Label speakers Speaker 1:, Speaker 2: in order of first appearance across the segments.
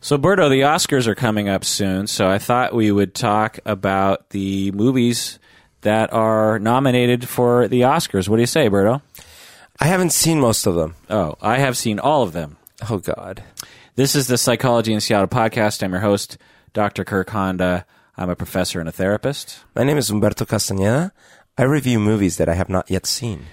Speaker 1: So, Berto, the Oscars are coming up soon, so I thought we would talk about the movies that are nominated for the Oscars. What do you say, Berto?
Speaker 2: I haven't seen most of them.
Speaker 1: Oh, I have seen all of them.
Speaker 2: Oh God.
Speaker 1: This is the Psychology in Seattle podcast. I'm your host, Dr. Kirk Honda. I'm a professor and a therapist.
Speaker 2: My name is Umberto Castañeda. I review movies that I have not yet seen.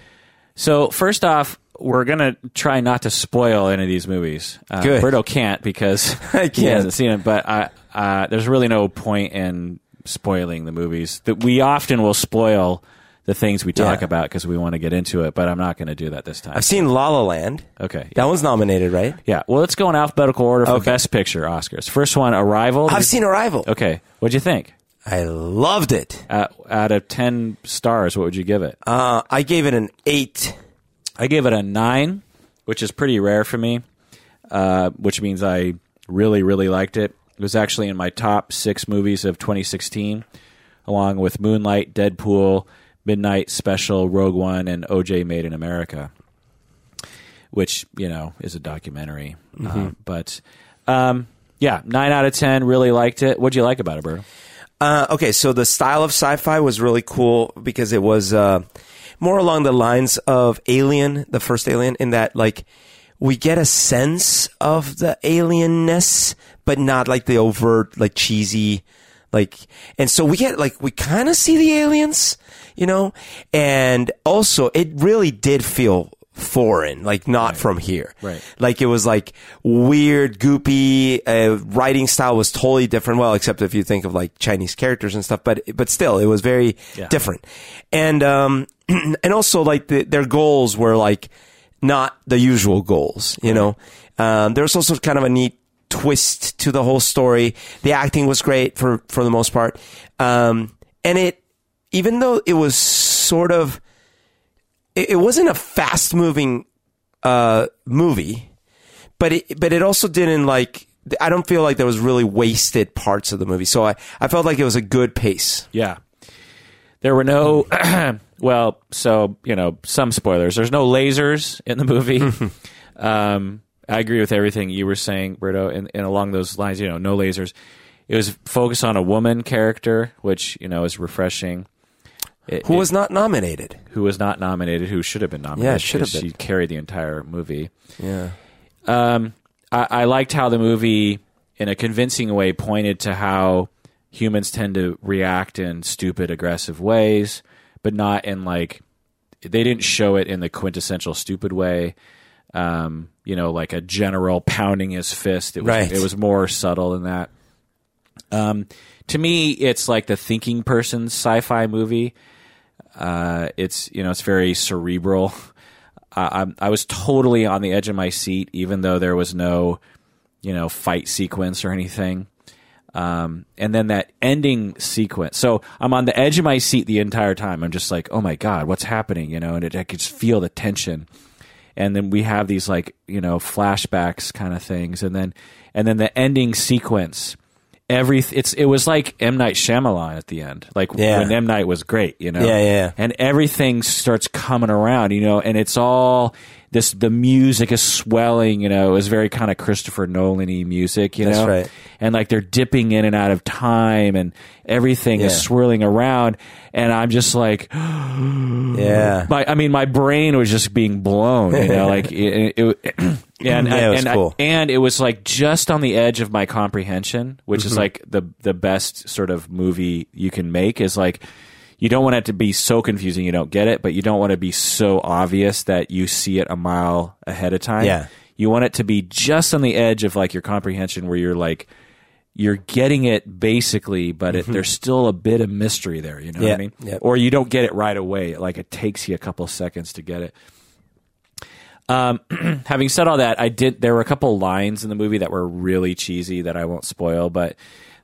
Speaker 1: So, first off, we're going to try not to spoil any of these movies. Uh,
Speaker 2: Good.
Speaker 1: Berto can't because
Speaker 2: I
Speaker 1: he
Speaker 2: can't.
Speaker 1: hasn't seen it, but I, uh, there's really no point in spoiling the movies. That We often will spoil the things we talk
Speaker 2: Yeah.
Speaker 1: about because we want to get into it, but I'm not going to do that this time.
Speaker 2: I've seen La La Land.
Speaker 1: Okay.
Speaker 2: That one's nominated, right?
Speaker 1: Yeah. Well, let's go in alphabetical order for Best Picture Oscars. First one, Arrival.
Speaker 2: I've seen Arrival.
Speaker 1: Okay. What'd you think?
Speaker 2: I loved it.
Speaker 1: Uh, out of 10 stars, what would you give it?
Speaker 2: Uh, I gave it an eight.
Speaker 1: I gave it a nine, which is pretty rare for me, uh, which means I really, really liked it. It was actually in my top six movies of 2016, along with Moonlight, Deadpool, Midnight Special, Rogue One, and OJ Made in America, which, you know, is a documentary. Uh, but um, yeah, nine out of 10, really liked it. What'd you like about it, Berto?
Speaker 2: Uh, okay, so the style of sci-fi was really cool because it was uh, more along the lines of Alien, the first Alien, in that like we get a sense of the alienness, but not like the overt, like cheesy, like. And so we get like we kind of see the aliens, you know, and also it really did feel foreign, like not from here.
Speaker 1: Right.
Speaker 2: Like it was like weird, goopy. Uh, writing style was totally different. Well, except if you think of like Chinese characters and stuff, but but still, it was very
Speaker 1: Yeah.
Speaker 2: different. And um, and also like the, their goals were like not the usual goals. You know, um, there was also kind of a neat twist to the whole story. The acting was great for for the most part, um, and it even though it was sort of it, it wasn't a fast moving uh, movie, but it but it also didn't like. I don't feel like there was really wasted parts of the movie, so I, I felt like it was a good pace.
Speaker 1: Yeah. There were no, well, so, you know, some spoilers. There's no lasers in the movie. um, I agree with everything you were saying, Berto, and, and along those lines, you know, no lasers. It was focused on a woman character, which, you know, is refreshing. It-
Speaker 2: Who
Speaker 1: it-
Speaker 2: was not nominated?
Speaker 1: who was not nominated, who should have been nominated.
Speaker 2: Yeah, should have
Speaker 1: 'cause
Speaker 2: been.
Speaker 1: She carried the entire movie.
Speaker 2: Yeah,
Speaker 1: Um, I, I liked how the movie, in a convincing way, pointed to how humans tend to react in stupid, aggressive ways, but not in like they didn't show it in the quintessential stupid way. Um, you know, like a general pounding his fist. It was,
Speaker 2: Right.
Speaker 1: it was more subtle than that. Um, to me, it's like the thinking person's sci-fi movie. Uh, it's you know, it's very cerebral. I, I'm, I was totally on the edge of my seat, even though there was no, you know, fight sequence or anything. Um, and then that ending sequence. So I'm on the edge of my seat the entire time. I'm just like, oh my god, what's happening? You know, and it, I could just feel the tension. And then we have these like you know flashbacks kind of things, and then and then the ending sequence. Every it's it was like M Night Shyamalan at the end, like
Speaker 2: Yeah.
Speaker 1: when M Night was great, you know.
Speaker 2: Yeah, yeah, yeah.
Speaker 1: And everything starts coming around, you know, and it's all this the music is swelling, you know, it was very kind of Christopher Nolan y music, you
Speaker 2: That's
Speaker 1: know.
Speaker 2: right.
Speaker 1: And like they're dipping in and out of time and everything
Speaker 2: Yeah.
Speaker 1: is swirling around and I'm just like
Speaker 2: yeah.
Speaker 1: my I mean my brain was just being blown, you know, like it, it, it- and
Speaker 2: Yeah, it was
Speaker 1: and I-
Speaker 2: cool.
Speaker 1: and it was like just on the edge of my comprehension, which
Speaker 2: Mm-hmm.
Speaker 1: is like the the best sort of movie you can make is like you don't want it to be so confusing you don't get it, but you don't want it to be so obvious that you see it a mile ahead of time.
Speaker 2: Yeah.
Speaker 1: You want it to be just on the edge of like your comprehension where you're like you're getting it basically, but it, there's still a bit of mystery there, you know what I
Speaker 2: Mm-hmm. Yeah,
Speaker 1: mean?
Speaker 2: yeah.
Speaker 1: Or you don't get it right away. Like it takes you a couple seconds to get it. Um, having said all that, I did. There were a couple lines in the movie that were really cheesy that I won't spoil, but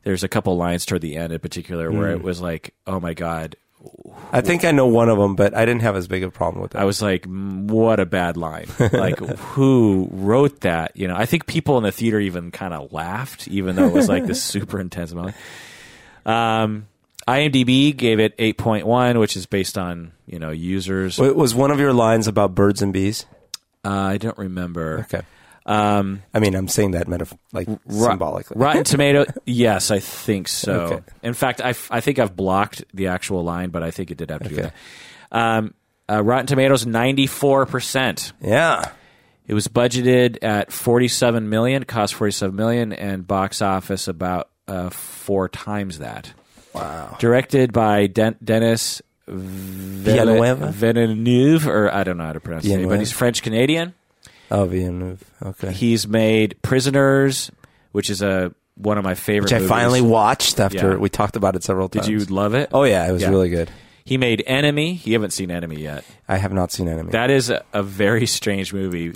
Speaker 1: there's a couple lines toward the end in particular where
Speaker 2: Mm.
Speaker 1: it was like, "Oh my god,"
Speaker 2: I think I know one of them, but I didn't have as big a problem with that.
Speaker 1: I was like, "Mm, "What a bad line!" like, who wrote that? You know, I think people in the theater even kind of laughed, even though it was like this super intense moment. Um, IMDb gave it 8.1, which is based on you know users.
Speaker 2: It was one of your lines about birds and bees.
Speaker 1: Uh, I don't remember.
Speaker 2: Okay.
Speaker 1: Um,
Speaker 2: I mean, I'm saying that metaphor, like
Speaker 1: Ro-
Speaker 2: symbolically.
Speaker 1: Rotten Tomato. yes, I think so.
Speaker 2: Okay.
Speaker 1: In fact, I, f- I think I've blocked the actual line, but I think it did have to do with
Speaker 2: Okay.
Speaker 1: that. Um, uh, Rotten Tomatoes ninety four percent.
Speaker 2: Yeah.
Speaker 1: It was budgeted at forty seven million, cost forty seven million, and box office about uh, four times that.
Speaker 2: Wow.
Speaker 1: Directed by Den- Dennis Ville-
Speaker 2: Villanueva?
Speaker 1: Villeneuve, or I don't know how to pronounce it, but
Speaker 2: Villanueva.
Speaker 1: he's French Canadian.
Speaker 2: Oh, Villeneuve. Okay.
Speaker 1: He's made Prisoners, which is a one of my favorite.
Speaker 2: Which I
Speaker 1: movies.
Speaker 2: finally watched after
Speaker 1: Yeah.
Speaker 2: we talked about it several
Speaker 1: Did
Speaker 2: times.
Speaker 1: you love it?
Speaker 2: Oh yeah, it was
Speaker 1: Yeah.
Speaker 2: really good.
Speaker 1: He made Enemy. You haven't seen Enemy yet.
Speaker 2: I have not seen Enemy,
Speaker 1: That is a, a very strange movie.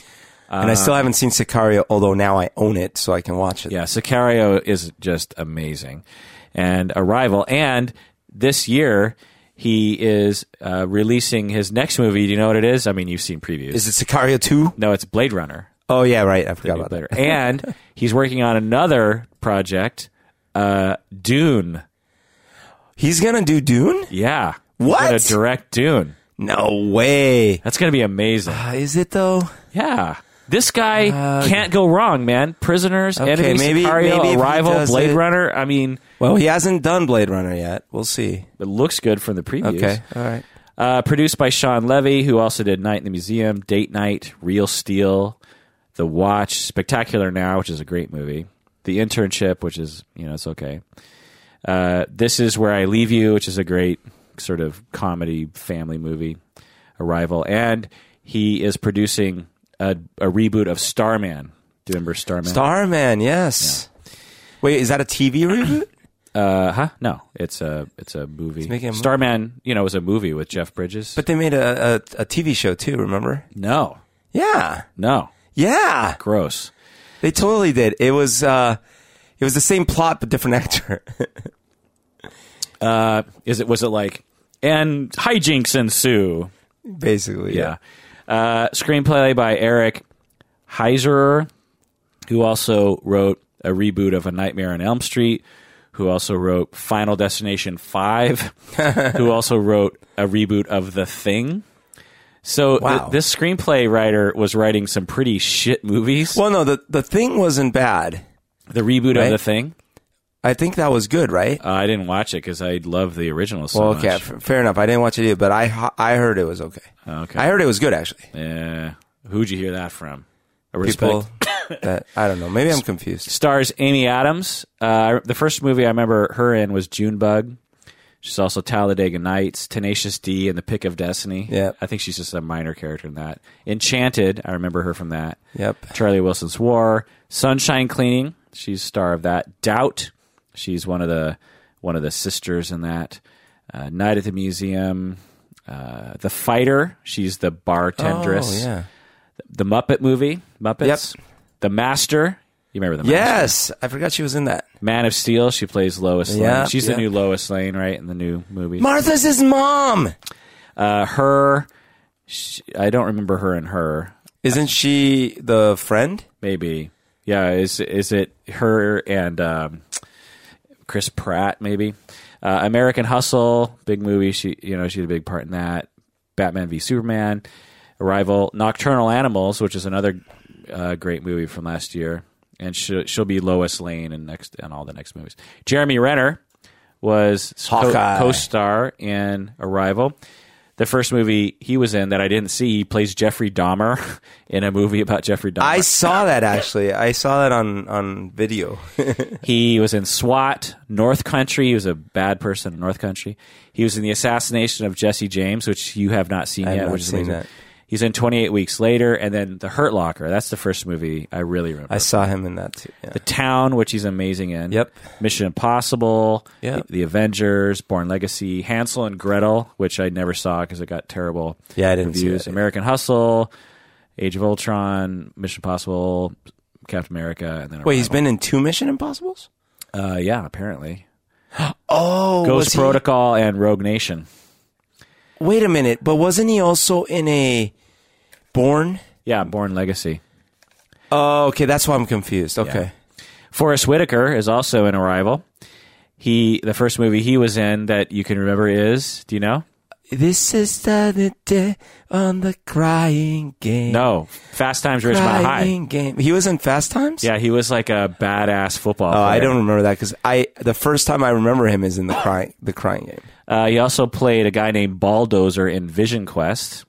Speaker 1: Uh,
Speaker 2: and I still haven't seen Sicario. Although now I own it, so I can watch it.
Speaker 1: yeah, Sicario is just amazing, and Arrival. And this year, he is uh, releasing his next movie. Do you know what it is? I mean, you've seen previews.
Speaker 2: Is it Sicario two?
Speaker 1: no, it's Blade Runner.
Speaker 2: Oh yeah, right. I forgot about
Speaker 1: Blade
Speaker 2: that.
Speaker 1: Runner. and he's working on another project, uh, Dune.
Speaker 2: He's gonna do Dune?
Speaker 1: Yeah,
Speaker 2: What?
Speaker 1: He's gonna direct Dune?
Speaker 2: No way.
Speaker 1: That's gonna be amazing.
Speaker 2: Uh, is it though?
Speaker 1: Yeah. This guy can't go wrong, man. Prisoners,
Speaker 2: Okay,
Speaker 1: Enemy,
Speaker 2: maybe-
Speaker 1: Sicario,
Speaker 2: maybe if he
Speaker 1: Arrival,
Speaker 2: does
Speaker 1: Blade
Speaker 2: it-
Speaker 1: Runner. I mean,
Speaker 2: Well, he hasn't done Blade Runner yet. We'll see.
Speaker 1: it looks good from the previews.
Speaker 2: Okay. All right.
Speaker 1: Uh, produced by Sean Levy, who also did Night in the Museum, Date Night, Real Steel, The Watch, Spectacular Now, which is a great movie, The Internship, which is, you know, it's okay. Uh, this is Where I Leave You, which is a great sort of comedy family movie, Arrival. And he is producing a, a reboot of Starman. Do you remember Starman?
Speaker 2: Starman. Yes. Wait, is that a TV reboot?
Speaker 1: Uh huh. No, it's a it's a movie.
Speaker 2: making a movie.
Speaker 1: Starman, you know, was a movie with Jeff Bridges.
Speaker 2: but they made a, a a TV show too. Remember?
Speaker 1: no,
Speaker 2: Yeah.
Speaker 1: no,
Speaker 2: Yeah.
Speaker 1: gross.
Speaker 2: They totally did. It was uh, it was the same plot but different actor.
Speaker 1: Uh, is it was it like and hijinks ensue?
Speaker 2: Basically,
Speaker 1: Yeah. Uh, screenplay by Eric Heiser, who also wrote a reboot of A Nightmare on Elm Street, who also wrote Final Destination 5, who also wrote a reboot of The Thing. So th-
Speaker 2: Wow.
Speaker 1: this screenplay writer was writing some pretty shit movies.
Speaker 2: Well, no, the the thing wasn't bad.
Speaker 1: the reboot of
Speaker 2: Right?
Speaker 1: The Thing.
Speaker 2: I think that was good, right?
Speaker 1: Uh, I didn't watch it because I love the original so
Speaker 2: Well, okay,
Speaker 1: much.
Speaker 2: f- fair enough. I didn't watch it either, but I ho- I heard it was Oh, okay.
Speaker 1: Okay.
Speaker 2: I heard it was good actually.
Speaker 1: Yeah. Who'd you hear that from? A respect-
Speaker 2: People that I don't know. Maybe I'm confused.
Speaker 1: stars Amy Adams. Uh, the first movie I remember her in was Junebug. She's also Talladega Nights, Tenacious D, and The Pick of Destiny.
Speaker 2: Yeah.
Speaker 1: I think she's just a minor character in that. Enchanted, I remember her from that.
Speaker 2: Yep.
Speaker 1: Charlie Wilson's War, Sunshine Cleaning, she's star of that. Doubt, she's one of the one of the sisters in that. Uh, Night at the Museum, uh, The Fighter, she's the bartendress.
Speaker 2: Oh, yeah.
Speaker 1: The Muppet movie, Muppets.
Speaker 2: Yep.
Speaker 1: The Master, you remember the Master?
Speaker 2: Yes, I forgot she was in that.
Speaker 1: Man of Steel, she plays Lois Lane.
Speaker 2: Yeah,
Speaker 1: She's
Speaker 2: yeah.
Speaker 1: the new Lois Lane, right, in the new movie.
Speaker 2: Martha's his mom.
Speaker 1: uh, her, sh I don't remember her and her.
Speaker 2: Isn't she the friend?
Speaker 1: Maybe, yeah. Is is it her and um, Chris Pratt? Maybe. Uh, American Hustle, big movie. She, you know, she had a big part in that. Batman v Superman, Arrival, Nocturnal Animals, which is another uh, great movie from last year, and she'll, she'll be Lois Lane in next and all the next movies. Jeremy Renner was co-
Speaker 2: Hawkeye.
Speaker 1: co-star in Arrival. The first movie he was in that I didn't see, he plays Jeffrey Dahmer in a movie about Jeffrey Dahmer.
Speaker 2: I saw that actually. I saw that on on video.
Speaker 1: He was in SWAT, North Country. He was a bad person in North Country. He was in the assassination of Jesse James, which you have not seen
Speaker 2: have
Speaker 1: yet,
Speaker 2: not
Speaker 1: which is
Speaker 2: seen
Speaker 1: amazing.
Speaker 2: that.
Speaker 1: He's in 28 Weeks Later, and then The Hurt Locker. That's the first movie I really remember.
Speaker 2: I saw him in that too. Yeah.
Speaker 1: the Town, which he's amazing in.
Speaker 2: Yep.
Speaker 1: Mission Impossible.
Speaker 2: Yep.
Speaker 1: The, the Avengers, Born Legacy, Hansel and Gretel, which I never saw because it got terrible
Speaker 2: Yeah, I didn't see
Speaker 1: reviews.
Speaker 2: that.
Speaker 1: American Hustle, Age of Ultron, Mission Impossible, Captain America, and then
Speaker 2: Wait, he's
Speaker 1: Arrival.
Speaker 2: been in two Mission Impossibles?
Speaker 1: uh, yeah, apparently.
Speaker 2: Oh, was
Speaker 1: Ghost
Speaker 2: he-
Speaker 1: Protocol and Rogue Nation.
Speaker 2: Wait a minute, but wasn't he also in a Born?
Speaker 1: Yeah, Born Legacy.
Speaker 2: Oh, okay, that's why I'm confused. Okay.
Speaker 1: Forrest Whitaker is also in Arrival. He the first movie he was in that you can remember is do you know?
Speaker 2: This is the day on the crying game.
Speaker 1: No, Fast Times Ridgemont High.
Speaker 2: Crying game. He was in Fast Times.
Speaker 1: Yeah, he was like a badass football.
Speaker 2: Oh,
Speaker 1: player.
Speaker 2: I don't remember that because I the first time I remember him is in the crying the crying game.
Speaker 1: Uh, he also played a guy named Balldozer in Vision Quest.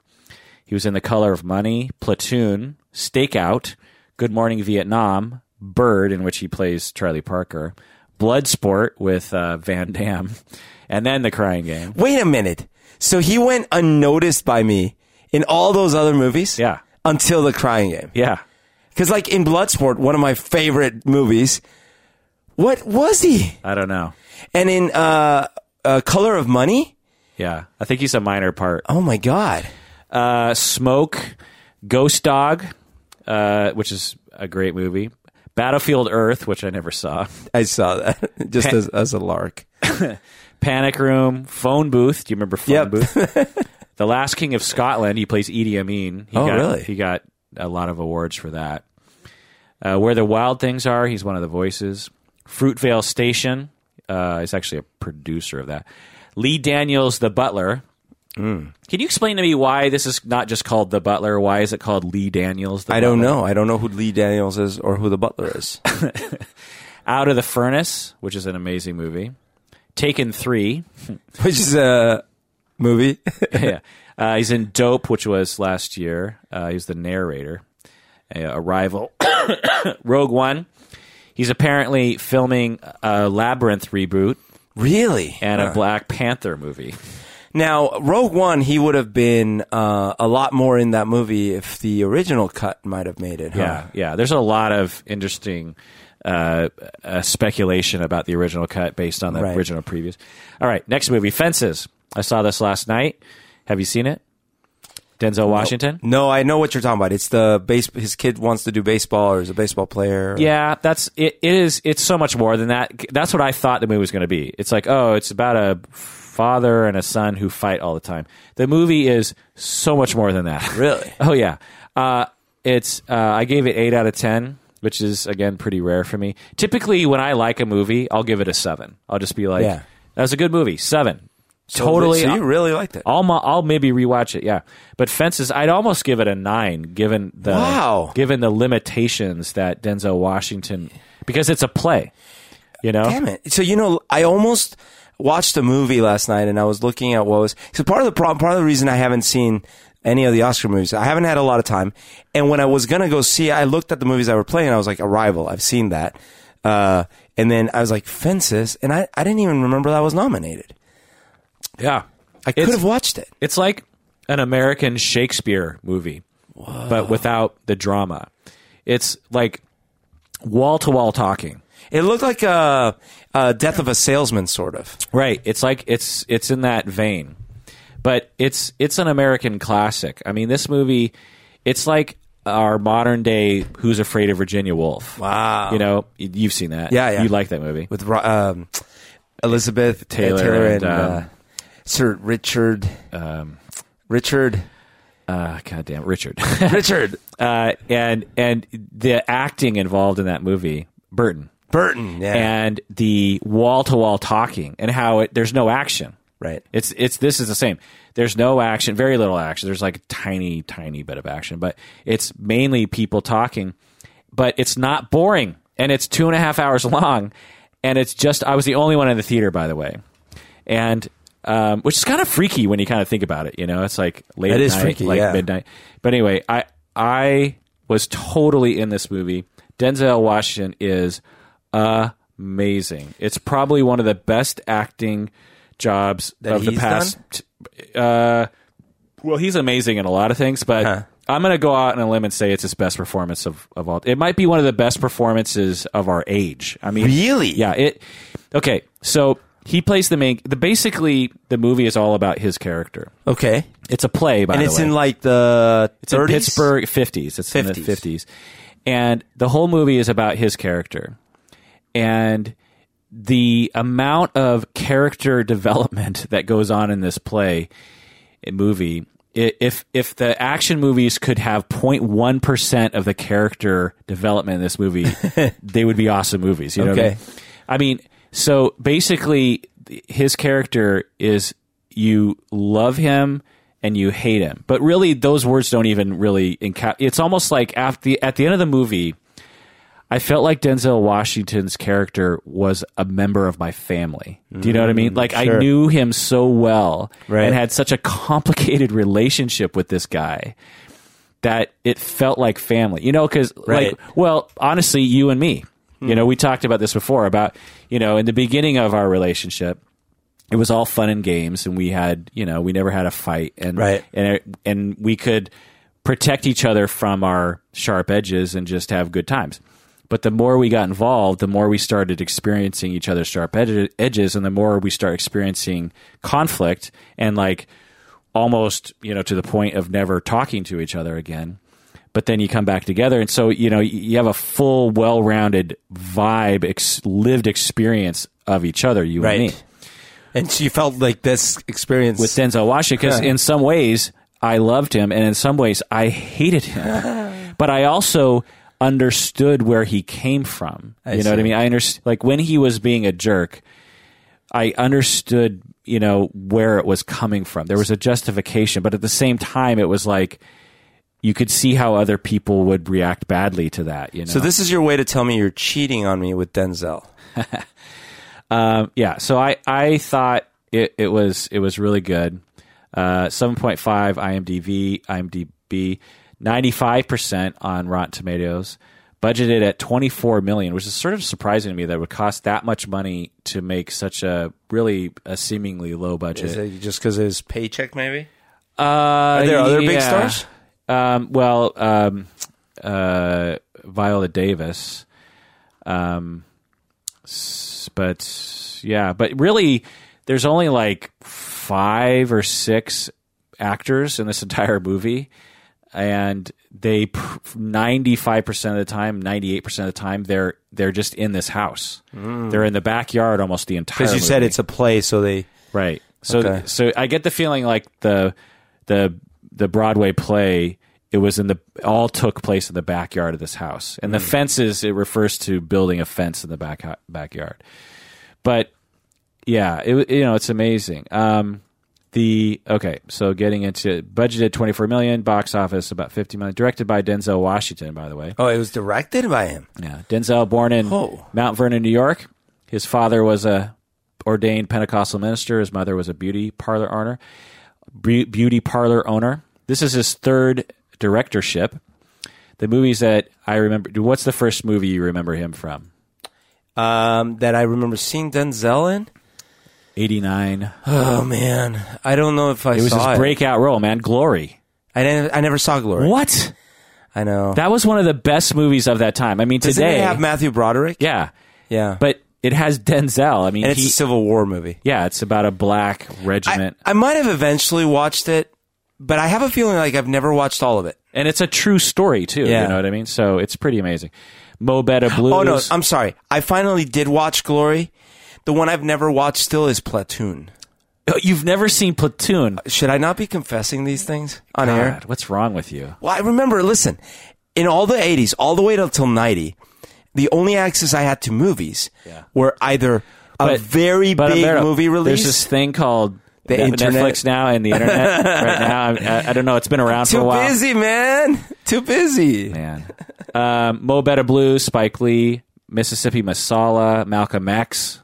Speaker 1: He was in The Color of Money, Platoon, Stakeout, Good Morning Vietnam, Bird, in which he plays Charlie Parker, Bloodsport with uh, Van Damme, and then The Crying Game.
Speaker 2: Wait a minute. So he went unnoticed by me in all those other movies.
Speaker 1: Yeah.
Speaker 2: Until the crying game.
Speaker 1: Yeah.
Speaker 2: Because like in Bloodsport, one of my favorite movies. What was he?
Speaker 1: I don't know.
Speaker 2: And in uh, uh, Color of Money.
Speaker 1: Yeah. I think he's a minor part.
Speaker 2: Oh my God.
Speaker 1: Uh, Smoke, Ghost Dog, uh, which is a great movie. Battlefield Earth, which I never saw.
Speaker 2: I saw that just as, as a lark.
Speaker 1: Panic Room, Phone Booth. Do you remember Phone
Speaker 2: Yep.
Speaker 1: Booth? the Last King of Scotland. He plays Idi Amin. He
Speaker 2: Oh,
Speaker 1: got,
Speaker 2: really?
Speaker 1: He got a lot of awards for that. Uh, Where the Wild Things Are. He's one of the voices. Fruitvale Station. Uh, he's actually a producer of that. Lee Daniels, The Butler.
Speaker 2: Hmm.
Speaker 1: Can you explain to me why this is not just called The Butler? Why is it called Lee Daniels? The
Speaker 2: I don't know. I don't know who Lee Daniels is or who the butler is.
Speaker 1: Out of the Furnace, which is an amazing movie. Taken Three.
Speaker 2: Which is a movie.
Speaker 1: yeah. Uh, he's in Dope, which was last year. Uh, he's the narrator. Uh, Arrival, Rogue One. He's apparently filming a Labyrinth reboot
Speaker 2: really?
Speaker 1: and a Black Panther movie.
Speaker 2: Now, Rogue One, he would have been uh, a lot more in that movie if the original cut might have made it. huh?
Speaker 1: Yeah, yeah. There's a lot of interesting uh, uh, speculation about the original cut based on the
Speaker 2: Right.
Speaker 1: original previews. All right, next movie, Fences. I saw this last night. Have you seen it? Denzel Washington.
Speaker 2: No, I know what you're talking about. It's the base. His kid wants to do baseball, or is a baseball player.
Speaker 1: Yeah, that's it. It is. It's so much more than that. That's what I thought the movie was going to be. It's like, oh, it's about a father and a son who fight all the time. The movie is so much more than that.
Speaker 2: Really?
Speaker 1: oh yeah. Uh, it's. Uh, I gave it eight out of ten, which is again pretty rare for me. Typically, when I like a movie, I'll give it a seven. I'll just be like,
Speaker 2: Yeah.
Speaker 1: that was a good movie. Seven.
Speaker 2: So-
Speaker 1: totally.
Speaker 2: So you really liked it.
Speaker 1: I'll, mo- I'll maybe rewatch it. Yeah, but Fences, I'd almost give it a nine, given the
Speaker 2: Wow.
Speaker 1: given the limitations that Denzel Washington, because it's a play, you know.
Speaker 2: Damn it! So you know, I almost watched a movie last night, and I was looking at what was. So part of the problem, part of the reason I haven't seen any of the Oscar movies, I haven't had a lot of time. And when I was gonna go see, I looked at the movies I were playing. I was like, Arrival, I've seen that. Uh, and then I was like, Fences, and I, I didn't even remember that was nominated.
Speaker 1: Yeah,
Speaker 2: I could have watched it.
Speaker 1: It's like an American Shakespeare movie, but without the drama. It's like wall to wall talking.
Speaker 2: It looked like a, a Death of a Salesman, sort of.
Speaker 1: Right. It's like it's it's in that vein. But it's it's an American classic. I mean, this movie it's like our modern day Who's Afraid of Virginia Woolf.
Speaker 2: Wow.
Speaker 1: You know, y- you've seen that.
Speaker 2: Yeah, yeah.
Speaker 1: You like that movie.
Speaker 2: with Ro- um, Elizabeth
Speaker 1: Taylor
Speaker 2: Taylor,
Speaker 1: and,
Speaker 2: and, um,
Speaker 1: um,
Speaker 2: uh, Sir Richard. Richard.
Speaker 1: Uh, God damn, Richard.
Speaker 2: Richard
Speaker 1: uh, and and the acting involved in that movie, Burton,
Speaker 2: Burton. Yeah.
Speaker 1: and the wall to wall talking and how it, there's no action.
Speaker 2: right.
Speaker 1: It's it's this is the same. There's no action, very little action. There's like a tiny tiny bit of action, but it's mainly people talking. But it's not boring, and it's two and a half hours long, and it's just I was the only one in the theater, by the way, and um, which is kind of freaky when you kind of think about it. You know, it's like late at
Speaker 2: That is
Speaker 1: night,
Speaker 2: freaky,
Speaker 1: like
Speaker 2: yeah.
Speaker 1: midnight. But anyway, I I was totally in this movie. Denzel Washington is amazing. It's probably one of the best acting jobs of the
Speaker 2: he's
Speaker 1: past. Uh, well, he's amazing in a lot of things, but
Speaker 2: Uh-huh.
Speaker 1: I'm going to go out on a limb and say it's his best performance of, of all. It might be one of the best performances of our age. I mean,
Speaker 2: Really?
Speaker 1: Yeah. It. Okay, so he plays the main. The basically the movie is all about his character.
Speaker 2: Okay.
Speaker 1: It's a play, by
Speaker 2: And
Speaker 1: the
Speaker 2: it's
Speaker 1: way.
Speaker 2: in like the
Speaker 1: It's in
Speaker 2: 30s?
Speaker 1: Pittsburgh 50s. It's in the
Speaker 2: 50s.
Speaker 1: 50s. And the whole movie is about his character. And the amount of character development that goes on in this play eh, movie i- if if the action movies could have 0.1% of the character development in this movie they would be awesome movies you know what I
Speaker 2: Okay.
Speaker 1: mean? I mean, so basically, th- his character is you love him and you hate him. But really, those words don't even really encap. It's almost like after the, at the end of the movie, I felt like Denzel Washington's character was a member of my family. Do you know what I mean? Like I
Speaker 2: Mm, sure.
Speaker 1: knew him so well
Speaker 2: Right.
Speaker 1: and had such a complicated relationship with this guy that it felt like family. You know, because
Speaker 2: Right. Hmm.
Speaker 1: like, well, honestly, you and me. You know, we talked about this before about you know in the beginning of our relationship, it was all fun and games, and we had you know we never had a fight, and
Speaker 2: Right.
Speaker 1: and and we could protect each other from our sharp edges and just have good times. But the more we got involved, the more we started experiencing each other's sharp ed- edges, and the more we start experiencing conflict and like almost you know to the point of never talking to each other again but then you come back together and so you know y- you have a full well-rounded vibe ex- lived experience of each other you
Speaker 2: Right.
Speaker 1: and me
Speaker 2: And she felt like this experience
Speaker 1: with Denzel Washington because in some ways I loved him and in some ways I hated him. but I also understood where he came from. you know what I
Speaker 2: see.
Speaker 1: mean? I understand like when he was being a jerk, I understood, you know, where it was coming from. There was a justification, but at the same time it was like you could see how other people would react badly to that, you know.
Speaker 2: So this is your way to tell me you're cheating on me with Denzel.
Speaker 1: Um, yeah, so I, I thought it, it was it was really good. Uh, Seven point five IMDb IMDb ninety five percent on Rotten Tomatoes. Budgeted at twenty four million, which is sort of surprising to me that it would cost that much money to make such a really a seemingly low budget.
Speaker 2: Is it just because of his paycheck, maybe?
Speaker 1: Uh, Are
Speaker 2: there other big stars?
Speaker 1: Um, well, um, uh, Viola Davis. Um, s- but yeah, but really, there's only like five or six actors in this entire movie, and they ninety five percent of the time, ninety eight percent of the time, they're they're just in this house. They're in the backyard almost the entire.
Speaker 2: Mm. Because you said
Speaker 1: movie.
Speaker 2: it's a play, so they.
Speaker 1: Right. So
Speaker 2: Okay.
Speaker 1: so I get the feeling like the the the Broadway play it was in the all took place in the backyard of this house. And the fences it refers to building a fence in the back backyard. But yeah, it you know, it's amazing. Um the okay, so getting into budgeted 24 million, box office about 50 million, directed by Denzel Washington by the way.
Speaker 2: Oh, it was directed by him.
Speaker 1: Yeah, Denzel, born in
Speaker 2: Oh.
Speaker 1: Mount Vernon, New York. His father was a ordained Pentecostal minister. His mother was a beauty parlor owner. Be- beauty parlor owner. This is his third directorship. The movies that I remember. What's the first movie you remember him from?
Speaker 2: Um, that I remember seeing Denzel in.
Speaker 1: Eighty nine.
Speaker 2: Oh man, I don't know if I
Speaker 1: It was
Speaker 2: saw
Speaker 1: his breakout role, man. Glory.
Speaker 2: I never, I never saw Glory.
Speaker 1: What?
Speaker 2: I know.
Speaker 1: That was one of the best movies of that time. I mean,
Speaker 2: Doesn't
Speaker 1: today,
Speaker 2: it have Matthew Broderick?
Speaker 1: yeah,
Speaker 2: yeah.
Speaker 1: but it has Denzel. I mean,
Speaker 2: and it's
Speaker 1: he-
Speaker 2: a Civil War movie.
Speaker 1: yeah, it's about a black
Speaker 2: I,
Speaker 1: regiment.
Speaker 2: I might have eventually watched it, but I have a feeling like I've never watched all of it.
Speaker 1: and it's a true story too.
Speaker 2: Yeah.
Speaker 1: You know what I mean? So it's pretty amazing. Mo Betta Blues.
Speaker 2: Oh no, I'm sorry. I finally did watch Glory. The one I've never watched still is Platoon. uh,
Speaker 1: you've never seen Platoon
Speaker 2: Should I not be confessing these things on air?
Speaker 1: Uh, God, what's wrong with you?
Speaker 2: Well, I remember, listen, in all the 80s, all the way till 90, the only access I had to movies were either a
Speaker 1: But-
Speaker 2: very
Speaker 1: But
Speaker 2: big
Speaker 1: Amero,
Speaker 2: movie
Speaker 1: There's this
Speaker 2: release.
Speaker 1: thing called
Speaker 2: The
Speaker 1: Net-
Speaker 2: internet.
Speaker 1: Netflix now and the internet right now. I, I don't know. It's been around for a
Speaker 2: Too
Speaker 1: while.
Speaker 2: busy, man. Too busy.
Speaker 1: Man, um, Mo Betta Blues, Spike Lee, Mississippi Masala, Malcolm X,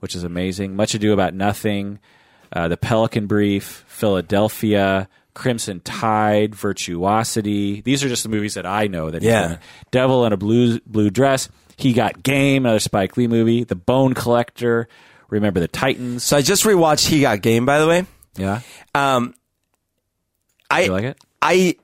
Speaker 1: which is amazing. Much Ado About Nothing, uh, The Pelican Brief, Philadelphia, Crimson Tide, Virtuosity. These are just the movies that I know that. he's
Speaker 2: Yeah.
Speaker 1: done. Devil in a Blue Blue Dress. He got Game, another Spike Lee movie. The Bone Collector. Remember the Titans.
Speaker 2: So I just rewatched He Got Game, by the way.
Speaker 1: Yeah,
Speaker 2: Um, I,
Speaker 1: you like it?
Speaker 2: I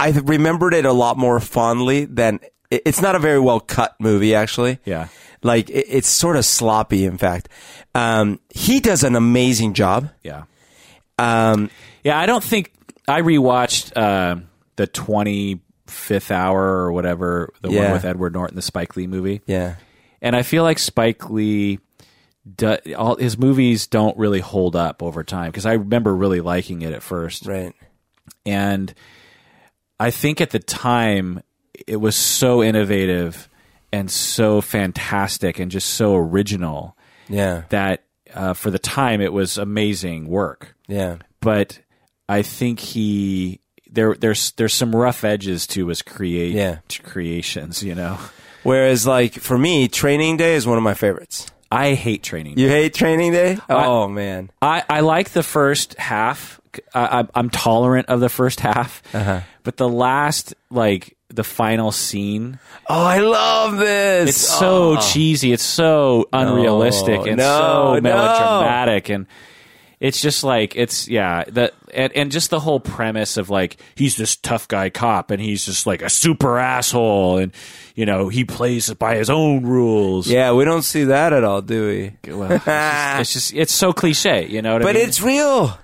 Speaker 2: I remembered it a lot more fondly than it- it's not a very well cut movie actually.
Speaker 1: Yeah.
Speaker 2: Like it, it's sort of sloppy in fact. Um he does an amazing job.
Speaker 1: Yeah.
Speaker 2: Um
Speaker 1: Yeah, I don't think I rewatched uh, the twenty fifth hour or whatever the one
Speaker 2: Yeah.
Speaker 1: with Edward Norton, the Spike Lee movie,
Speaker 2: yeah.
Speaker 1: and I feel like Spike Lee, do, all his movies don't really hold up over time because I remember really liking it at first,
Speaker 2: Right.
Speaker 1: and I think at the time it was so innovative and so fantastic and just so original
Speaker 2: Yeah.
Speaker 1: that uh, for the time, it was amazing work.
Speaker 2: Yeah.
Speaker 1: But I think he there there's there's some rough edges to his create
Speaker 2: Yeah.
Speaker 1: to creations. You know,
Speaker 2: Whereas, like for me, Training Day is one of my favorites.
Speaker 1: I hate training.
Speaker 2: You hate Training Day? Oh man.
Speaker 1: I, I like the first half. I, I'm- I'm tolerant of the first half, but the last, like the final scene,
Speaker 2: Oh, I love this. Oh,
Speaker 1: it's so cheesy. It's so unrealistic and
Speaker 2: no, no.
Speaker 1: so melodramatic, and it's just like it's yeah. The and, and just the whole premise of like he's this tough guy cop, and he's just like a super asshole, and you know he plays by his own rules.
Speaker 2: yeah, we don't see that at all, do we?
Speaker 1: Well, it's, just, it's just it's so cliche, you know. What
Speaker 2: But
Speaker 1: I mean?
Speaker 2: it's real.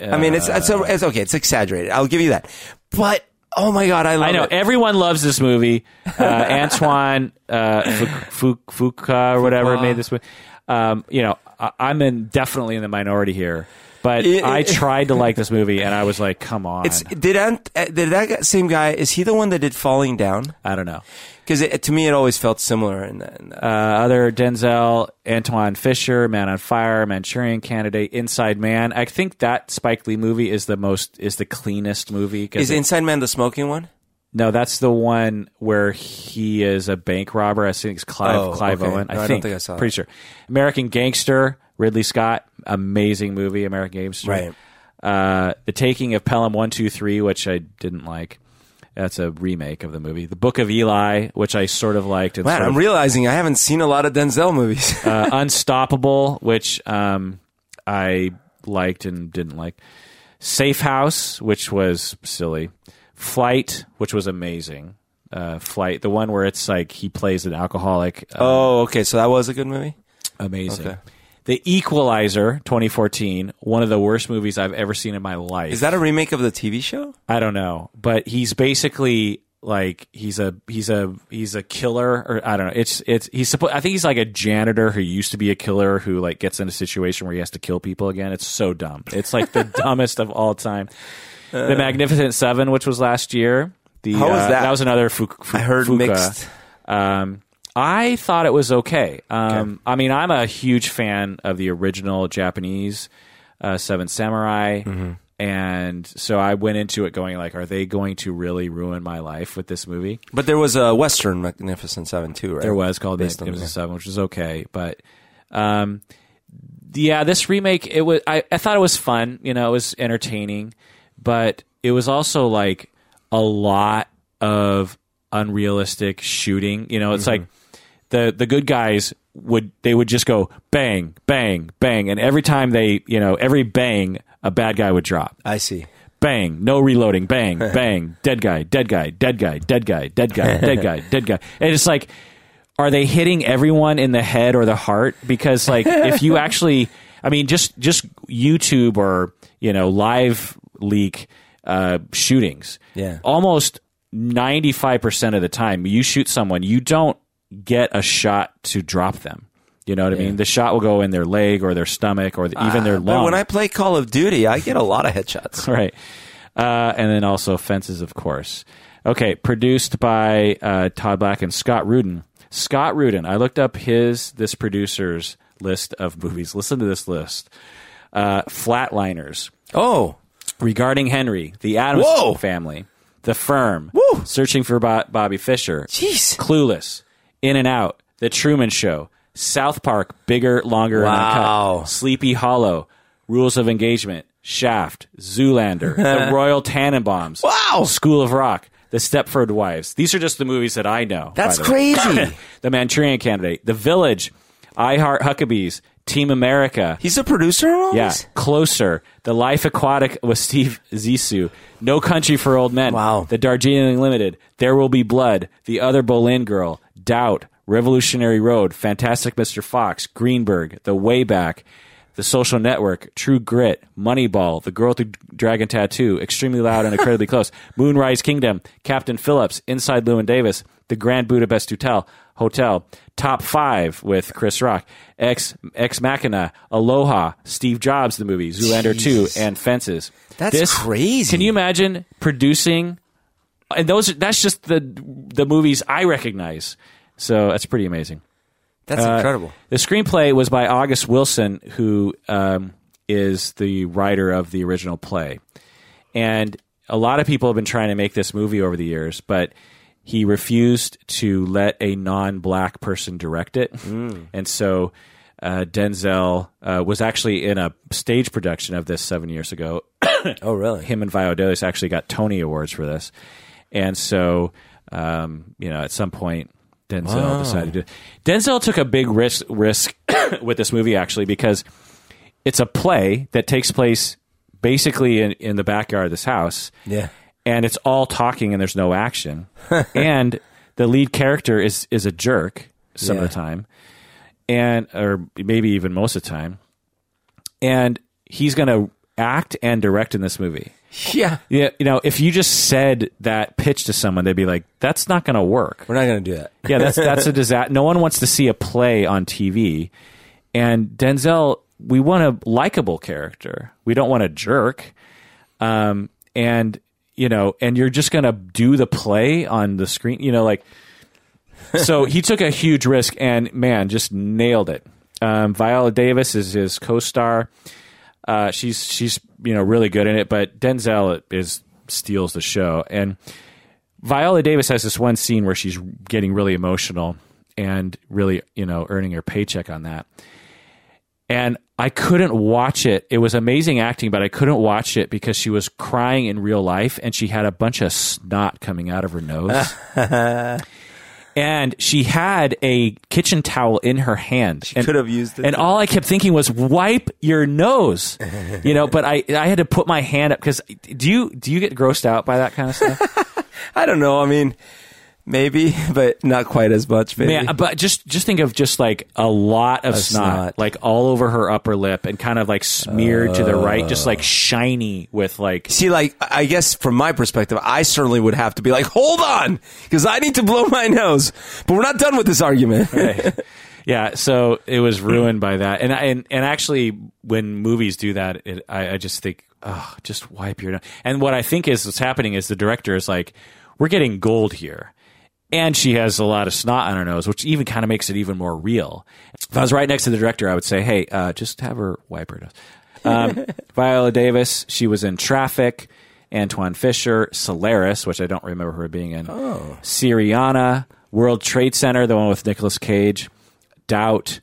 Speaker 2: I mean, it's it's, a, it's okay. It's exaggerated. I'll give you that. But oh my god, I love
Speaker 1: I know
Speaker 2: it.
Speaker 1: everyone loves this movie. Uh, Antoine uh, Fuqua or whatever
Speaker 2: Fuqua.
Speaker 1: made this movie. Um, you know, I, I'm in definitely in the minority here, but
Speaker 2: It-
Speaker 1: I
Speaker 2: it-
Speaker 1: tried to like this movie, and I was like, "Come on!"
Speaker 2: It's did Ant, uh, did that guy- same guy? Is he the one that did Falling Down?
Speaker 1: I don't know.
Speaker 2: Because to me, it always felt similar. In that, in that.
Speaker 1: Uh, other Denzel, Antoine Fisher, Man on Fire, Manchurian Candidate, Inside Man. I think that Spike Lee movie is the most is the cleanest movie. 'cause
Speaker 2: Is
Speaker 1: it-
Speaker 2: Inside Man the smoking one?
Speaker 1: no, that's the one where he is a bank robber. I think it's Clive
Speaker 2: Oh,
Speaker 1: Clive
Speaker 2: okay.
Speaker 1: Owen. I,
Speaker 2: No, I
Speaker 1: think,
Speaker 2: don't think I saw it.
Speaker 1: Pretty sure. American Gangster, Ridley Scott, amazing movie. American Gangster.
Speaker 2: Right.
Speaker 1: Uh, the Taking of Pelham One Two Three, which I didn't like. That's a remake of the movie. The Book of Eli, which I sort of liked. And
Speaker 2: Man,
Speaker 1: sort of-
Speaker 2: I'm realizing I haven't seen a lot of Denzel movies.
Speaker 1: uh, Unstoppable, which um, I liked and didn't like. Safe House, which was silly. Flight, which was amazing. Uh, Flight, the one where it's like he plays an alcoholic, uh,
Speaker 2: oh, okay. So that was a good movie.
Speaker 1: amazing.
Speaker 2: Oh, okay.
Speaker 1: The Equalizer, 2014, one of the worst movies I've ever seen in my life.
Speaker 2: Is that a remake of the TV show?
Speaker 1: I don't know, but he's basically like he's a he's a he's a killer or I don't know. It's it's he's supposed I think he's like a janitor who used to be a killer who like gets in a situation where he has to kill people again. It's so dumb. It's like the dumbest of all time. the Magnificent 7 which was last year. The
Speaker 2: Uh. How was
Speaker 1: uh,
Speaker 2: that?
Speaker 1: that was another fu- fu-
Speaker 2: I heard
Speaker 1: Fuqua.
Speaker 2: mixed.
Speaker 1: Um, I thought it was okay. Um, I mean, I'm a huge fan of the original Japanese uh, Seven Samurai, and so I went into it going like, "Are they going to really ruin my life with this movie?"
Speaker 2: But there was a Western Magnificent Seven too, right?
Speaker 1: There was called
Speaker 2: Based on
Speaker 1: It was
Speaker 2: the-
Speaker 1: a Seven, which is okay, but um, yeah, this remake it was. I, I thought it was fun. You know, it was entertaining, but it was also like a lot of unrealistic shooting. You know, it's like
Speaker 2: Mm-hmm.
Speaker 1: the the good guys would they would just go bang bang bang, and every time they you know every bang a bad guy would drop
Speaker 2: I see.
Speaker 1: bang, no reloading, bang, bang, dead guy, dead guy, dead guy, dead guy, dead guy, dead guy, dead guy. And it's like, are they hitting everyone in the head or the heart? Because like, if you actually, I mean, just just YouTube or you know live leak uh, shootings,
Speaker 2: Yeah.
Speaker 1: almost ninety five percent of the time, you shoot someone, you don't get a shot to drop them. You know what I mean? The shot will go in their leg or their stomach or the, even their lung.
Speaker 2: Uh, But when I play Call of Duty, I get a lot of headshots.
Speaker 1: right. Uh, and then also Fences, of course. Okay, produced by uh, Todd Black and Scott Rudin. Scott Rudin, I looked up his this producer's list of movies. Listen to this list: uh, Flatliners,
Speaker 2: Oh,
Speaker 1: Regarding Henry, The Adams
Speaker 2: Whoa!
Speaker 1: Family, The Firm,
Speaker 2: Woo!
Speaker 1: Searching for Bo- Bobby Fisher,
Speaker 2: jeez.
Speaker 1: Clueless, In and Out, The Truman Show, South Park, Bigger, Longer, and
Speaker 2: Wow.
Speaker 1: Uncut, Sleepy Hollow, Rules of Engagement, Shaft, Zoolander, The Royal Tannenbaums,
Speaker 2: Wow.
Speaker 1: School of Rock, The Stepford Wives. These are just the movies that I know.
Speaker 2: That's
Speaker 1: by the way.
Speaker 2: crazy.
Speaker 1: the Manchurian Candidate, The Village, I Heart Huckabees, Team America.
Speaker 2: He's a producer on all
Speaker 1: Yeah,
Speaker 2: these?
Speaker 1: closer. The Life Aquatic with Steve Zissou. No Country for Old Men.
Speaker 2: Wow.
Speaker 1: The Darjeeling Limited. There Will Be Blood. The Other Boleyn Girl. Doubt. Revolutionary Road. Fantastic Mr. Fox. Greenberg. The Way Back. The Social Network. True Grit. Moneyball. The Girl with the Dragon Tattoo. Extremely Loud and Incredibly Close. Moonrise Kingdom. Captain Phillips. Inside Lewin Davis. The Grand Budapest Hotel. Hotel, Top Five with Chris Rock, Ex Ex Machina, Aloha, Steve Jobs the movie, Zoolander
Speaker 2: Jeez.
Speaker 1: Two, and Fences.
Speaker 2: That's crazy.
Speaker 1: Can you imagine producing? And those that's just the the movies I recognize. So that's pretty amazing.
Speaker 2: That's
Speaker 1: Uh,
Speaker 2: incredible.
Speaker 1: The screenplay was by August Wilson, who um, is the writer of the original play. And a lot of people have been trying to make this movie over the years, but he refused to let a non black person direct it. And so uh, Denzel uh, was actually in a stage production of this seven years ago.
Speaker 2: Oh, really?
Speaker 1: Him and Viodelis actually got Tony Awards for this. And so, um, you know, at some point, Denzel decided to. Denzel took a big risk, risk with this movie, actually, because it's a play that takes place basically in, in the backyard of this house
Speaker 2: Yeah.
Speaker 1: and it's all talking and there's no action. and the lead character is is a jerk some
Speaker 2: Yeah.
Speaker 1: of the time, and or maybe even most of the time. And he's going to act and direct in this movie.
Speaker 2: Yeah.
Speaker 1: Yeah, you know, if you just said that pitch to someone, they'd be like, "That's not going to work."
Speaker 2: We're not going to do that.
Speaker 1: Yeah, that's that's a disaster. No one wants to see a play on TV. And Denzel, we want a likable character. We don't want a jerk. Um, and you know, and you're just gonna do the play on the screen. You know, like so he took a huge risk, and man, just nailed it. Um, Viola Davis is his co-star. Uh, she's she's you know really good in it, but Denzel is steals the show and. Viola Davis has this one scene where she's getting really emotional and really, you know, earning her paycheck on that. And I couldn't watch it. It was amazing acting, but I couldn't watch it because she was crying in real life and she had a bunch of snot coming out of her nose. and she had a kitchen towel in her hand. She
Speaker 2: could have used it.
Speaker 1: And all I kept thinking was wipe your nose. You know, but I I had to put my hand up cuz do you do you get grossed out by that kind of stuff?
Speaker 2: I don't know. I mean, maybe, but not quite as much. Maybe.
Speaker 1: Man, but just just think of just like a lot of snot,
Speaker 2: snot.
Speaker 1: like all over her upper lip, and kind of like smeared to the right, just
Speaker 2: Oh.
Speaker 1: like shiny with like.
Speaker 2: See, like, I guess from my perspective, I certainly would have to be like, hold on, because I need to blow my nose. But we're not done with this argument.
Speaker 1: Yeah, so it was ruined by that, and I- and and actually, when movies do that, it, I, I just think, oh, just wipe your nose. And what I think is what's happening is the director is like, we're getting gold here, and she has a lot of snot on her nose, which even kind of makes it even more real. If I was right next to the director, I would say, hey, uh, just have her wipe her nose. Um, Viola Davis, she was in Traffic. Antoine Fisher, Solaris, which I don't remember her being in. Oh. Syriana, World Trade Center, the one with Nicolas Cage. Doubt,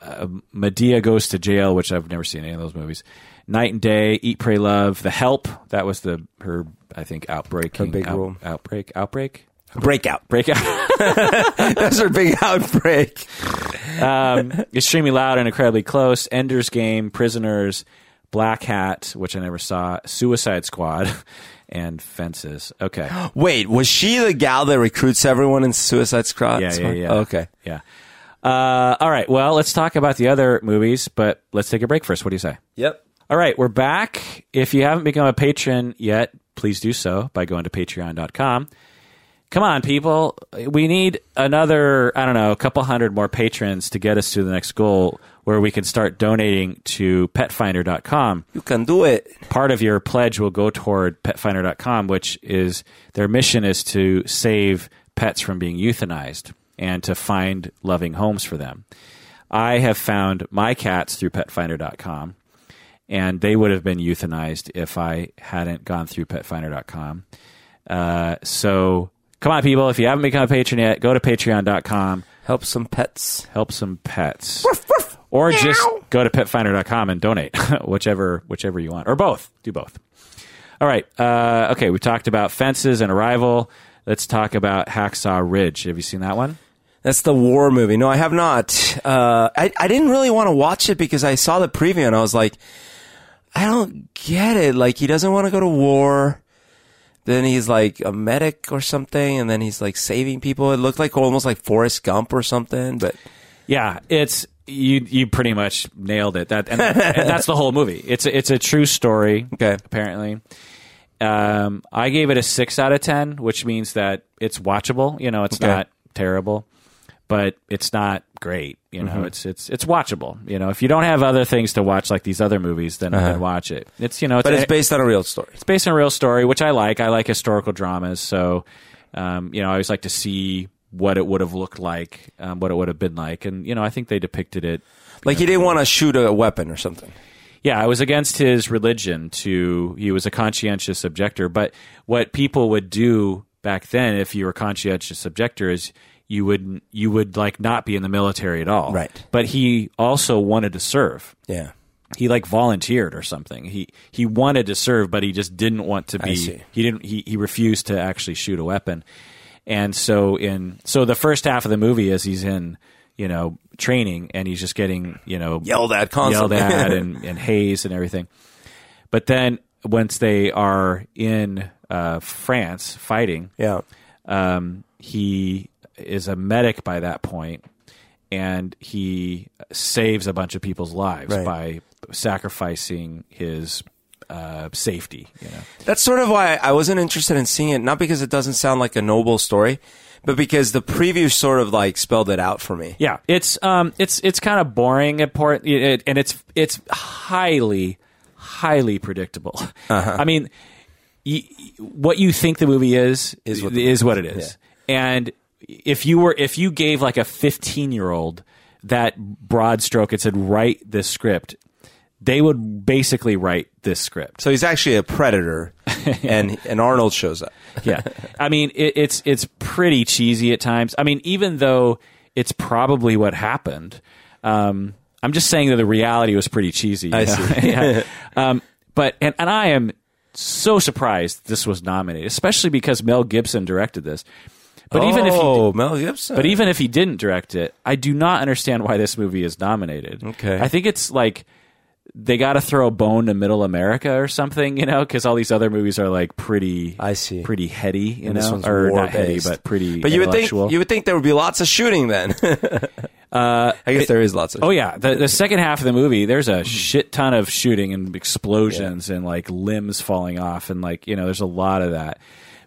Speaker 1: uh, Medea Goes to Jail, which I've never seen any of those movies. Night and Day, Eat, Pray, Love, The Help. That was the her, I think, outbreak.
Speaker 2: big role.
Speaker 1: Outbreak, outbreak,
Speaker 2: Breakout.
Speaker 1: breakout.
Speaker 2: That's our big outbreak.
Speaker 1: um, extremely loud and incredibly close. Ender's Game, Prisoners, Black Hat, which I never saw. Suicide Squad, and Fences. Okay,
Speaker 2: Wait, was she the gal that recruits everyone in Suicide Squad?
Speaker 1: yeah, yeah, yeah.
Speaker 2: Okay.
Speaker 1: yeah. Uh, all right. Well, let's talk about the other movies, but let's take a break first. What do you say?
Speaker 2: Yep.
Speaker 1: All right, we're back. If you haven't become a patron yet, please do so by going to patreon.com. Come on, people. We need another, I don't know, a couple hundred more patrons to get us to the next goal where we can start donating to petfinder.com.
Speaker 2: You can do it.
Speaker 1: Part of your pledge will go toward petfinder.com, which is their mission is to save pets from being euthanized and to find loving homes for them. I have found my cats through petfinder.com and they would have been euthanized if I hadn't gone through petfinder.com. Uh, so come on, people. If you haven't become a patron yet, go to patreon.com,
Speaker 2: Help some pets.
Speaker 1: help some pets. Or just go to petfinder.com and donate, whichever whichever you want, or both. Do both. All right. Uh, okay, we talked about fences and arrival. Let's talk about Hacksaw Ridge. Have you seen that one?
Speaker 2: That's the war movie. No, I have not. Uh, I, I didn't really want to watch it because I saw the preview and I was like, I don't get it. Like, he doesn't want to go to war. Then he's like a medic or something, and then he's like saving people. It looked like almost like Forrest Gump or something, but
Speaker 1: Yeah, it's you. You pretty much nailed it. That and, and that's the whole movie. It's a, it's a true story.
Speaker 2: Okay.
Speaker 1: apparently, um, I gave it a six out of ten, which means that it's watchable. You know, it's
Speaker 2: Okay.
Speaker 1: not terrible, but it's not great. You know,
Speaker 2: Mm-hmm.
Speaker 1: it's it's it's watchable. You know, if you don't have other things to watch like these other movies, then, then watch it. It's you know,
Speaker 2: Uh-huh. but it's based on a real story.
Speaker 1: it's based on a real story, which I like. I like historical dramas, so um, you know, I always like to see what it would have looked like, um, what it would have been like, and you know, I think they depicted it.
Speaker 2: Like he didn't want to shoot a weapon or something.
Speaker 1: Yeah, it was against his religion. To he was a conscientious objector, but what people would do back then, if you were a conscientious objector, is you would you would like not be in the military at all.
Speaker 2: Right.
Speaker 1: But he also wanted to serve.
Speaker 2: Yeah.
Speaker 1: He like volunteered or something. He he wanted to serve, but he just didn't want to be.
Speaker 2: see.
Speaker 1: He didn't. He he refused to actually shoot a weapon. And so in so the first half of the movie is he's in you know training and he's just getting you know
Speaker 2: Yelled at constantly.
Speaker 1: yelled at and, and hazed and everything. But then once they are in uh, France fighting,
Speaker 2: Yeah.
Speaker 1: um, he is a medic by that point, and he saves a bunch of people's lives
Speaker 2: Right.
Speaker 1: by sacrificing his uh, safety. You know?
Speaker 2: That's sort of why I wasn't interested in seeing it, not because it doesn't sound like a noble story, but because the preview sort of like spelled it out for me.
Speaker 1: Yeah, it's um, it's it's kind of boring at part, it, and it's it's highly, highly predictable. I mean, y- what you think the movie is is
Speaker 2: what
Speaker 1: what,
Speaker 2: the-
Speaker 1: it is, and if you were if you gave like a fifteen year old that broad stroke and said write this script, they would basically write this script.
Speaker 2: So he's actually a predator, and and Arnold shows up.
Speaker 1: yeah. I mean, it, it's it's pretty cheesy at times. I mean, even though it's probably what happened, um, I'm just saying that the reality was pretty cheesy. I
Speaker 2: see.
Speaker 1: Um, but and and I am so surprised this was nominated, especially because Mel Gibson directed this. But even if he
Speaker 2: oh, Mel Gibson,
Speaker 1: but even if he didn't direct it, I do not understand why this movie is nominated.
Speaker 2: Okay.
Speaker 1: I think it's like they got to throw a bone to Middle America or something, you know, because all these other movies are like pretty.
Speaker 2: I see.
Speaker 1: Pretty heady, you
Speaker 2: And
Speaker 1: know,
Speaker 2: this one's
Speaker 1: or not heady,
Speaker 2: war-based.
Speaker 1: but pretty.
Speaker 2: But you would think
Speaker 1: intellectual. Uh,
Speaker 2: you would think there would be lots of shooting then. I guess there is lots of.
Speaker 1: Oh yeah, the the second half of the movie, there's
Speaker 2: Mm-hmm.
Speaker 1: a shit ton of shooting and explosions and like limbs falling off and like you know, there's a lot of that.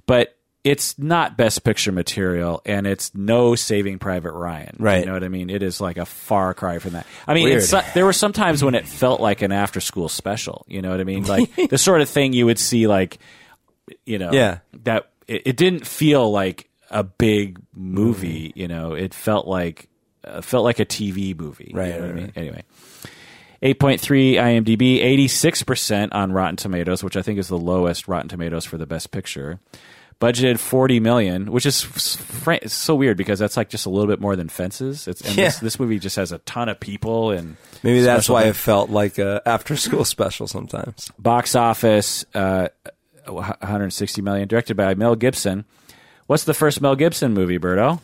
Speaker 1: But it's not best picture material, and it's no Saving Private Ryan.
Speaker 2: Right.
Speaker 1: You know what I mean? It is like a far cry from that. I mean,
Speaker 2: Weird.
Speaker 1: it's, there were some times when it felt like an after school special. You know what I mean? Like the sort of thing you would see, like you know,
Speaker 2: Yeah.
Speaker 1: that it, it didn't feel like a big movie.
Speaker 2: Mm-hmm.
Speaker 1: You know, it felt like uh, felt like a TV movie. You
Speaker 2: Right,
Speaker 1: know what
Speaker 2: right,
Speaker 1: I mean? Anyway. 8.3 IMDb, 86% on Rotten Tomatoes, which I think is the lowest Rotten Tomatoes for the best picture. Budgeted 40 million, which is fr- it's so weird because that's like just a little bit more than Fences. It's and this,
Speaker 2: Yeah.
Speaker 1: this movie just has a ton of people and
Speaker 2: Maybe that's
Speaker 1: special
Speaker 2: why
Speaker 1: thing.
Speaker 2: it felt like a after school special sometimes.
Speaker 1: box office uh, 160 million directed by Mel Gibson. What's the first Mel Gibson movie, Berto?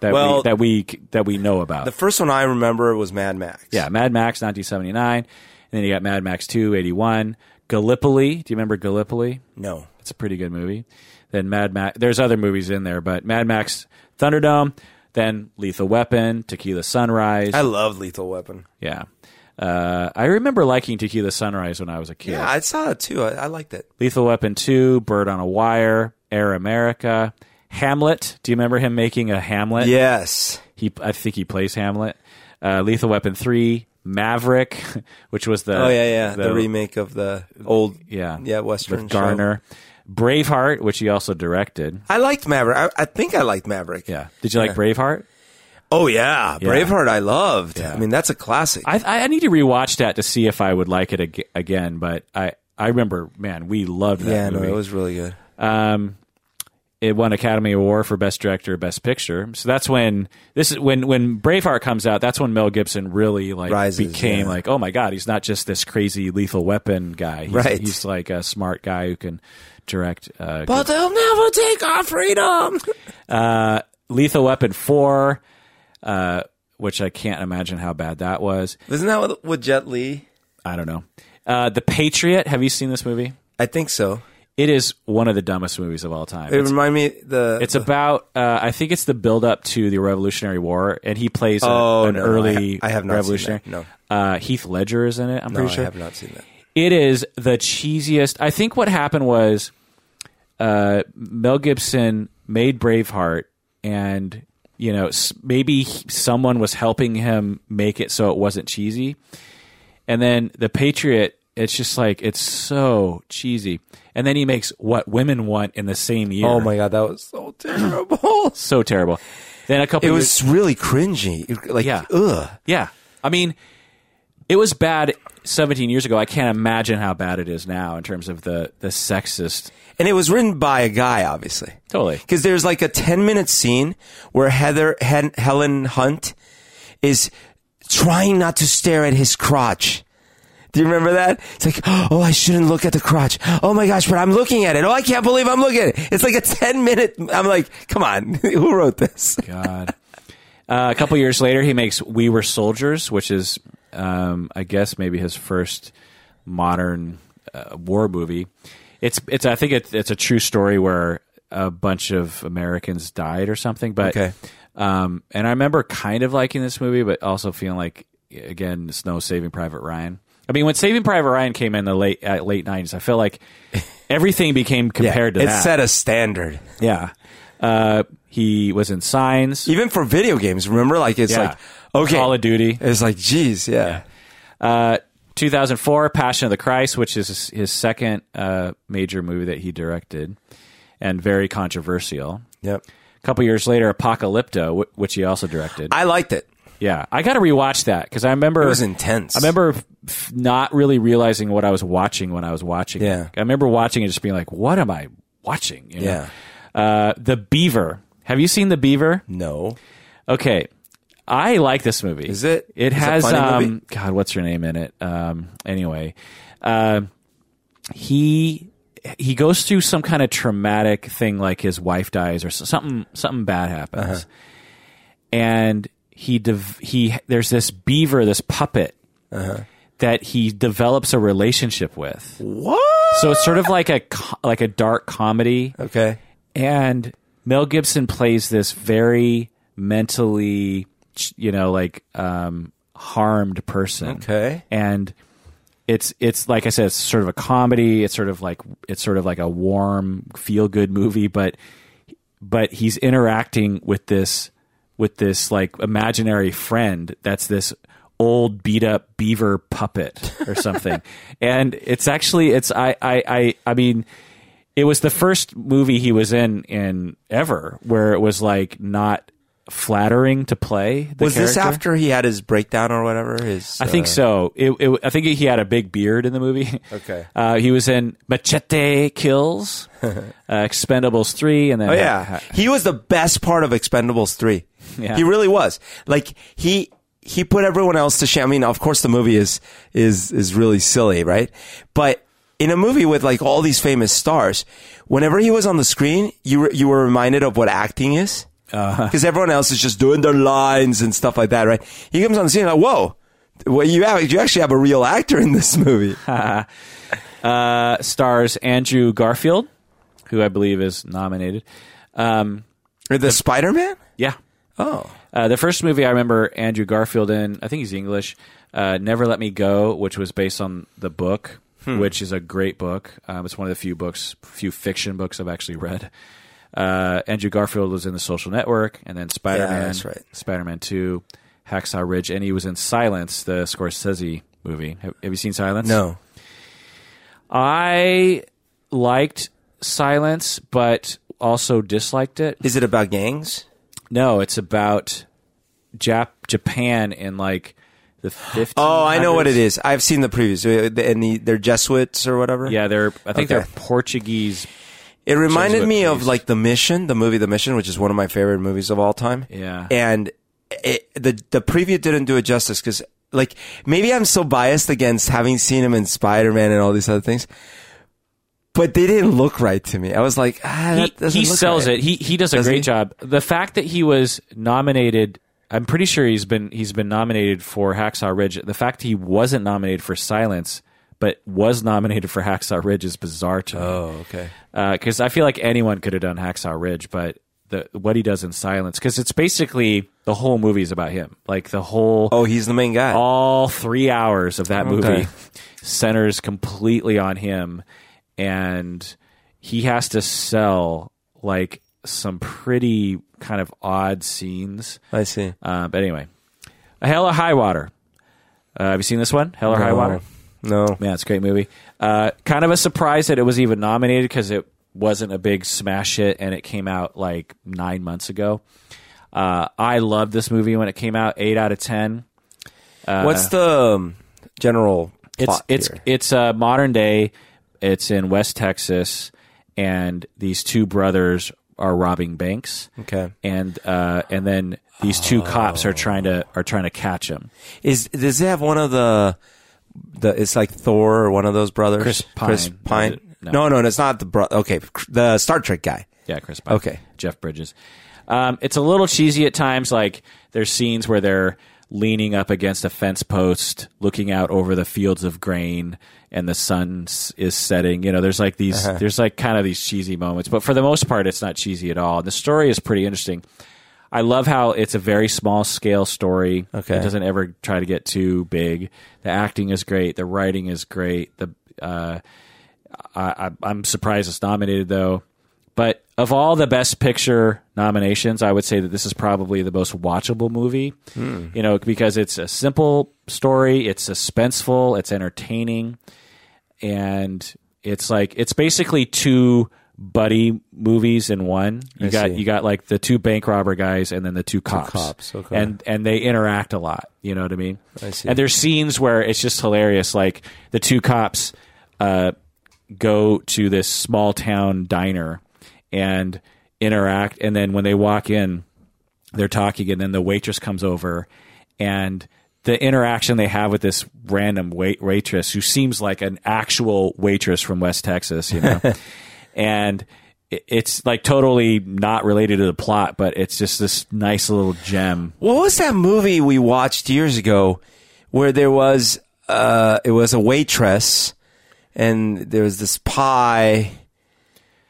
Speaker 1: That
Speaker 2: Well-
Speaker 1: we, that we that we know about.
Speaker 2: The first one I remember was Mad Max.
Speaker 1: Yeah, Mad Max 1979. And then you got Mad Max 2, 81. Gallipoli. Do you remember Gallipoli?
Speaker 2: No.
Speaker 1: It's a pretty good movie. Then Mad Max. There's other movies in there, but Mad Max Thunderdome. Then Lethal Weapon, Tequila Sunrise.
Speaker 2: I love Lethal Weapon.
Speaker 1: yeah. Uh, I remember liking Tequila Sunrise when I was a kid.
Speaker 2: Yeah, I saw it too. I, I liked it.
Speaker 1: Lethal Weapon 2, Bird on a Wire, Air America, Hamlet. Do you remember him making a Hamlet?
Speaker 2: Yes.
Speaker 1: He, I think he plays Hamlet. Uh, Lethal Weapon 3, Maverick, which was the
Speaker 2: Oh yeah, yeah. The,
Speaker 1: the
Speaker 2: remake of the old
Speaker 1: Yeah.
Speaker 2: yeah Western
Speaker 1: with Garner. Braveheart, which he also directed.
Speaker 2: show. I liked Maverick. I, I think I liked Maverick.
Speaker 1: Yeah. Did you like Braveheart?
Speaker 2: Oh yeah, Braveheart. I loved. I mean, that's a classic.
Speaker 1: I, I I need to rewatch that to see if I would like it ag- again, but I, I remember, man, we loved that
Speaker 2: yeah, no,
Speaker 1: movie.
Speaker 2: it was really good.
Speaker 1: um, it won Academy Award for Best Director, Best Picture. So that's when this is when when Braveheart comes out. That's when Mel Gibson really like
Speaker 2: Rises,
Speaker 1: became
Speaker 2: yeah.
Speaker 1: like, oh my god, he's not just this crazy Lethal Weapon guy. He's,
Speaker 2: Right.
Speaker 1: he's like a smart guy who can direct. Uh, good-
Speaker 2: But they'll never take our freedom.
Speaker 1: uh, Lethal Weapon four, uh, which I can't imagine how bad that was.
Speaker 2: Isn't that with, with Jet Li?
Speaker 1: I don't know. Uh, the Patriot. Have you seen this movie?
Speaker 2: I think so.
Speaker 1: It is one of the dumbest movies of all time.
Speaker 2: It
Speaker 1: It's-
Speaker 2: remind me the
Speaker 1: It's about uh, I think it's the build up to the Revolutionary War, and he plays a,
Speaker 2: Oh,
Speaker 1: an
Speaker 2: no,
Speaker 1: early
Speaker 2: I ha- I have not seen
Speaker 1: revolutionary.
Speaker 2: that, no.
Speaker 1: uh, Heath Ledger is in it. I'm
Speaker 2: No,
Speaker 1: pretty sure
Speaker 2: Oh, I have not seen that.
Speaker 1: it is the cheesiest. I think what happened was uh, Mel Gibson made Braveheart, and you know s- maybe he- someone was helping him make it so it wasn't cheesy. And then the Patriot, it's just like it's so cheesy. And then he makes What Women Want in the same year.
Speaker 2: Oh my god, that was so terrible.
Speaker 1: so terrible. Then a couple
Speaker 2: It
Speaker 1: years,
Speaker 2: was really cringy. Like,
Speaker 1: Yeah.
Speaker 2: ugh.
Speaker 1: yeah. I mean, it was bad 17 years ago. I can't imagine how bad it is now in terms of the the sexist.
Speaker 2: And it was written by a guy, obviously.
Speaker 1: Totally.
Speaker 2: Because there's like a 10 minute scene where Heather, Hen, Helen Hunt is trying not to stare at his crotch. Do you remember that? It's like, oh, I shouldn't look at the crotch. Oh my gosh, but I'm looking at it. Oh, I can't believe I'm looking at it. It's like a 10 minute. I'm like, come on, who wrote this?
Speaker 1: God. Uh, a couple years later, he makes "We Were Soldiers," which is, um, I guess, maybe his first modern uh, war movie. It's, it's. I think it's, it's a true story where a bunch of Americans died or something. But,
Speaker 2: Okay.
Speaker 1: um, and I remember kind of liking this movie, but also feeling like, again, it's no Saving Private Ryan. I mean, when Saving Private Ryan came in the late uh, late nineties, I feel like everything became compared to
Speaker 2: it
Speaker 1: that.
Speaker 2: set a standard.
Speaker 1: yeah. Uh, he was in Signs.
Speaker 2: Even for video games, remember? Like, it's
Speaker 1: Yeah.
Speaker 2: like, okay.
Speaker 1: Call of Duty.
Speaker 2: It's like, geez, yeah.
Speaker 1: Uh, 2004, Passion of the Christ, which is his- his second uh, major movie that he directed and very controversial.
Speaker 2: Yep.
Speaker 1: A couple years later, Apocalypto, w- which he also directed.
Speaker 2: I liked it.
Speaker 1: yeah, I got to rewatch that because I remember
Speaker 2: It was intense.
Speaker 1: I remember f- f- not really realizing what I was watching when I was watching. it.
Speaker 2: Yeah.
Speaker 1: I remember watching it just being like, "What am I watching?" You know? Uh, the Beaver. Have you seen The Beaver?
Speaker 2: No.
Speaker 1: Okay. I like this movie.
Speaker 2: Is it?
Speaker 1: It
Speaker 2: Is it a
Speaker 1: has
Speaker 2: funny
Speaker 1: um
Speaker 2: movie?
Speaker 1: God, what's her name in it? Um anyway. Uh, he he goes through some kind of traumatic thing like his wife dies or s- something something bad happens.
Speaker 2: Uh-huh.
Speaker 1: And he dev- he there's this beaver, this puppet
Speaker 2: Uh-huh.
Speaker 1: that he develops a relationship with.
Speaker 2: What?
Speaker 1: So it's sort of like a co- like a dark comedy
Speaker 2: Okay.
Speaker 1: and Mel Gibson plays this very mentally, you know, like um, harmed person.
Speaker 2: Okay.
Speaker 1: and it's it's like I said, it's sort of a comedy. It's sort of like it's sort of like a warm, feel good movie, but but he's interacting with this with this like imaginary friend that's this old beat up beaver puppet or something and it's actually it's I, I i i mean it was the first movie he was in in ever where it was like not flattering to play the
Speaker 2: Was this
Speaker 1: character.
Speaker 2: after he had his breakdown or whatever? His
Speaker 1: I think so. It, it, I think he had a big beard in the movie.
Speaker 2: Okay.
Speaker 1: Uh, he was in Machete Kills, uh, Expendables three, and then
Speaker 2: Oh yeah, he was the best part of Expendables three.
Speaker 1: Yeah.
Speaker 2: He really was. Like he he put everyone else to shame. I mean, of course, the movie is is is really silly, right? But in a movie with like all these famous stars, whenever he was on the screen, you were, you were reminded of what acting is
Speaker 1: Uh-huh.
Speaker 2: because everyone else is just doing their lines and stuff like that, right? He comes on the scene like, whoa. Well, you have, you actually have a real actor in this movie.
Speaker 1: uh, stars Andrew Garfield, who I believe is nominated. Um,
Speaker 2: Or the Spider Man?
Speaker 1: yeah,
Speaker 2: Oh.
Speaker 1: uh, the first movie I remember Andrew Garfield in, I think he's English. Uh, Never Let Me Go, which was based on the book,
Speaker 2: Hmm.
Speaker 1: which is a great book. Um, it's one of the few books, few fiction books I've actually read. Uh, Andrew Garfield was in The Social Network, and then Spider Man,
Speaker 2: that's right.
Speaker 1: Spider Man Two, Hacksaw Ridge, and he was in Silence, the Scorsese movie. Have, have you seen Silence?
Speaker 2: No.
Speaker 1: I liked Silence, but also disliked it.
Speaker 2: Is it about gangs?
Speaker 1: No, it's about Jap- Japan in like the 1500s.
Speaker 2: Oh, I know what it is. I've seen the previews. Uh, the- And the, they're Jesuits or whatever.
Speaker 1: Yeah, they're I think
Speaker 2: Okay.
Speaker 1: they're Portuguese.
Speaker 2: It reminded me of
Speaker 1: priests.
Speaker 2: like The Mission, the movie The Mission, which is one of my favorite movies of all time.
Speaker 1: Yeah.
Speaker 2: And it, the the preview didn't do it justice because like maybe I'm so biased against having seen him in Spider Man and all these other things, but they didn't look right to me. I was like, ah,
Speaker 1: He,
Speaker 2: that doesn't
Speaker 1: he
Speaker 2: look
Speaker 1: sells
Speaker 2: right.
Speaker 1: it. He he does a
Speaker 2: Does
Speaker 1: great
Speaker 2: he?
Speaker 1: job. The fact that he was nominated, I'm pretty sure he's been he's been nominated for Hacksaw Ridge. The fact he wasn't nominated for Silence, but was nominated for Hacksaw Ridge is bizarre to me.
Speaker 2: Oh, okay.
Speaker 1: because I feel like anyone could have done Hacksaw Ridge, but the what he does in Silence, because it's basically the whole movie is about him. Like the whole
Speaker 2: Oh, he's the main guy.
Speaker 1: all three hours of that
Speaker 2: Okay.
Speaker 1: movie centers completely on him, and he has to sell like some pretty kind of odd scenes.
Speaker 2: I see.
Speaker 1: Uh, but anyway, Hell or High Water. Uh, have you seen this one? Hell or High Water.
Speaker 2: Oh, No.
Speaker 1: Yeah, it's a great movie. Uh, kind of a surprise that it was even nominated because it wasn't a big smash hit and it came out like nine months ago. Uh, I loved this movie when it came out. Eight out of ten.
Speaker 2: What's the um, general
Speaker 1: It's
Speaker 2: plot
Speaker 1: it's
Speaker 2: here?
Speaker 1: it's a modern day. It's in West Texas, and these two brothers are robbing banks,
Speaker 2: okay?
Speaker 1: and uh, and then these two cops are trying to are trying to catch him.
Speaker 2: Is does it have one of the the? It's like Thor or one of those brothers.
Speaker 1: Chris Pine.
Speaker 2: Chris
Speaker 1: Is
Speaker 2: Pine.
Speaker 1: it? No.
Speaker 2: No. no, no, it's not the bro. Okay, the Star Trek guy.
Speaker 1: Yeah, Chris Pine.
Speaker 2: Okay.
Speaker 1: Jeff Bridges. Um, it's a little cheesy at times. Like there's scenes where they're leaning up against a fence post, looking out over the fields of grain, and the sun s- is setting. You know, there's like these,
Speaker 2: Uh-huh.
Speaker 1: there's like kind of these cheesy moments. But for the most part, it's not cheesy at all. And the story is pretty interesting. I love how it's a very small scale story.
Speaker 2: Okay.
Speaker 1: It doesn't ever try to get too big. The acting is great. The writing is great. The uh, I, I, I'm surprised it's nominated though. But of all the Best Picture nominations, I would say that this is probably the most watchable movie.
Speaker 2: Hmm.
Speaker 1: You know, because it's a simple story, it's suspenseful, it's entertaining, and it's like it's basically two buddy movies in one. You
Speaker 2: I
Speaker 1: got
Speaker 2: see.
Speaker 1: you got like the two bank robber guys and then the two cops.
Speaker 2: cops, okay.
Speaker 1: And and they interact a lot. You know what I mean?
Speaker 2: I see.
Speaker 1: And there's scenes where it's just hilarious. Like the two cops uh, go to this small town diner and interact, and then when they walk in, they're talking, and then the waitress comes over, and the interaction they have with this random wait- waitress who seems like an actual waitress from West Texas, you know, and. it- It's like totally not related to the plot, but it's just this nice little gem.
Speaker 2: What was that movie we watched years ago where there was uh it was a waitress and there was this pie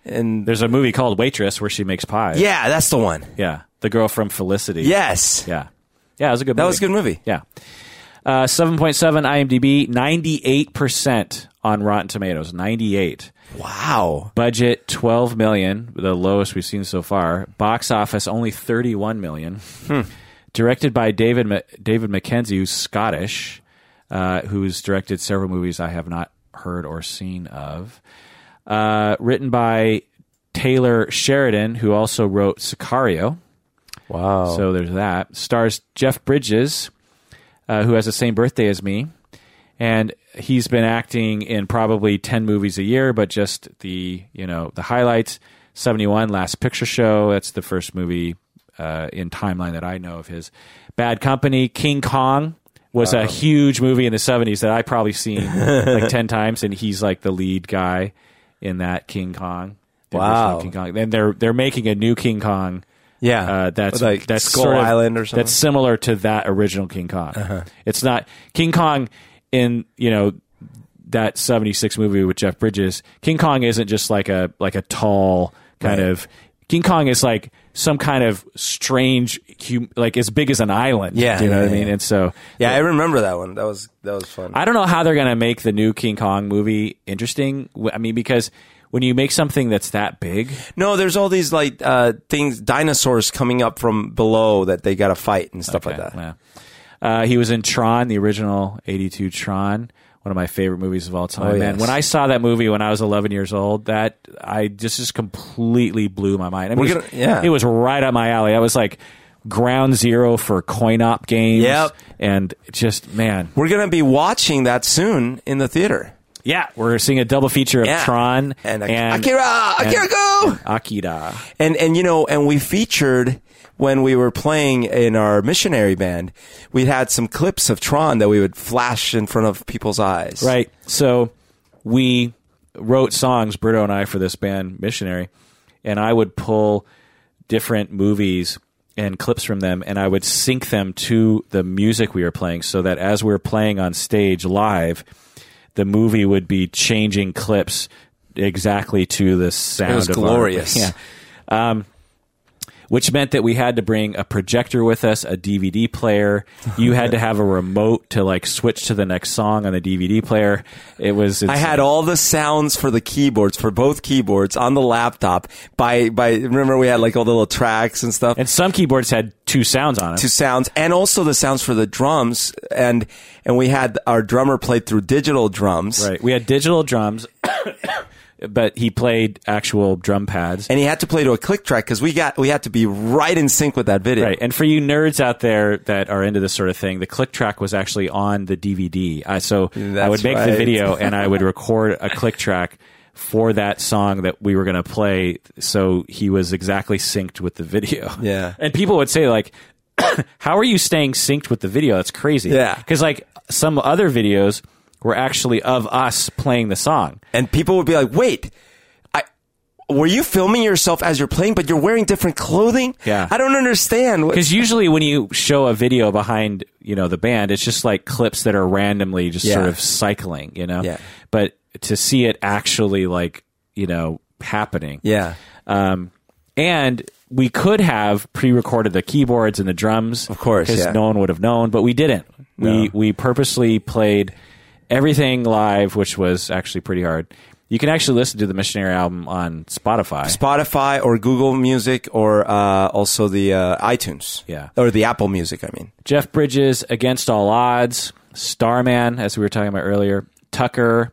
Speaker 2: and
Speaker 1: There's a movie called Waitress where she makes pie.
Speaker 2: yeah, that's the one.
Speaker 1: Yeah. The girl from Felicity.
Speaker 2: Yes.
Speaker 1: Yeah. Yeah, it was a good
Speaker 2: That
Speaker 1: movie.
Speaker 2: was a good movie.
Speaker 1: Yeah. Uh, 7.7 IMDb, 98% on Rotten Tomatoes. 98.
Speaker 2: Wow.
Speaker 1: Budget 12 million, the lowest we've seen so far. Box office only 31 million. Directed by David Ma- David Mackenzie, who's Scottish, uh, who's directed several movies I have not heard or seen of. Uh, written by Taylor Sheridan, who also wrote Sicario.
Speaker 2: Wow.
Speaker 1: So there's that. Stars Jeff Bridges, uh, who has the same birthday as me. And he's been acting in probably 10 movies a year, but just the, you know, the highlights. 71, Last Picture Show. That's the first movie uh, in timeline that I know of his. Bad Company, King Kong was a huge movie in the 70s that I probably seen like 10 times. And he's like the lead guy in that King Kong. the original
Speaker 2: Wow.
Speaker 1: King Kong. And they're, they're making a new King Kong
Speaker 2: yeah.
Speaker 1: uh, that's
Speaker 2: With, like
Speaker 1: that's
Speaker 2: Skull
Speaker 1: sort of-
Speaker 2: Island or something. Uh-huh.
Speaker 1: That's similar to that original King Kong. It's not King Kong in you know that '76 movie with Jeff Bridges. King Kong isn't just like a like a tall kind
Speaker 2: Right.
Speaker 1: of. King Kong is like some kind of strange, hum, like as big as an island.
Speaker 2: Yeah,
Speaker 1: Do you know
Speaker 2: yeah,
Speaker 1: what I mean.
Speaker 2: yeah.
Speaker 1: And so
Speaker 2: yeah, I remember that one. That was that was fun.
Speaker 1: I don't know how they're going to make the new King Kong movie interesting. Wh- I mean, because when you make something that's that big,
Speaker 2: no, there's all these like uh things dinosaurs coming up from below that they got to fight and stuff like that.
Speaker 1: Yeah. Uh, he was in Tron, the original '82 Tron, one of my favorite movies of all time.
Speaker 2: Oh,
Speaker 1: And
Speaker 2: yes.
Speaker 1: when I saw that movie when I was 11 years old, that I just just completely blew my mind. I mean,
Speaker 2: We're
Speaker 1: it was-
Speaker 2: gonna- yeah.
Speaker 1: it was right up my alley. I was like ground zero for coin op games.
Speaker 2: Yep.
Speaker 1: and just man,
Speaker 2: We're going to be watching that soon in the theater.
Speaker 1: yeah, we're seeing a double feature of
Speaker 2: Yeah.
Speaker 1: Tron
Speaker 2: And Ak-
Speaker 1: and
Speaker 2: Akira! Akira, go!
Speaker 1: and Akira.
Speaker 2: and and you know and we featured when we were playing in our missionary band we had some clips of tron that we would flash in front of people's eyes
Speaker 1: Right. So we wrote songs, Brito and I, for this band, Missionary, and I would pull different movies and clips from them and I would sync them to the music we were playing so that as we were playing on stage live, the movie would be changing clips exactly to the sound
Speaker 2: was
Speaker 1: of our-
Speaker 2: glorious.
Speaker 1: yeah which meant that we had to bring a projector with us, a DVD player. You had to have a remote to like switch to the next song on the DVD player. It was.
Speaker 2: I had all the sounds for the keyboards for both keyboards on the laptop. By by, remember we had like all the little tracks and stuff,
Speaker 1: and some keyboards had two sounds on them.
Speaker 2: two sounds, and also the sounds for the drums. And and we had our drummer play through digital drums.
Speaker 1: Right. We had digital drums. but he played actual drum pads.
Speaker 2: and he had to play to a click track because we got we had to be right in sync with that video.
Speaker 1: Right. And for you nerds out there that are into this sort of thing, the click track was actually on the DVD. Uh, so I
Speaker 2: That's
Speaker 1: would make the
Speaker 2: right.
Speaker 1: video and I would record a click track for that song that we were going to play. So he was exactly synced with the video.
Speaker 2: Yeah.
Speaker 1: And people would say, like, how are you staying synced with the video? That's crazy.
Speaker 2: Yeah.
Speaker 1: Because, like, some other videos were actually of us playing the song.
Speaker 2: And people would be like, "Wait, I were you filming yourself as you're playing, but you're wearing different clothing?
Speaker 1: Yeah.
Speaker 2: I don't understand. What-
Speaker 1: Because usually when you show a video behind, you know, the band, it's just like clips that are randomly just
Speaker 2: Yeah.
Speaker 1: sort of cycling, you know?
Speaker 2: Yeah.
Speaker 1: But to see it actually like, you know, happening.
Speaker 2: Yeah,
Speaker 1: Um, and we could have pre-recorded the keyboards and the drums, of
Speaker 2: course,
Speaker 1: because
Speaker 2: yeah.
Speaker 1: no one would have known. But we didn't. We
Speaker 2: No.
Speaker 1: we purposely played everything live, which was actually pretty hard. You can actually listen to the Missionary album on Spotify.
Speaker 2: Spotify or Google Music or uh, also the uh, iTunes.
Speaker 1: Yeah.
Speaker 2: or the Apple Music. I mean,
Speaker 1: Jeff Bridges, Against All Odds, Starman, as we were talking about earlier, Tucker,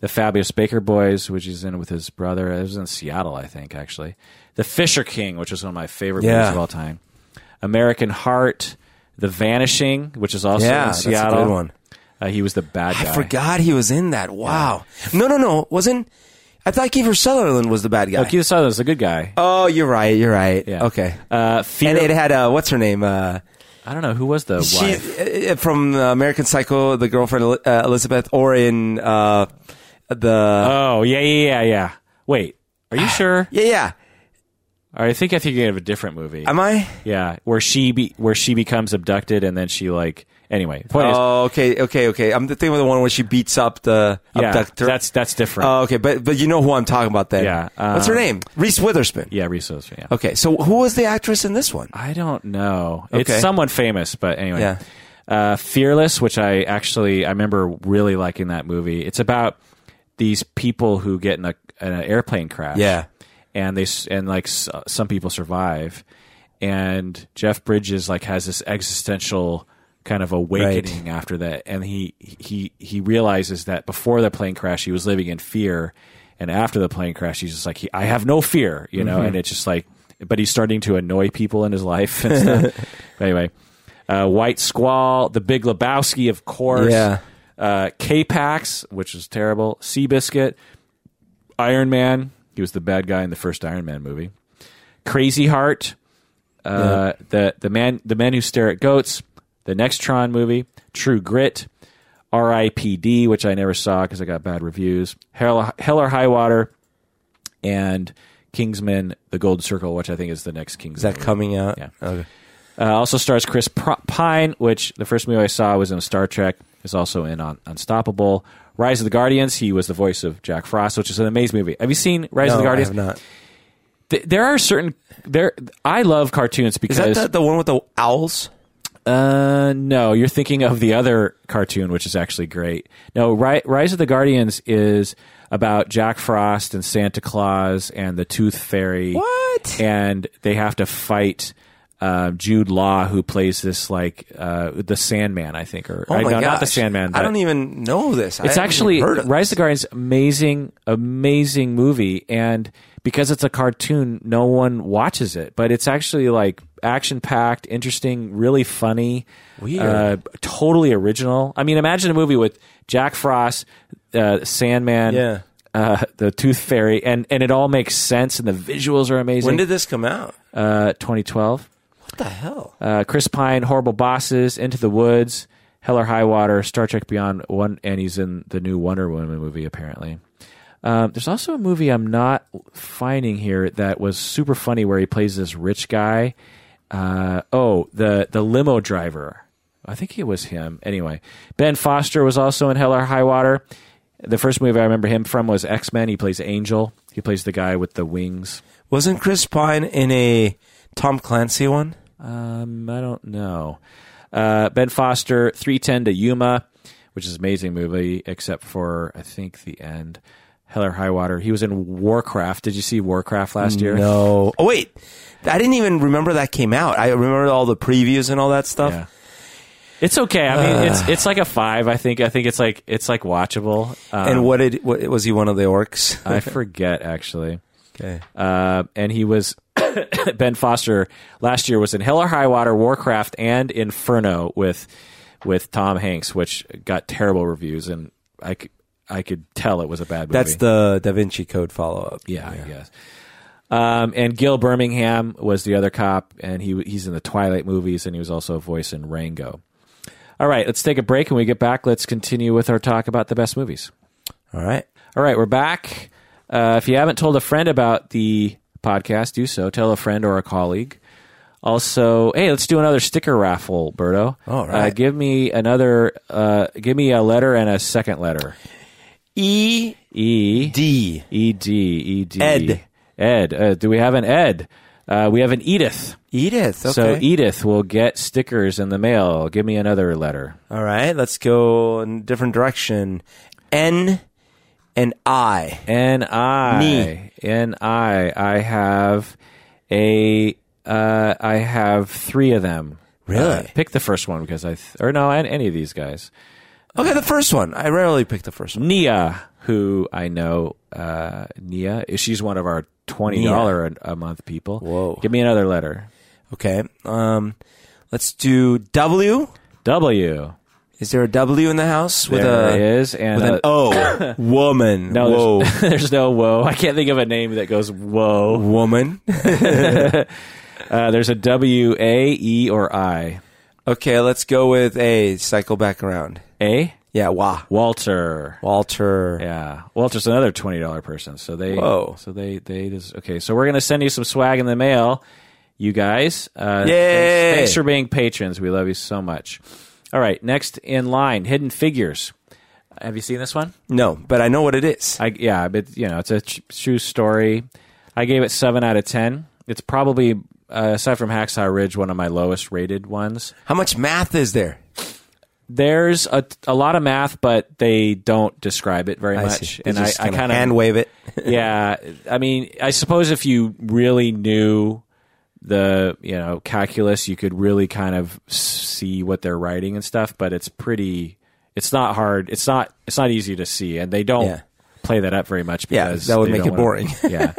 Speaker 1: the Fabulous Baker Boys, which he's in with his brother. It was in Seattle, I think, actually. The Fisher King, which is one of my favorite
Speaker 2: Yeah.
Speaker 1: movies of all time. American Heart, The Vanishing, which is also
Speaker 2: Yeah,
Speaker 1: in
Speaker 2: that's a good
Speaker 1: Seattle.
Speaker 2: one.
Speaker 1: Uh, he was the bad guy.
Speaker 2: I forgot he was in that. Wow. No, no, no. Wasn't I thought Kiefer Sutherland was the bad guy?
Speaker 1: Oh, Keith Sutherland's a good guy.
Speaker 2: oh, you're right. You're right.
Speaker 1: Yeah.
Speaker 2: Okay.
Speaker 1: Uh, Fear,
Speaker 2: And it had uh, what's her name? Uh,
Speaker 1: I don't know who was the
Speaker 2: she
Speaker 1: wife.
Speaker 2: uh, from uh, American Psycho, the girlfriend Eli- uh, Elizabeth, or in uh, the
Speaker 1: Oh yeah, yeah, yeah, yeah. Wait, are you sure?
Speaker 2: yeah, yeah.
Speaker 1: Or I think I think you have a different movie.
Speaker 2: Am I?
Speaker 1: Yeah, where she be where she becomes abducted and then she like anyway. Point is,
Speaker 2: Oh, okay, okay, okay. I'm thinking of the one where she beats up the
Speaker 1: yeah,
Speaker 2: abductor.
Speaker 1: that's that's different.
Speaker 2: Oh, okay, but but you know who I'm talking about then.
Speaker 1: Yeah,
Speaker 2: What's her
Speaker 1: um,
Speaker 2: name? Reese Witherspoon.
Speaker 1: yeah, resource. Yeah,
Speaker 2: Okay, so who was the actress in this one?
Speaker 1: I don't know.
Speaker 2: Okay.
Speaker 1: It's someone famous, but anyway.
Speaker 2: Yeah.
Speaker 1: Uh, Fearless, which I actually I remember really liking that movie. It's about these people who get in, a, in an airplane crash.
Speaker 2: Yeah.
Speaker 1: and they s- and like s- uh, some people survive, and Jeff Bridges like has this existential kind of awakening after that, and he he he realizes that before the plane crash he was living in fear, and after the plane crash he's just like he, I have no fear, you know, and it's just like but he's starting to annoy people in his life and stuff. but anyway, uh, White Squall, The Big Lebowski, of course.
Speaker 2: Yeah.
Speaker 1: Uh, K-Pax, which is terrible. Seabiscuit, Iron Man. He was the bad guy in the first Iron Man movie. Crazy Heart, uh, the the man the men who stare at goats, the next Tron movie, True Grit, R.I.P.D., which I never saw because I got bad reviews. Hell, Hell or High Water, and Kingsman: The Golden Circle, which I think is the next
Speaker 2: Is
Speaker 1: Kingsman.
Speaker 2: that coming out?
Speaker 1: Yeah.
Speaker 2: Okay.
Speaker 1: Uh, also stars Chris Pro- Pine, which the first movie I saw was in Star Trek. Is also in on Unstoppable, Rise of the Guardians. He was the voice of Jack Frost, which is an amazing movie. Have you seen Rise
Speaker 2: No,
Speaker 1: of the
Speaker 2: I
Speaker 1: Guardians?
Speaker 2: have not.
Speaker 1: Th- there are certain there. I love cartoons
Speaker 2: Is that
Speaker 1: because
Speaker 2: the, the one with the owls? Oh
Speaker 1: uh, no, you're thinking of the other cartoon, which is actually great. No, Ri- Rise of the Guardians is about Jack Frost and Santa Claus and the Tooth Fairy.
Speaker 2: What?
Speaker 1: And they have to fight uh, Jude Law, who plays this like uh, the Sandman, I think, or
Speaker 2: Oh
Speaker 1: I-
Speaker 2: my
Speaker 1: no,
Speaker 2: gosh.
Speaker 1: not the Sandman. But
Speaker 2: I don't even know this. I
Speaker 1: it's
Speaker 2: haven't
Speaker 1: actually
Speaker 2: even heard of
Speaker 1: Rise of the Guardians, amazing, amazing movie, and because it's a cartoon, no one watches it. But it's actually like action packed, interesting, really funny,
Speaker 2: Weird.
Speaker 1: uh, totally original. I mean, imagine a movie with Jack Frost, uh, Sandman,
Speaker 2: Yeah.
Speaker 1: uh, the Tooth Fairy, and and it all makes sense, and the visuals are amazing.
Speaker 2: When did this come out?
Speaker 1: uh, 2012?
Speaker 2: What the hell?
Speaker 1: uh, Chris Pine, Horrible Bosses, Into the Woods, Hell or High Water, Star Trek Beyond, one, and he's in the new Wonder Woman movie apparently. Um, there's also a movie I'm not finding here that was super funny where he plays this rich guy. Uh, oh, the the limo driver. I think it was him. Anyway, Ben Foster was also in Hell or High Water. The first movie I remember him from was X Men. He plays Angel. He plays the guy with the wings.
Speaker 2: Wasn't Chris Pine in a Tom Clancy one?
Speaker 1: Um, I don't know. Uh, ben Foster, 310 to Yuma, which is an amazing movie, except for, I think, the end. Hell or High Water. He was in Warcraft. Did you see Warcraft last year?
Speaker 2: No. Oh wait, I didn't even remember that came out. I remember all the previews and all that stuff.
Speaker 1: Yeah. It's okay. I mean, it's it's like a five. I think. I think it's like it's like watchable. Um,
Speaker 2: and what did what was he one of the orcs?
Speaker 1: I forget actually.
Speaker 2: okay.
Speaker 1: Uh, and he was Ben Foster last year was in Hell or High Water, Warcraft, and Inferno with with Tom Hanks, which got terrible reviews, and I could I could tell it was a bad movie.
Speaker 2: That's the Da Vinci Code follow up.
Speaker 1: yeah, I guess. Um, and Gil Birmingham was the other cop, and he he's in the Twilight movies, and he was also a voice in Rango. All right, let's take a break. When we get back, let's continue with our talk about the best movies.
Speaker 2: All right.
Speaker 1: All right, we're back. Uh, if you haven't told a friend about the podcast, do so. Tell a friend or a colleague. Also, hey, let's do another sticker raffle, Berto.
Speaker 2: All
Speaker 1: Uh,
Speaker 2: right.
Speaker 1: give me another. Uh, give me a letter and a second letter.
Speaker 2: E
Speaker 1: E
Speaker 2: D.
Speaker 1: E D E D.
Speaker 2: Ed.
Speaker 1: Ed. Uh, do we have an Ed? Uh, we have an Edith.
Speaker 2: Edith. Okay.
Speaker 1: So E- Edith will get stickers in the mail. Give me another letter.
Speaker 2: All right. Let's go in a different direction. N and I.
Speaker 1: N I N I I have a uh, I have three of them.
Speaker 2: Really?
Speaker 1: Uh, pick the first one because I th- or no, and any of these guys.
Speaker 2: Okay, the first one. I rarely pick the first one.
Speaker 1: Nia, who I know, uh, Nia, she's one of our twenty dollar a month people.
Speaker 2: Whoa.
Speaker 1: Give me another letter.
Speaker 2: Okay. Um, let's do W.
Speaker 1: W.
Speaker 2: Is there a W in the house with
Speaker 1: There
Speaker 2: a
Speaker 1: is, and
Speaker 2: with an
Speaker 1: a-
Speaker 2: O? woman.
Speaker 1: No,
Speaker 2: Whoa.
Speaker 1: there's, there's no whoa. I can't think of a name that goes whoa.
Speaker 2: woman.
Speaker 1: Uh, there's a W, A, E, or I.
Speaker 2: Okay, let's go with A. Cycle back around.
Speaker 1: A.
Speaker 2: Yeah. Wah.
Speaker 1: Walter.
Speaker 2: Walter.
Speaker 1: Yeah, Walter's another twenty dollar person. So they,
Speaker 2: Whoa.
Speaker 1: so they, they just okay. So we're gonna send you some swag in the mail, you guys. Uh,
Speaker 2: Yay!
Speaker 1: Thanks, thanks for being patrons. We love you so much. All right, next in line, Hidden Figures. Have you seen this one?
Speaker 2: No, but I know what it is.
Speaker 1: I yeah, but you know it's a tr- true story. I gave it seven out of ten. It's probably uh, aside from Hacksaw Ridge, one of my lowest rated ones.
Speaker 2: How much math is there?
Speaker 1: There's a, a lot of math, but they don't describe it very
Speaker 2: I
Speaker 1: much,
Speaker 2: see. They
Speaker 1: and I,
Speaker 2: just
Speaker 1: I
Speaker 2: kinda
Speaker 1: kind of
Speaker 2: hand wave it.
Speaker 1: yeah i mean i suppose if you really knew the you know calculus you could really kind of see what they're writing and stuff but it's pretty it's not hard it's not it's not easy to see and they don't
Speaker 2: Yeah.
Speaker 1: play that up very much
Speaker 2: Yeah,
Speaker 1: because
Speaker 2: that would
Speaker 1: they
Speaker 2: make
Speaker 1: don't
Speaker 2: it
Speaker 1: wanna-
Speaker 2: boring.
Speaker 1: yeah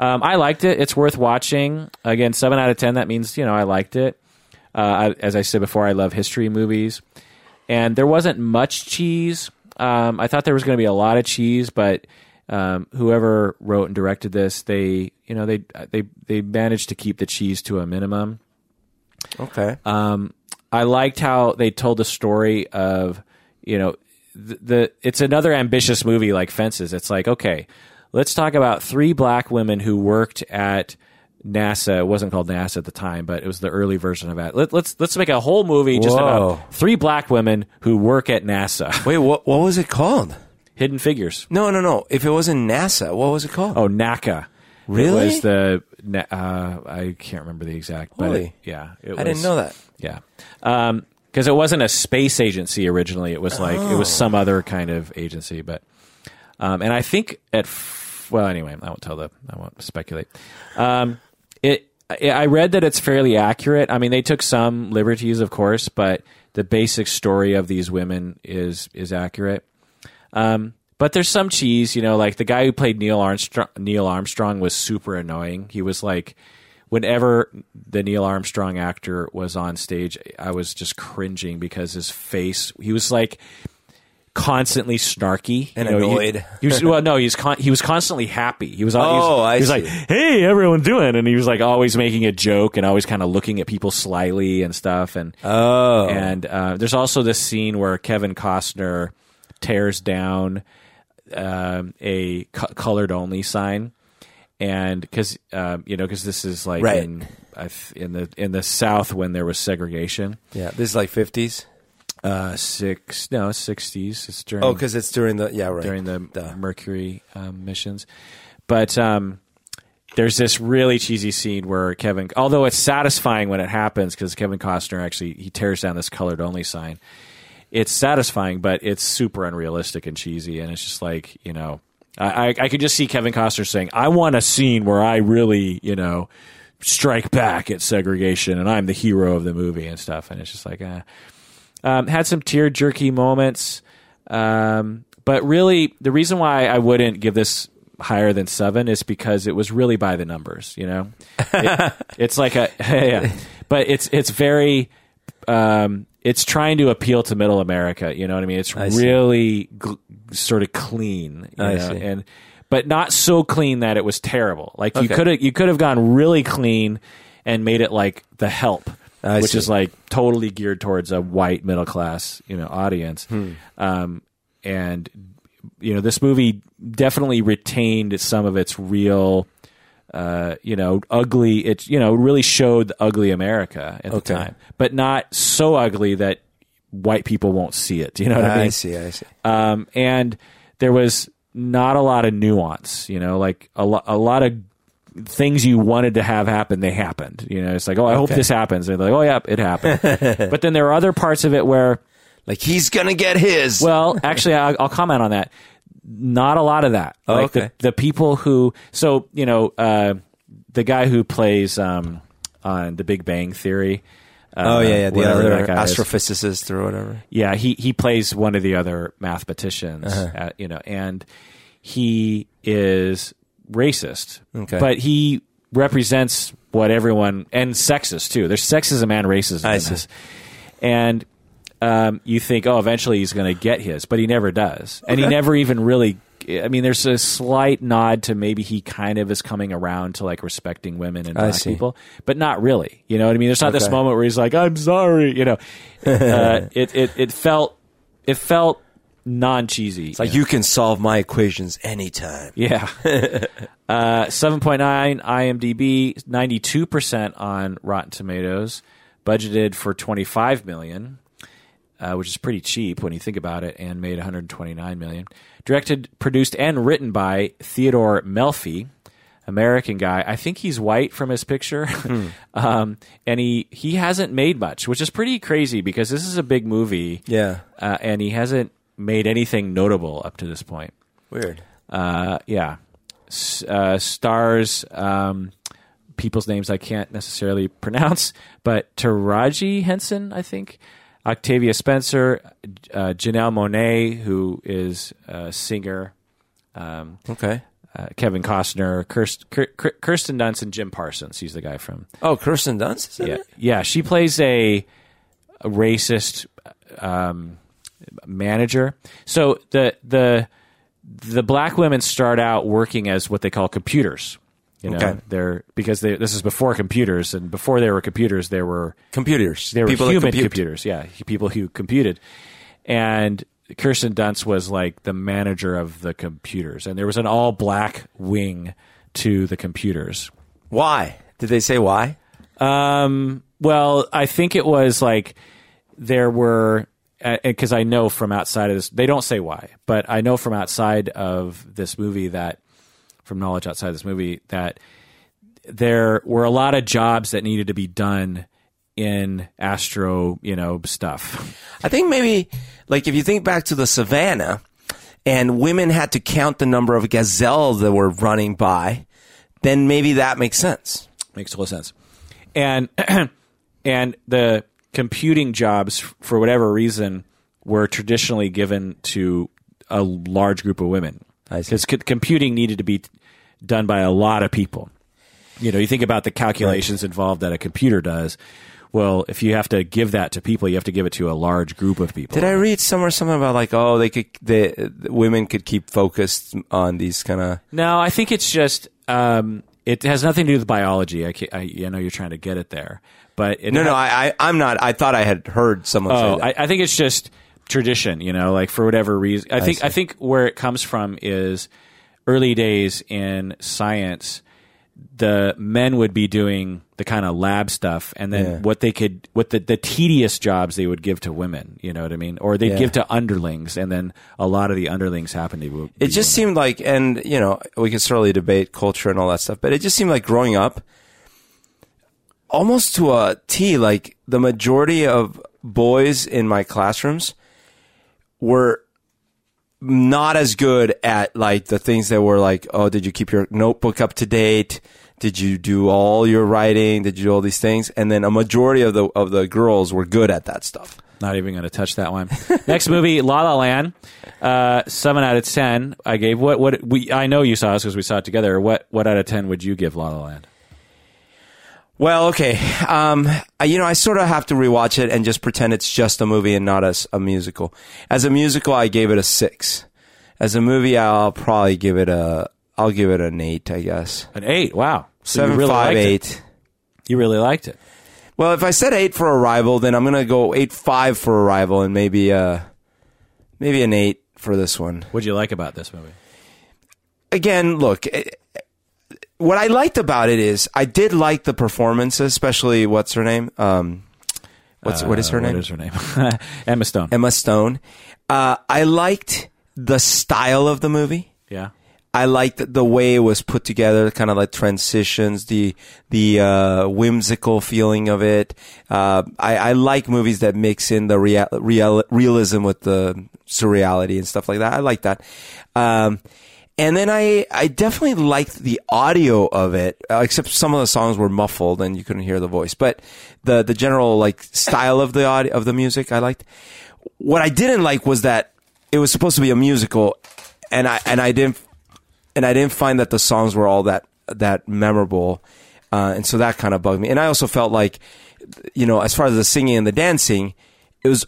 Speaker 1: um, i liked it it's worth watching again 7 out of 10 that means you know i liked it uh, I, as i said before i love history movies and there wasn't much cheese. Um, I thought there was going to be a lot of cheese, but um, whoever wrote and directed this, they you know they they they managed to keep the cheese to a minimum.
Speaker 2: Okay.
Speaker 1: Um, I liked how they told the story of you know the, the it's another ambitious movie like Fences. It's like okay, let's talk about three black women who worked at NASA. It wasn't called NASA at the time, but it was the early version of that. Let, let's let's make a whole movie just
Speaker 2: Whoa.
Speaker 1: about three black women who work at NASA.
Speaker 2: Wait, what what was it called?
Speaker 1: Hidden Figures.
Speaker 2: No, no, no. If it wasn't NASA, what was it called?
Speaker 1: Oh, NACA.
Speaker 2: Really?
Speaker 1: It was the na- uh, I can't remember the exact. But
Speaker 2: Holy.
Speaker 1: it- yeah, it
Speaker 2: I didn't
Speaker 1: was-
Speaker 2: know that.
Speaker 1: Yeah. Um 'cause because it wasn't a space agency originally. It was like it was some other kind of agency, but um, and I think at f- well, anyway, I won't tell the I won't speculate. Um, it I- I read that it's fairly accurate. I mean, they took some liberties, of course, but the basic story of these women is is accurate. Um, but there's some cheese, you know, like the guy who played Neil Armstrong. Neil Armstrong was super annoying. He was like, whenever the Neil Armstrong actor was on stage, I was just cringing because his face. He was like constantly snarky
Speaker 2: And
Speaker 1: he-
Speaker 2: annoyed.
Speaker 1: He, was well, no, he's con- he was constantly happy. He was al- he
Speaker 2: Oh,
Speaker 1: was,
Speaker 2: I
Speaker 1: he was
Speaker 2: see.
Speaker 1: like, "Hey, everyone doing?" And he was like always making a joke and always kind of looking at people slyly and stuff. And
Speaker 2: Oh.
Speaker 1: and uh, there's also this scene where Kevin Costner tears down um, a co- colored only sign, and because um, you know because this is like
Speaker 2: Right.
Speaker 1: in I th- in the in the South when there was segregation,
Speaker 2: Yeah, this is like 50s.
Speaker 1: uh, six no sixties. It's during
Speaker 2: Oh, cuz it's during the yeah, right.
Speaker 1: during the
Speaker 2: Duh.
Speaker 1: Mercury um, missions. But um, there's this really cheesy scene where Kevin, although it's satisfying when it happens because Kevin Costner actually he tears down this colored only sign. It's satisfying, but it's super unrealistic and cheesy, and it's just like you know, I I, I could just see Kevin Costner saying, "I want a scene where I really you know." Strike back at segregation, and I'm the hero of the movie and stuff, and it's just like, eh. Um, had some tear jerky moments, um, but really the reason why I wouldn't give this higher than seven is because it was really by the numbers. You know, It- it's like a yeah, but it's it's very. Um, it's trying to appeal to middle America. You know what I mean? It's
Speaker 2: see.
Speaker 1: really gl- sort of clean. You
Speaker 2: I
Speaker 1: know?
Speaker 2: see.
Speaker 1: and but not so clean that it was terrible. Like you
Speaker 2: Okay.
Speaker 1: could have you could have gone really clean and made it like The Help,
Speaker 2: I
Speaker 1: which
Speaker 2: see.
Speaker 1: is like totally geared towards a white middle class you know audience.
Speaker 2: Hmm.
Speaker 1: Um, and you know this movie definitely retained some of its real. Uh, you know, ugly. It you know really showed the ugly America at
Speaker 2: Okay.
Speaker 1: the time, but not so ugly that white people won't see it. Do you know what I mean?
Speaker 2: I see. I see.
Speaker 1: um, and there was not a lot of nuance. You know, like a, lo- a lot of things you wanted to have happen, they happened. You know, it's like, oh, I hope this happens. And they're like, oh, yeah, it happened. but then there are other parts of it where,
Speaker 2: Like he's gonna get his.
Speaker 1: well, actually, I, I'll comment on that. Not a lot of that.
Speaker 2: Oh,
Speaker 1: like
Speaker 2: okay.
Speaker 1: the, the people who, so you know, uh, the guy who plays um, on The Big Bang Theory. Uh,
Speaker 2: oh yeah, yeah. The
Speaker 1: whatever
Speaker 2: other
Speaker 1: that guy is.
Speaker 2: astrophysicist or whatever.
Speaker 1: Yeah, he he plays one of the other mathematicians,
Speaker 2: Uh-huh.
Speaker 1: uh, you know, and he is racist.
Speaker 2: Okay.
Speaker 1: But he represents what everyone and sexist too. There's sexism and racism
Speaker 2: I
Speaker 1: in
Speaker 2: see.
Speaker 1: this. And um, you think, oh, eventually he's going to get his, but he never does, and he never even really. I mean, there's a slight nod to maybe he kind of is coming around to like respecting women and
Speaker 2: I
Speaker 1: black
Speaker 2: see.
Speaker 1: people, but not really. You know what I mean? There's not this
Speaker 2: Okay.
Speaker 1: moment where he's like, "I'm sorry," you know. Uh, it, it it felt it felt non cheesy.
Speaker 2: Like you can solve my equations anytime.
Speaker 1: Yeah. uh, 7.9 IMDb, 92% on Rotten Tomatoes, budgeted for 25 million, uh, which is pretty cheap when you think about it, and made 129 million. Directed, produced, and written by Theodore Melfi. American guy. I think he's white from his picture, um, and he he hasn't made much, which is pretty crazy because this is a big movie,
Speaker 2: Yeah.
Speaker 1: uh, and he hasn't made anything notable up to this point.
Speaker 2: Weird.
Speaker 1: Uh, yeah, S- uh, stars um, people's names I can't necessarily pronounce, but Taraji Henson, I think, Octavia Spencer, uh, Janelle Monet, who is a singer, um,
Speaker 2: Okay.
Speaker 1: uh, Kevin Costner, Kirst, Kir- Kir- Kirsten Dunst, and Jim Parsons. He's the guy from
Speaker 2: Oh, Kirsten Dunst. Is in
Speaker 1: yeah,
Speaker 2: it?
Speaker 1: yeah. She plays a, a racist um, manager. So the the the black women start out working as what they call computers. You know,
Speaker 2: Okay.
Speaker 1: they're because they, this is before computers, and before there were computers, there were
Speaker 2: Computers.
Speaker 1: they were
Speaker 2: People that
Speaker 1: human
Speaker 2: compute.
Speaker 1: computers. Yeah, he- people who computed. And Kirsten Dunst was like the manager of the computers, and there was an all black wing to the computers.
Speaker 2: Why? Did they say why?
Speaker 1: Um, well, I think it was like there were because I know from outside of this, they don't say why, but I know from outside of this movie that from knowledge outside this movie that there were a lot of jobs that needed to be done in astro, you know, stuff.
Speaker 2: I think maybe, like, if you think back to the savannah, and women had to count the number of gazelles that were running by, then maybe that makes sense.
Speaker 1: Makes total sense. And and the computing jobs for whatever reason were traditionally given to a large group of women.
Speaker 2: I see.
Speaker 1: because c- computing needed to be t- done by a lot of people. You know, you think about the calculations involved that a computer does. Well, if you have to give that to people, you have to give it to a large group of people.
Speaker 2: Did I read somewhere something about like, oh, they could, the, the women could keep focused on these kind of?
Speaker 1: No, I think it's just um, it has nothing to do with biology. I, ca- I, I know you're trying to get it there, but it
Speaker 2: No, no, I, I, I'm not. I thought I had heard someone
Speaker 1: Oh,
Speaker 2: say that.
Speaker 1: I, I think it's just tradition, you know, like for whatever reason. I think I, think where it comes from is early days in science. The men would be doing the kind of lab stuff, and then
Speaker 2: Yeah.
Speaker 1: what they could, what the, the tedious jobs they would give to women. You know what I mean? Or they'd
Speaker 2: Yeah.
Speaker 1: give to underlings, and then a lot of the underlings happen to. be
Speaker 2: it just
Speaker 1: women.
Speaker 2: seemed like, and you know, we can certainly debate culture and all that stuff, but it just seemed like growing up, almost to a T, like the majority of boys in my classrooms were not as good at like the things that were like, oh, did you keep your notebook up to date? Did you do all your writing? Did you do all these things? And then a majority of the of the girls were good at that stuff.
Speaker 1: Not even going to touch that one. Next movie, La La Land. Uh, seven out of ten. I gave what? What we? I know you saw this because we saw it together. What? What out of ten would you give La La Land?
Speaker 2: Well, okay. Um, I, you know, I sort of have to rewatch it and just pretend it's just a movie and not as a musical. As a musical, I gave it a six. As a movie, I'll probably give it a, I'll give it an eight, I guess.
Speaker 1: An eight. Wow. So
Speaker 2: Seven,
Speaker 1: you really
Speaker 2: five,
Speaker 1: liked it.
Speaker 2: eight.
Speaker 1: You really liked it.
Speaker 2: Well, if I said eight for Arrival, then I'm gonna go eight five for Arrival, and maybe uh, maybe an eight for this one.
Speaker 1: What would you like about this movie?
Speaker 2: Again, look, eh, what I liked about it is I did like the performances, especially what's her name? Um, what's what is her
Speaker 1: Uh,
Speaker 2: name?
Speaker 1: What is her name? Emma Stone.
Speaker 2: Emma Stone. Uh, I liked the style of the movie.
Speaker 1: yeah.
Speaker 2: I liked the way it was put together, kind of like transitions, the the uh, whimsical feeling of it. Uh, I, I like movies that mix in the real, real, realism with the surreality and stuff like that. I like that. Um, and then I I definitely liked the audio of it, uh, except some of the songs were muffled and you couldn't hear the voice. But the the general like style of the audio, of the music I liked. What I didn't like was that it was supposed to be a musical, and I and I didn't and I didn't find that the songs were all that that memorable, uh, and so that kind of bugged me. And I also felt like, you know, as far as the singing and the dancing, it was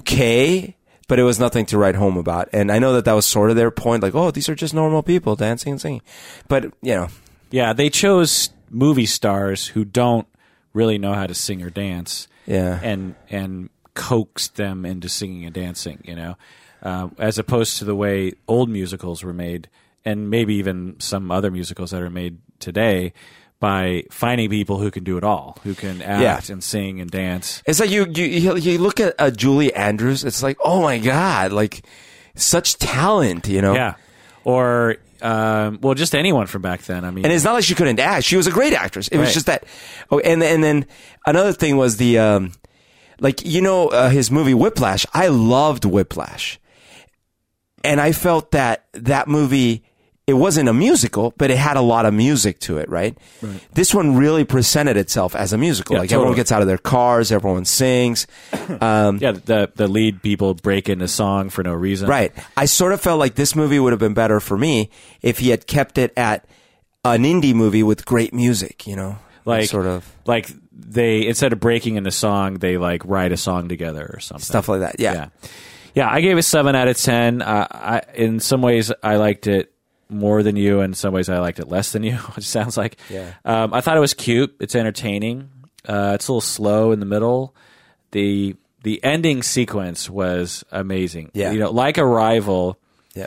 Speaker 2: okay, but it was nothing to write home about. And I know that that was sort of their point, like, oh, these are just normal people dancing and singing, but you know,
Speaker 1: Yeah, they chose movie stars who don't really know how to sing or dance.
Speaker 2: Yeah.
Speaker 1: and and coaxed them into singing and dancing. You know, Um as opposed to the way old musicals were made, and maybe even some other musicals that are made today by finding people who can do it all, who can act and sing and dance.
Speaker 2: It's like you you you- you look at uh, Julie Andrews, it's like, oh my god, like such talent, you know.
Speaker 1: Yeah, or um, well, just anyone from back then. I mean,
Speaker 2: And it's not like she couldn't act. She was a great actress. It was
Speaker 1: Right.
Speaker 2: just that. Oh, and and then another thing was the, um, like you know uh, his movie Whiplash. I loved Whiplash, and I felt that that movie it wasn't a musical, but it had a lot of music to it. Right. This one really presented itself as a musical. like everyone
Speaker 1: totally.
Speaker 2: gets out of their cars, everyone sings.
Speaker 1: yeah, the the lead people break into song for no reason.
Speaker 2: Right. I sort of felt like this movie would have been better for me if he had kept it at an indie movie with great music. You know,
Speaker 1: like
Speaker 2: sort of.
Speaker 1: like they instead of breaking into song they like write a song together or something
Speaker 2: Stuff like that, yeah.
Speaker 1: yeah yeah i gave it seven out of ten uh, i in some ways i liked it more than you in some ways i liked it less than you which sounds like
Speaker 2: Yeah.
Speaker 1: um, i thought it was cute it's entertaining uh, it's a little slow in the middle the the ending sequence was amazing
Speaker 2: Yeah.
Speaker 1: you know like arrival
Speaker 2: Yeah.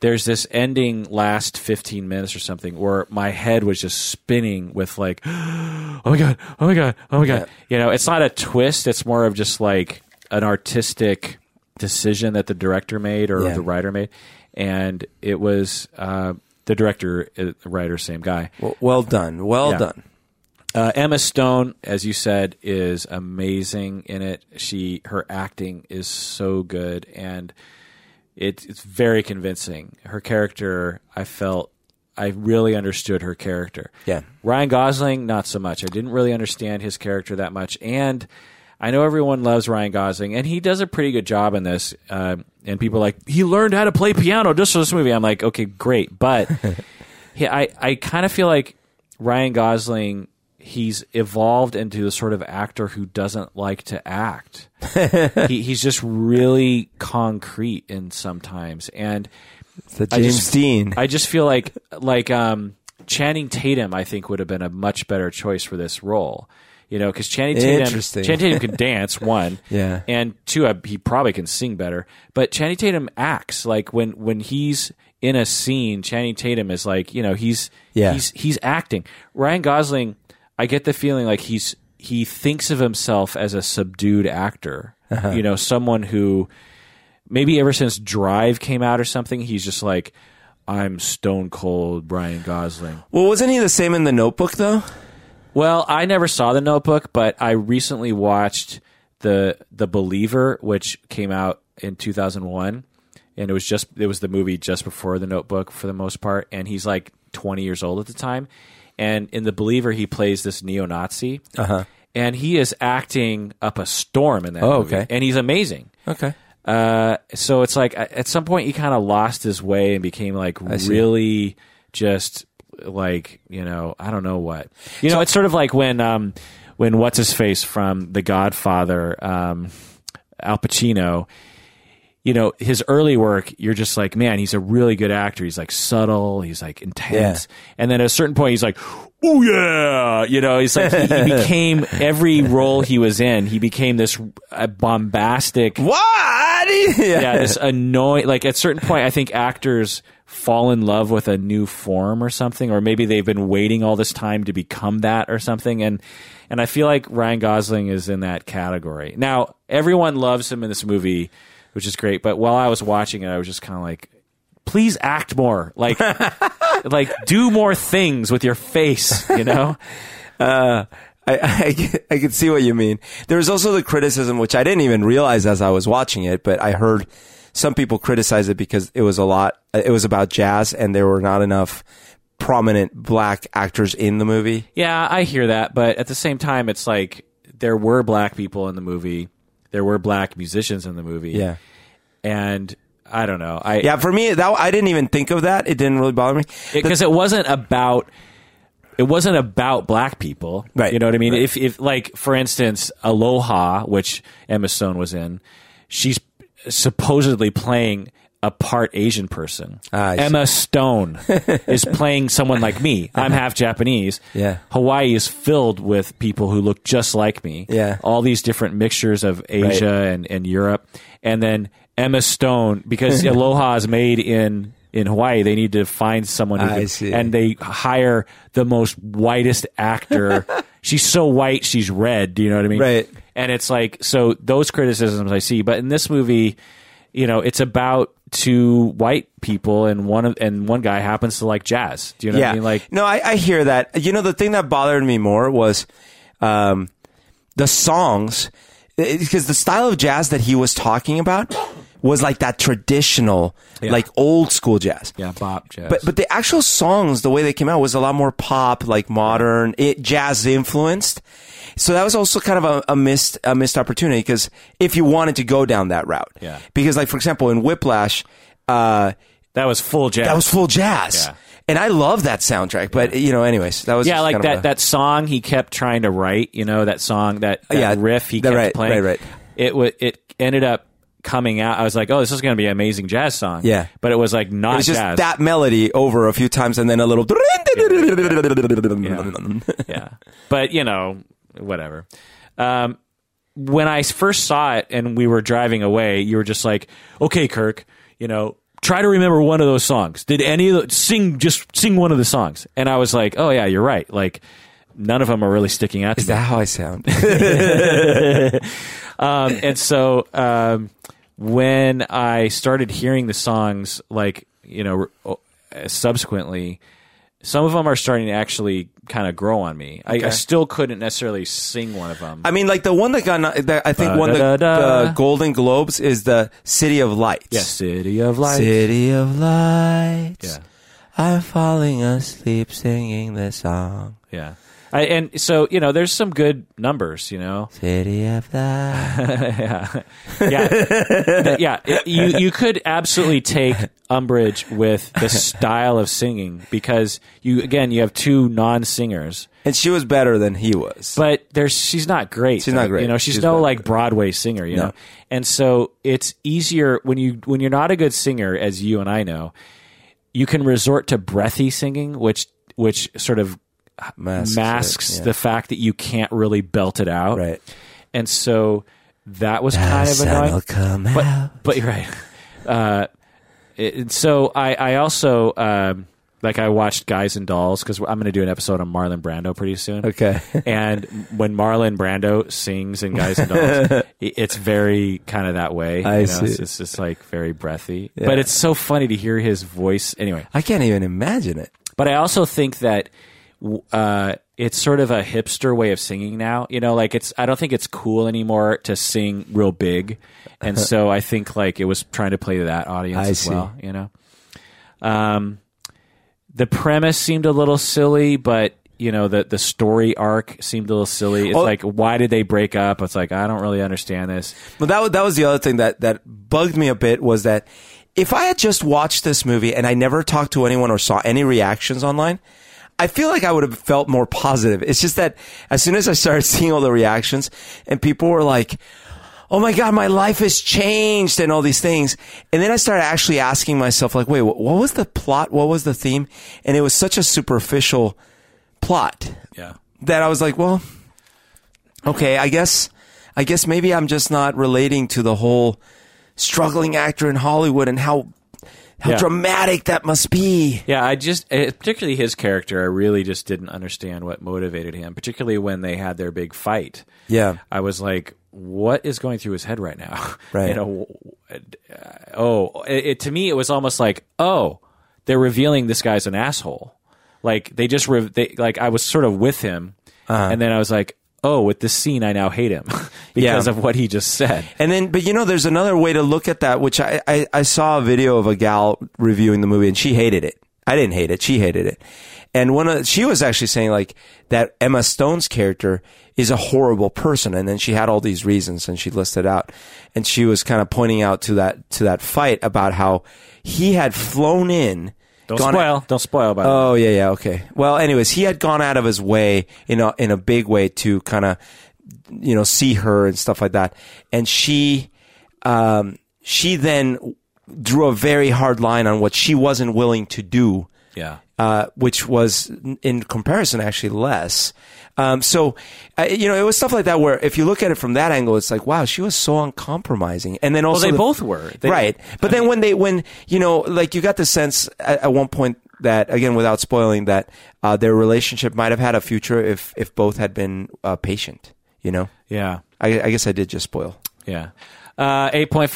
Speaker 1: there's this ending last 15 minutes or something where my head was just spinning with like oh my god oh my god oh my god you know it's not a twist it's more of just like an artistic decision that the director made or
Speaker 2: Yeah.
Speaker 1: the writer made and it was uh, the director uh, the writer same guy
Speaker 2: Well, well done. Well
Speaker 1: Yeah.
Speaker 2: done.
Speaker 1: uh, Emma Stone, as you said, is amazing in it. She her acting is so good, and it, it's very convincing. Her character, I felt, I really understood her character.
Speaker 2: Yeah.
Speaker 1: Ryan Gosling, not so much. I didn't really understand his character that much, and I know everyone loves Ryan Gosling, and he does a pretty good job in this. Um, and people are like he learned how to play piano just for this movie. I'm like, okay, great, but yeah, I, I kind of feel like Ryan Gosling, he's evolved into the sort of actor who doesn't like to act. he, he's just really concrete in sometimes. And
Speaker 2: The
Speaker 1: I
Speaker 2: James
Speaker 1: just-
Speaker 2: Dean.
Speaker 1: I just feel like, like, um, Channing Tatum, I think would have been a much better choice for this role. You know, because Channing Tatum,
Speaker 2: Interesting.
Speaker 1: Channing Tatum can dance one,
Speaker 2: Yeah.
Speaker 1: and two, I, he probably can sing better. But Channing Tatum acts like when when he's in a scene, Channing Tatum is like, you know, he's
Speaker 2: Yeah.
Speaker 1: he's he's acting. Ryan Gosling, I get the feeling like he's he thinks of himself as a subdued actor.
Speaker 2: Uh-huh.
Speaker 1: You know, someone who maybe ever since Drive came out or something, he's just like, I'm stone cold Ryan Gosling.
Speaker 2: well, wasn't he the same in The Notebook though?
Speaker 1: Well, I never saw The Notebook, but I recently watched the The Believer, which came out in 2001, and it was just it was the movie just before The Notebook for the most part, and he's like 20 years old at the time, and in The Believer he plays this neo-Nazi, and he is acting up a storm in that
Speaker 2: Uh-huh. Oh,
Speaker 1: movie.
Speaker 2: okay.
Speaker 1: And he's amazing.
Speaker 2: Okay.
Speaker 1: Uh, so it's like a- at some point he kind of lost his way and became like
Speaker 2: see.
Speaker 1: really just like you know I don't know what you know it's sort of like when um when what's his face from The Godfather um Al Pacino you know his early work you're just like man he's a really good actor he's like subtle he's like intense and then at a certain point he's like oh yeah you know he's like he, he became every role he was in he became this uh, bombastic
Speaker 2: What?
Speaker 1: yeah, this annoying. Like at certain point, I think actors fall in love with a new form or something, or maybe they've been waiting all this time to become that or something. And and I feel like Ryan Gosling is in that category. Now everyone loves him in this movie, which is great. But while I was watching it, I was just kind of like, please act more, like like do more things with your face, you know.
Speaker 2: Uh, I, I, I can see what you mean. There was also the criticism, which I didn't even realize as I was watching it, but I heard some people criticize it because it was a lot, uh, it was about jazz and there were not enough prominent black actors in the movie.
Speaker 1: Yeah, I hear that, but at the same time, it's like there were black people in the movie. There were black musicians in the movie.
Speaker 2: Yeah.
Speaker 1: and I don't know. I
Speaker 2: Yeah, for me, that I didn't even think of that. It didn't really bother me.
Speaker 1: because it wasn't about it wasn't about black people,
Speaker 2: Right.
Speaker 1: You know what I mean?
Speaker 2: Right.
Speaker 1: If if like for instance, Aloha, which Emma Stone was in, she's supposedly playing a part Asian person.
Speaker 2: Ah, I see.
Speaker 1: Emma Stone is playing someone like me. I'm half Japanese.
Speaker 2: Yeah.
Speaker 1: Hawaii is filled with people who look just like me.
Speaker 2: Yeah.
Speaker 1: All these different mixtures of Asia and, and Europe. And then Emma Stone, because Aloha is made in, in Hawaii, they need to find someone who
Speaker 2: I
Speaker 1: could-
Speaker 2: see.
Speaker 1: and they hire the most whitest actor. she's so white, she's red. Do you know what I mean?
Speaker 2: Right.
Speaker 1: And it's like, so those criticisms I see. But in this movie, you know, it's about two white people and one of, and one guy happens to like jazz. Do you know what I mean? Like,
Speaker 2: no, I, I hear that. You know, the thing that bothered me more was um, the songs, because the style of jazz that he was talking about was like that traditional, like old school jazz.
Speaker 1: yeah, bop jazz.
Speaker 2: But but the actual songs, the way they came out, was a lot more pop, like modern, it jazz influenced. So that was also kind of a, a missed a missed opportunity because if you wanted to go down that route,
Speaker 1: Yeah.
Speaker 2: Because like for example, in Whiplash, uh,
Speaker 1: that was full jazz.
Speaker 2: that was full jazz.
Speaker 1: Yeah.
Speaker 2: And I love that soundtrack, but you know, anyways, that was
Speaker 1: yeah,
Speaker 2: just
Speaker 1: like
Speaker 2: kind of
Speaker 1: that
Speaker 2: a-
Speaker 1: that song he kept trying to write. You know that song that, that
Speaker 2: Yeah,
Speaker 1: riff he
Speaker 2: that-
Speaker 1: kept
Speaker 2: right,
Speaker 1: playing.
Speaker 2: right, right.
Speaker 1: It wa it ended up coming out. I was like, oh, this is going to be an amazing jazz song.
Speaker 2: Yeah.
Speaker 1: but it was like not
Speaker 2: It was just
Speaker 1: jazz.
Speaker 2: that melody over a few times, and then a little.
Speaker 1: yeah, but you know whatever. Um, when I first saw it and we were driving away, you were just like, okay, Kirk, you know. Try to remember one of those songs. Did any of the, sing just sing one of the songs? And I was like, "Oh yeah, you're right. Like none of them are really sticking out." To
Speaker 2: Is that how I sound?
Speaker 1: um, and so um, when I started hearing the songs, like you know, uh, subsequently, some of them are starting to actually kind of grow on me. I, I still couldn't necessarily sing one of them.
Speaker 2: I mean, like the one that got, no- that I think won the,
Speaker 1: Ba-da-da-da.
Speaker 2: the Golden Globes is the City of Lights.
Speaker 1: yeah, City of Lights.
Speaker 2: City of Lights.
Speaker 1: Yeah,
Speaker 2: I'm falling asleep singing this song.
Speaker 1: yeah. I, and so you know, there's some good numbers. You know,
Speaker 2: City of Lights.
Speaker 1: yeah, yeah, Th- yeah. It- You you could absolutely take umbrage with the style of singing because you again you have two non-singers,
Speaker 2: and she was better than he was.
Speaker 1: but there's she's not great.
Speaker 2: She's not great.
Speaker 1: You know, she's,
Speaker 2: She's
Speaker 1: no
Speaker 2: not
Speaker 1: like Broadway singer. You
Speaker 2: No.
Speaker 1: know, and so it's easier when you when you're not a good singer, as you and I know, you can resort to breathy singing, which which sort of
Speaker 2: Masks
Speaker 1: masks,
Speaker 2: it, yeah.
Speaker 1: the fact that you can't really belt it out.
Speaker 2: right.
Speaker 1: and so that was kind of
Speaker 2: The sun will
Speaker 1: annoying
Speaker 2: come out.
Speaker 1: but you're right. Uh, it, and so I, I also um, like I watched Guys and Dolls because I'm going to do an episode on Marlon Brando pretty soon.
Speaker 2: Okay.
Speaker 1: and when Marlon Brando sings in Guys and Dolls, i- it's very kind of that way.
Speaker 2: I see.
Speaker 1: It's, it's just like very breathy,
Speaker 2: Yeah.
Speaker 1: but it's so funny to hear his voice. Anyway,
Speaker 2: I can't even imagine it.
Speaker 1: but I also think that w- uh, it's sort of a hipster way of singing now. You know, like it's I don't think it's cool anymore to sing real big, and so I think like it was trying to play to that audience
Speaker 2: I
Speaker 1: as
Speaker 2: see.
Speaker 1: well. You know, um, the premise seemed a little silly, but you know the the story arc seemed a little silly. It's
Speaker 2: Oh.
Speaker 1: like why did they break up? It's like I don't really understand this.
Speaker 2: But that was, that was the other thing that that bugged me a bit was that if I had just watched this movie and I never talked to anyone or saw any reactions online, I feel like I would have felt more positive. It's just that as soon as I started seeing all the reactions and people were like, "Oh my god, my life has changed" and all these things, and then I started actually asking myself like, "Wait, wh- what was the plot? What was the theme?" And it was such a superficial plot
Speaker 1: Yeah.
Speaker 2: that I was like, well, okay, I guess, I guess maybe I'm just not relating to the whole struggling actor in Hollywood and how how
Speaker 1: Yeah.
Speaker 2: dramatic that must be.
Speaker 1: Yeah, I just eh, particularly his character, I really just didn't understand what motivated him, particularly when they had their big fight.
Speaker 2: Yeah.
Speaker 1: I was like, what is going through his head right now?
Speaker 2: Right.
Speaker 1: you know, w- uh, oh, it, it, to me, it was almost like, oh, they're revealing this guy's an asshole. Like they just, re- they, like I was sort of with him,
Speaker 2: Uh-huh.
Speaker 1: and then I was like, oh, with this scene, I now hate him because
Speaker 2: Yeah.
Speaker 1: of what he just said.
Speaker 2: And then, but you know, there's another way to look at that, which I, I, I saw a video of a gal reviewing the movie and she hated it. I didn't hate it. She hated it. And one of, she was actually saying like that Emma Stone's character is a horrible person. And then she had all these reasons and she listed out and she was kind of pointing out to that, to that fight about how he had flown in.
Speaker 1: Don't
Speaker 2: gone-
Speaker 1: spoil. Don't spoil. By the way.
Speaker 2: Oh yeah, yeah, okay. Well, anyways, he had gone out of his way in a in a big way to kind of you know see her and stuff like that, and she um, she then drew a very hard line on what she wasn't willing to do
Speaker 1: yeah.
Speaker 2: uh, which was n- in comparison actually less. Um, so, uh, you know, it was stuff like that where if you look at it from that angle, it's like, wow, she was so uncompromising. And then also,
Speaker 1: they
Speaker 2: the-
Speaker 1: both were. They-
Speaker 2: right. But then when they, when you know, like you got the sense at, at one point that again, without spoiling, that uh, their relationship might have had a future if if both had been uh, patient. You know,
Speaker 1: Yeah.
Speaker 2: I, I guess I did just spoil.
Speaker 1: Yeah. Uh, 8.5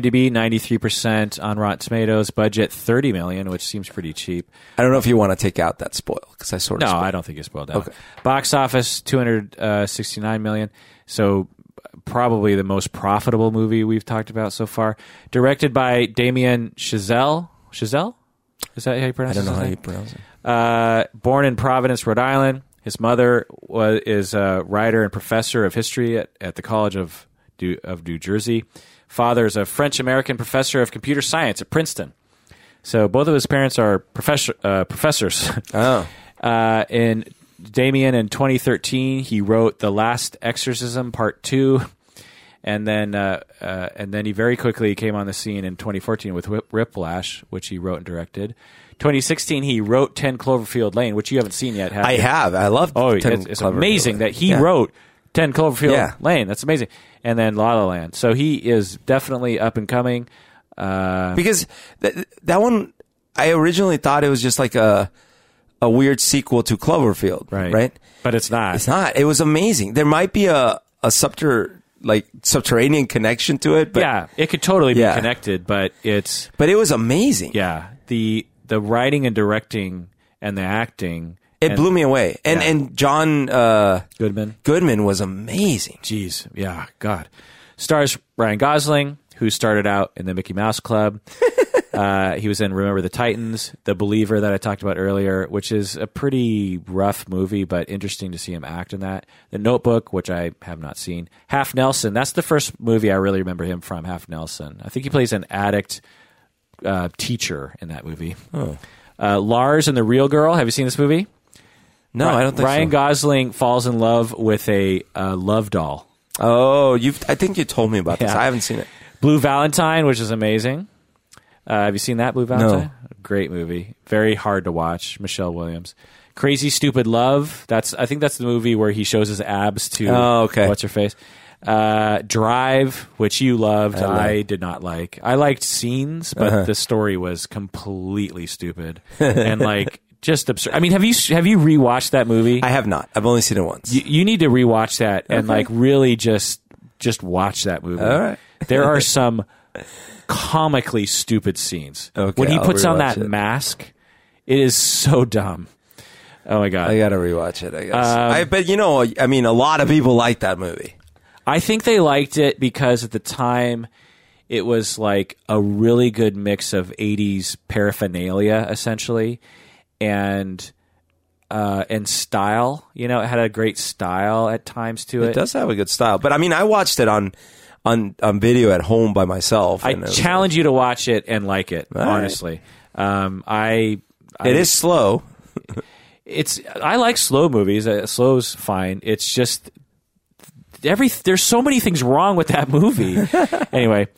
Speaker 1: IMDb, 93% on Rotten Tomatoes, budget 30 million, which seems pretty cheap.
Speaker 2: I don't know if you want to take out that spoil because I sort
Speaker 1: No,
Speaker 2: of
Speaker 1: I don't think it's spoiled out.
Speaker 2: Okay.
Speaker 1: Box office, 269 million. So probably the most profitable movie we've talked about so far. Directed by Damien Chazelle. Chazelle? Is that how you pronounce
Speaker 2: I don't know
Speaker 1: his
Speaker 2: how
Speaker 1: name?
Speaker 2: you pronounce it.
Speaker 1: Uh, born in Providence, Rhode Island. His mother was, is a writer and professor of history at, at the College of, Du- of New Jersey. Father is a French American professor of computer science at Princeton. So both of his parents are professor, uh, professors.
Speaker 2: Oh,
Speaker 1: Uh, in Damien in 2013, he wrote The Last Exorcism Part Two, and then uh, uh, and then he very quickly came on the scene in 2014 with Whip, Whiplash, which he wrote and directed. 2016, he wrote 10 Cloverfield Lane, which you haven't seen yet. Have
Speaker 2: I
Speaker 1: you?
Speaker 2: have. I love.
Speaker 1: Oh, it's, it's amazing that he wrote 10 Cloverfield
Speaker 2: Yeah.
Speaker 1: Lane. That's amazing. And then La La Land. So he is definitely up and coming. Uh,
Speaker 2: because th- that one I originally thought it was just like a a weird sequel to Cloverfield,
Speaker 1: right.
Speaker 2: Right?
Speaker 1: But it's not.
Speaker 2: It's not. It was amazing. There might be a a subter like subterranean connection to it, but
Speaker 1: yeah. It could totally
Speaker 2: Yeah.
Speaker 1: be connected, but it's.
Speaker 2: but it was amazing.
Speaker 1: Yeah, the the writing and directing and the acting.
Speaker 2: It
Speaker 1: and
Speaker 2: blew me away. And
Speaker 1: Yeah.
Speaker 2: and John uh,
Speaker 1: Goodman.
Speaker 2: Goodman was amazing.
Speaker 1: Jeez, yeah, God. Stars Ryan Gosling, who started out in the Mickey Mouse Club. uh, he was in Remember the Titans, The Believer that I talked about earlier, which is a pretty rough movie, but interesting to see him act in that. The Notebook, which I have not seen. Half Nelson. That's the first movie I really remember him from. Half Nelson. I think he plays an addict uh, teacher in that movie. Uh, Lars and the Real Girl. Have you seen this movie?
Speaker 2: No, I don't think
Speaker 1: Ryan
Speaker 2: so.
Speaker 1: Gosling falls in love with a uh, love doll.
Speaker 2: oh, you have I think you told me about this.
Speaker 1: Yeah.
Speaker 2: I haven't seen it.
Speaker 1: Blue Valentine, which is amazing. Uh, have you seen that Blue Valentine? Great movie. Very hard to watch. Michelle Williams. Crazy Stupid Love. That's I think that's the movie where he shows his abs to
Speaker 2: Oh, okay.
Speaker 1: what's her face. Uh, Drive, which you loved, I,
Speaker 2: love-
Speaker 1: did not like. I liked scenes, but the story was completely stupid and like just absurd. I mean, have you have you rewatched that movie?
Speaker 2: I have not. I've only seen it once.
Speaker 1: You, you need to rewatch that and like really just just watch that movie.
Speaker 2: All right.
Speaker 1: there are some comically stupid scenes.
Speaker 2: Okay,
Speaker 1: when he
Speaker 2: I'll
Speaker 1: puts on that
Speaker 2: rewatch it.
Speaker 1: mask, it is so dumb. Oh my god.
Speaker 2: I gotta rewatch it. I guess.
Speaker 1: Um,
Speaker 2: I, but you know, I mean, a lot of people like that movie.
Speaker 1: I think they liked it because at the time it was like a really good mix of 80s paraphernalia essentially and uh, and style. You know, it had a great style at times to it.
Speaker 2: It does have a good style, but I mean, I watched it on on on video at home by myself.
Speaker 1: I
Speaker 2: and it was-
Speaker 1: challenge you to watch it and like it.
Speaker 2: right.
Speaker 1: honestly, um, I, I
Speaker 2: it is slow.
Speaker 1: it's I like slow movies. Uh, slow's fine. It's just every there's so many things wrong with that movie. anyway,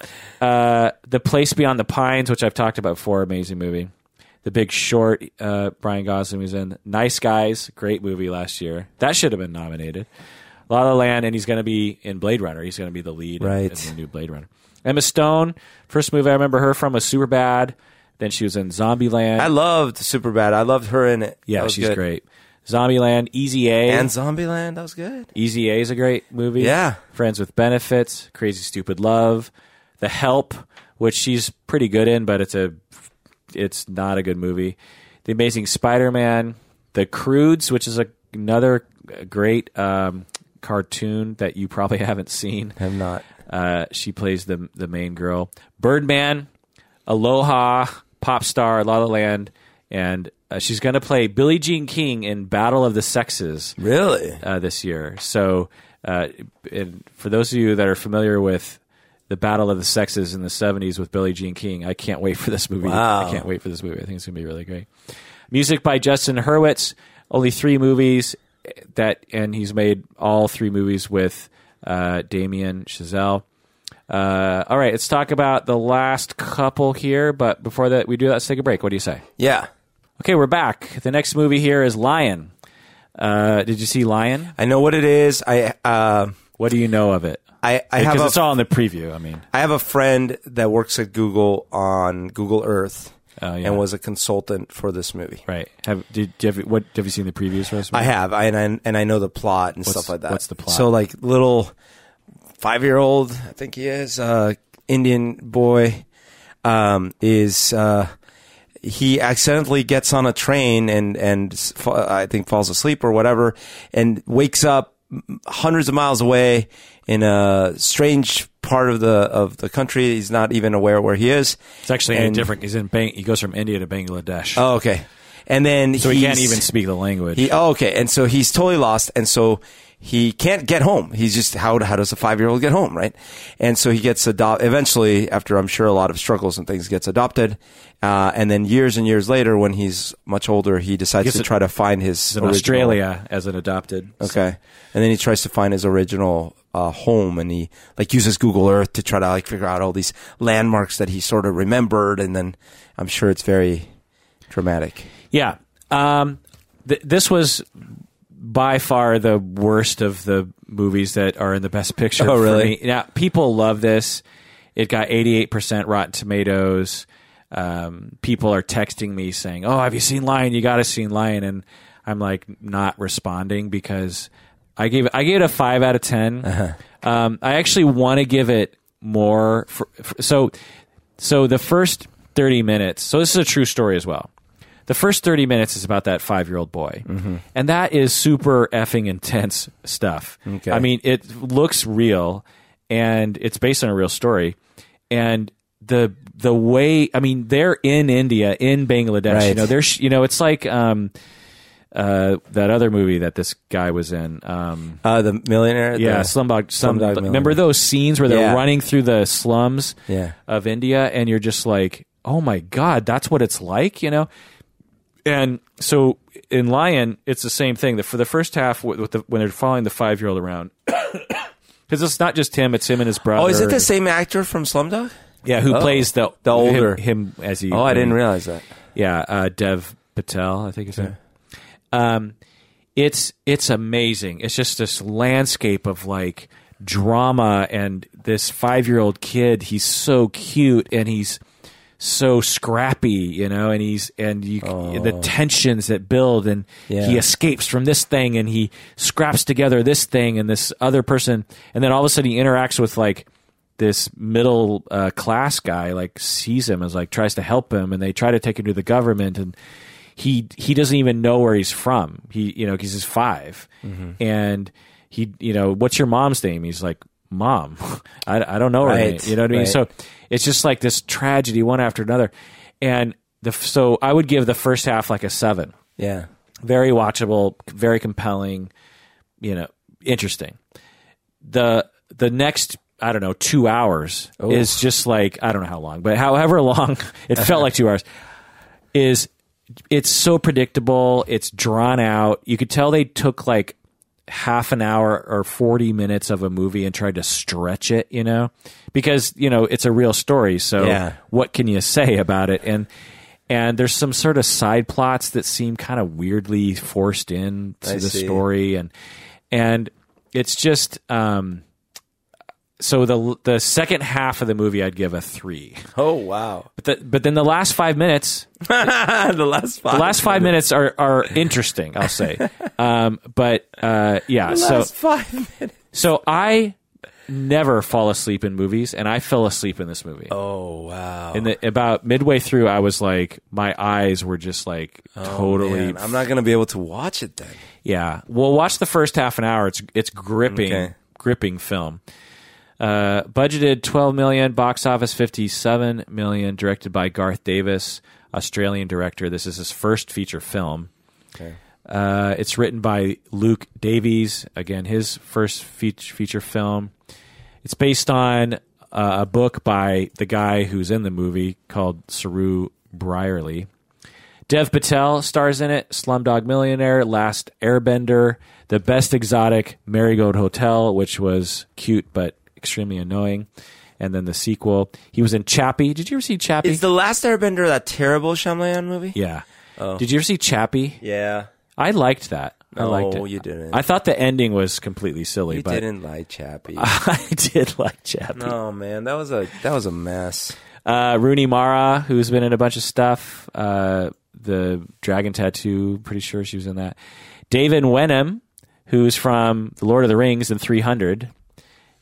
Speaker 1: uh, the place beyond the pines, which I've talked about before, amazing movie. The Big Short, uh, Brian Gosling was in. Nice Guys, great movie last year. That should have been nominated. La La Land, and he's going to be in Blade Runner. He's going to be the lead in-
Speaker 2: Right.
Speaker 1: in the new Blade Runner. Emma Stone, first movie I remember her from was Super Bad. Then she was in Zombieland.
Speaker 2: I loved Superbad. I loved her in it. That
Speaker 1: Yeah,
Speaker 2: was
Speaker 1: she's
Speaker 2: good.
Speaker 1: great. Zombieland, Easy A.
Speaker 2: And Zombieland, that was good.
Speaker 1: Easy A is a great movie.
Speaker 2: Yeah.
Speaker 1: Friends with Benefits, Crazy Stupid Love, The Help, which she's pretty good in, but it's a it's not a good movie. The Amazing Spider-Man, The Crudes, which is a, another great um, cartoon that you probably haven't seen.
Speaker 2: Have not.
Speaker 1: Uh, she plays the the main girl. Birdman, Aloha, pop star, La La Land, and uh, she's going to play Billie Jean King in Battle of the Sexes
Speaker 2: Really?
Speaker 1: uh, this year. So, uh, and for those of you that are familiar with the Battle of the Sexes in the '70s with Billie Jean King, I can't wait for this movie.
Speaker 2: Wow.
Speaker 1: I can't wait for this movie. I think it's going to be really great. Music by Justin Hurwitz. Only three movies that, and he's made all three movies with uh, Damien Chazelle. Uh, all right, let's talk about the last couple here. But before that, we do that. Let's take a break. What do you say?
Speaker 2: Yeah.
Speaker 1: Okay, we're back. The next movie here is Lion. Uh, did you see Lion?
Speaker 2: I know what it is. I uh,
Speaker 1: What do you know of it?
Speaker 2: I, I have
Speaker 1: Because
Speaker 2: a
Speaker 1: it's all in the preview. I mean,
Speaker 2: I have a friend that works at Google on Google Earth
Speaker 1: Oh, yeah.
Speaker 2: and was a consultant for this movie.
Speaker 1: right? Have did, did have, what have you seen the previews for this?
Speaker 2: I have, I, and I and I know the plot and stuff like that.
Speaker 1: what's the plot?
Speaker 2: So like little five year old, I think he is, uh, Indian boy, um, is uh, he accidentally gets on a train and and s- fa- I think falls asleep or whatever, and wakes up hundreds of miles away in a strange part of the of the country. He's not even aware where he is.
Speaker 1: It's actually in a
Speaker 2: And-
Speaker 1: different. He's in Bang, he goes from India to Bangladesh,
Speaker 2: Oh, okay. And then
Speaker 1: so he can't
Speaker 2: he's-
Speaker 1: even speak the language.
Speaker 2: He oh, okay, and so he's totally lost, and so he can't get home. He's just how how does a five year old get home, right? And so he gets adopted. Eventually, after I'm sure a lot of struggles and things, gets adopted, uh, and then years and years later, when he's much older, he decides
Speaker 1: Gets
Speaker 2: to
Speaker 1: it-
Speaker 2: try to find his
Speaker 1: He's in
Speaker 2: original-
Speaker 1: Australia as an adopted.
Speaker 2: Okay, and then he tries to find his original uh, home, and he like uses Google Earth to try to like figure out all these landmarks that he sort of remembered, and then I'm sure it's very dramatic.
Speaker 1: Yeah. Um, th- this was by far the worst of the movies that are in the best picture.
Speaker 2: Oh,
Speaker 1: for
Speaker 2: really?
Speaker 1: me. Yeah. People love this. It got 88% Rotten Tomatoes. Um, people are texting me saying, Oh, have you seen Lion? You got to see Lion. And I'm like, not responding because I gave it, I gave it a five out of 10.
Speaker 2: Uh-huh.
Speaker 1: Um, I actually want to give it more. For, for, so, so the first 30 minutes, so this is a true story as well. The first 30 minutes is about that five year old boy.
Speaker 2: Mm-hmm.
Speaker 1: And that is super effing intense stuff.
Speaker 2: Okay.
Speaker 1: I mean, it looks real and it's based on a real story. And the the way I mean they're in India in Bangladesh you
Speaker 2: Right.
Speaker 1: know they're sh- you know it's like um uh that other movie that this guy was in um
Speaker 2: Uh, the millionaire,
Speaker 1: yeah
Speaker 2: the-
Speaker 1: slumdog slum,
Speaker 2: Slumdog
Speaker 1: remember
Speaker 2: Millionaire.
Speaker 1: those scenes where they're
Speaker 2: Yeah.
Speaker 1: running through the slums
Speaker 2: yeah.
Speaker 1: of India, and you're just like, oh my god, that's what it's like, you know. And so in Lion, it's the same thing. That for the first half, with, with the, when they're following the five year old around, because it's not just him; it's him and his brother.
Speaker 2: Oh, is it the same actor from Slumdog?
Speaker 1: Yeah, who
Speaker 2: Oh.
Speaker 1: plays the
Speaker 2: The older.
Speaker 1: him, him as he?
Speaker 2: Oh, I didn't realize that.
Speaker 1: Yeah, uh, Dev Patel, I think it's name. Um, it's it's amazing. It's just this landscape of like drama and this five year old kid. He's so cute and he's so scrappy, you know, and he's and you c the tensions that build and
Speaker 2: Yeah.
Speaker 1: he escapes from this thing and he scraps together this thing and this other person and then all of a sudden he interacts with like this middle uh, class guy like sees him as like tries to help him and they try to take him to the government and he he doesn't even know where he's from he you know 'cause he's 5
Speaker 2: Mm-hmm.
Speaker 1: and he you know what's your mom's name he's like mom I, I don't know her name
Speaker 2: Right,
Speaker 1: you know what I mean
Speaker 2: right.
Speaker 1: so it's just like this tragedy one after another and the so i would give the first half like a seven
Speaker 2: Yeah.
Speaker 1: very watchable, very compelling, you know, interesting. The the next I don't know, 2 hours is just like I don't know how long, but however long it felt like 2 hours is it's so predictable, it's drawn out. You could tell they took like half an hour or 40 minutes of a movie and tried to stretch it, you know? Because, you know, it's a real story, so
Speaker 2: Yeah.
Speaker 1: what can you say about it? And and there's some sort of side plots that seem kind of weirdly forced in to
Speaker 2: I
Speaker 1: the
Speaker 2: see.
Speaker 1: story and and it's just um so the the second half of the movie I'd give a 3.
Speaker 2: Oh wow!
Speaker 1: But the, but then the last 5 minutes
Speaker 2: the last five.
Speaker 1: the last five minutes are, are interesting, I'll say. Um, but uh, yeah, so
Speaker 2: five minutes.
Speaker 1: so I never fall asleep in movies, and I fell asleep in this movie.
Speaker 2: Oh wow!
Speaker 1: And the, about midway through, I was like, my eyes were just like totally.
Speaker 2: Oh, Man, I'm not gonna be able to watch it then.
Speaker 1: yeah, well, watch the first half an hour. It's it's gripping,
Speaker 2: Okay.
Speaker 1: gripping film. Uh, budgeted 12 million, box office 57 million. Directed by Garth Davis, Australian director. This is his first feature film.
Speaker 2: Okay.
Speaker 1: Uh, it's written by Luke Davies. Again, his first feature, feature film. It's based on uh, a book by the guy who's in the movie called Saru Brierly. Dev Patel stars in it. Slumdog Millionaire, Last Airbender, The Best Exotic, Marigold Hotel, which was cute but extremely annoying, and then the sequel. He was in Chappie. Did you ever see Chappie?
Speaker 2: Is the last Airbender that terrible Shyamalan movie?
Speaker 1: yeah.
Speaker 2: Oh.
Speaker 1: Did you ever see Chappie?
Speaker 2: Yeah.
Speaker 1: I liked that. I
Speaker 2: No,
Speaker 1: liked it.
Speaker 2: you didn't.
Speaker 1: I thought the ending was completely silly,
Speaker 2: You
Speaker 1: but
Speaker 2: didn't like Chappie.
Speaker 1: I did like Chappie.
Speaker 2: oh man, that was a that was a mess.
Speaker 1: Uh, Rooney Mara, who's been in a bunch of stuff. Uh, the Dragon Tattoo, pretty sure she was in that. David Wenham, who's from The Lord of the Rings and 300.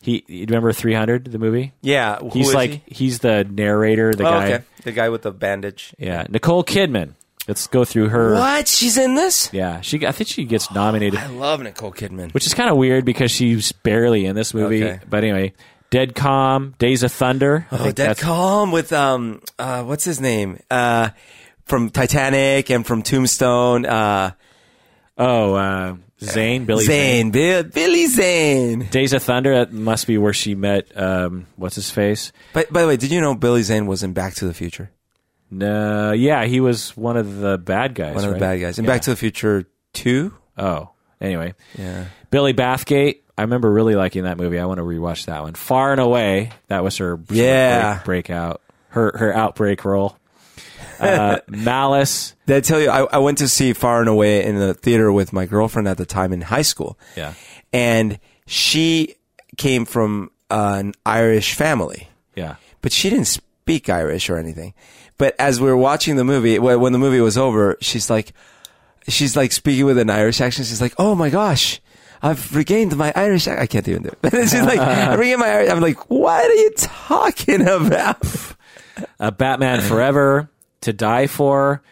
Speaker 1: He, you remember 300, the movie?
Speaker 2: Yeah, who
Speaker 1: He's
Speaker 2: is
Speaker 1: like,
Speaker 2: he?
Speaker 1: he's the narrator, the
Speaker 2: Oh,
Speaker 1: guy.
Speaker 2: okay, the guy with the bandage.
Speaker 1: Yeah. Nicole Kidman. Let's go through her.
Speaker 2: What? She's in this?
Speaker 1: Yeah. She, I think she gets nominated.
Speaker 2: I love Nicole Kidman.
Speaker 1: which is kind of weird because she's barely in this movie.
Speaker 2: Okay.
Speaker 1: But anyway, Dead Calm, Days of Thunder. I
Speaker 2: oh,
Speaker 1: think
Speaker 2: Dead
Speaker 1: that's-
Speaker 2: Calm with um, uh, what's his name? Uh, from Titanic and from Tombstone. Uh,
Speaker 1: Oh, uh, Zane, Billy Zane.
Speaker 2: Zane, Bill, Billy Zane.
Speaker 1: Days of Thunder. That must be where she met. Um, what's his face?
Speaker 2: But by the way, did you know Billy Zane was in Back to the Future?
Speaker 1: No, yeah, he was one of the bad guys.
Speaker 2: One of the
Speaker 1: right?
Speaker 2: bad guys in Back to the Future Two.
Speaker 1: Oh, anyway,
Speaker 2: Yeah.
Speaker 1: Billy Bathgate. I remember really liking that movie. I want to rewatch that one. Far and Away. That was her. sort of
Speaker 2: Yeah.
Speaker 1: break- breakout. Her her outbreak role. Uh, Malice.
Speaker 2: Did I tell you, I, I went to see Far and Away in the theater with my girlfriend at the time in high school.
Speaker 1: Yeah.
Speaker 2: And she came from an Irish family,
Speaker 1: Yeah.
Speaker 2: but she didn't speak Irish or anything. But as we were watching the movie, wh- when the movie was over, she's like, she's like speaking with an Irish accent. She's like, "Oh my gosh, I've regained my Irish." ac-" I can't even do it. she's like, "I regained my Irish." I'm like, "What are you talking about?"
Speaker 1: uh, Batman Forever, To Die For,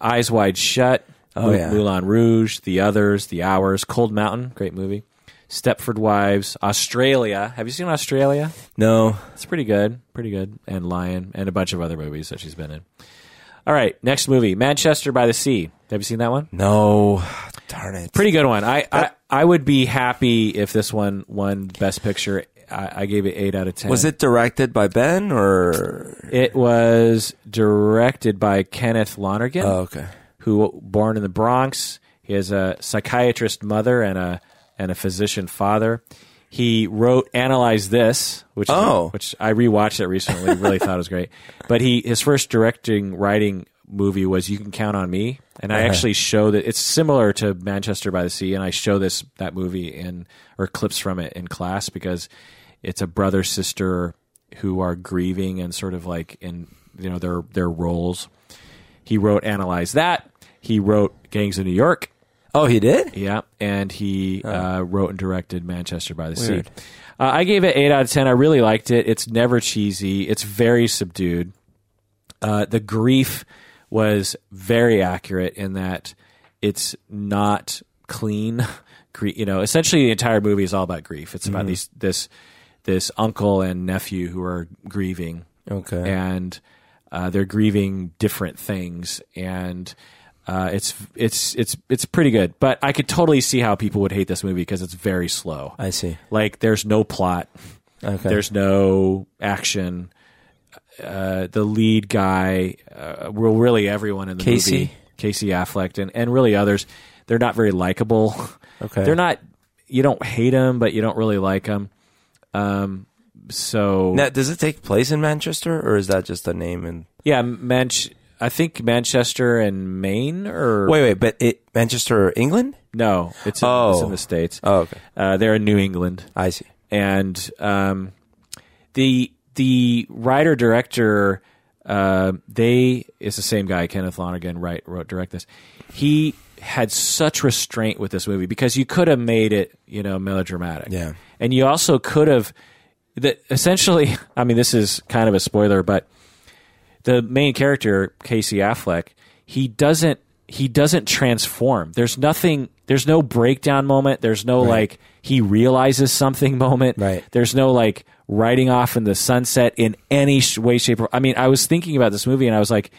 Speaker 1: Eyes Wide Shut,
Speaker 2: Oh,
Speaker 1: Mou-
Speaker 2: yeah.
Speaker 1: Moulin Rouge, The Others, The Hours, Cold Mountain, great movie, Stepford Wives, Australia. Have you seen Australia?
Speaker 2: No,
Speaker 1: It's pretty good, pretty good. And Lion, and a bunch of other movies that she's been in. All right, next movie, Manchester by the Sea. Have you seen that one?
Speaker 2: no, darn it.
Speaker 1: Pretty good one. I I, I would be happy if this one won Best Picture. I, I gave it eight out of ten.
Speaker 2: Was it directed by Ben or?
Speaker 1: It was directed by Kenneth Lonergan.
Speaker 2: Oh, okay.
Speaker 1: who born in the Bronx. He has a psychiatrist mother and a and a physician father. He wrote "Analyze This," which is-
Speaker 2: Oh.
Speaker 1: which I rewatched it recently. Really thought it was great. But he his first directing writing movie was "You Can Count on Me," and I actually show that it's similar to Manchester by the Sea, and I show this that movie in or clips from it in class because it's a brother sister who are grieving and sort of like in you know their their roles. He wrote Analyze That. He wrote Gangs of New York.
Speaker 2: Oh, he did.
Speaker 1: Yeah. And he uh, wrote and directed Manchester by the
Speaker 2: Weird.
Speaker 1: Sea. Uh, I gave it 8 out of 10. I really liked it. It's never cheesy, it's very subdued. Uh, the grief was very accurate in that it's not clean. Gr- You know, essentially the entire movie is all about grief. It's about these this this uncle and nephew who are grieving
Speaker 2: Okay.
Speaker 1: and uh, they're grieving different things and Uh, it's it's it's it's pretty good, but I could totally see how people would hate this movie because it's very slow.
Speaker 2: I see.
Speaker 1: Like there's no plot,
Speaker 2: Okay.
Speaker 1: there's no action. Uh, the lead guy, uh, well, really everyone in the
Speaker 2: Casey?
Speaker 1: movie, Casey Affleck, and, and really others, they're not very likable.
Speaker 2: Okay.
Speaker 1: they're not. You don't hate them, but you don't really like them. Um, so
Speaker 2: Now, does it take place in Manchester or is that just a name? And
Speaker 1: yeah, Manch. I think Manchester and Maine, or
Speaker 2: wait, wait, but it Manchester, England?
Speaker 1: no, it's in, it's
Speaker 2: Oh.
Speaker 1: in the states.
Speaker 2: Oh, okay.
Speaker 1: Uh, they're in New England.
Speaker 2: I see.
Speaker 1: and um, the the writer director uh, they is the same guy Kenneth Lonergan write wrote direct this he had such restraint with this movie because you could have made it you know melodramatic
Speaker 2: Yeah.
Speaker 1: and you also could have that essentially I mean this is kind of a spoiler but the main character Casey Affleck he doesn't he doesn't transform there's nothing there's no breakdown moment there's no like he realizes something moment
Speaker 2: Right.
Speaker 1: there's no like riding off in the sunset in any sh- way shape or I mean I was thinking about this movie and I was like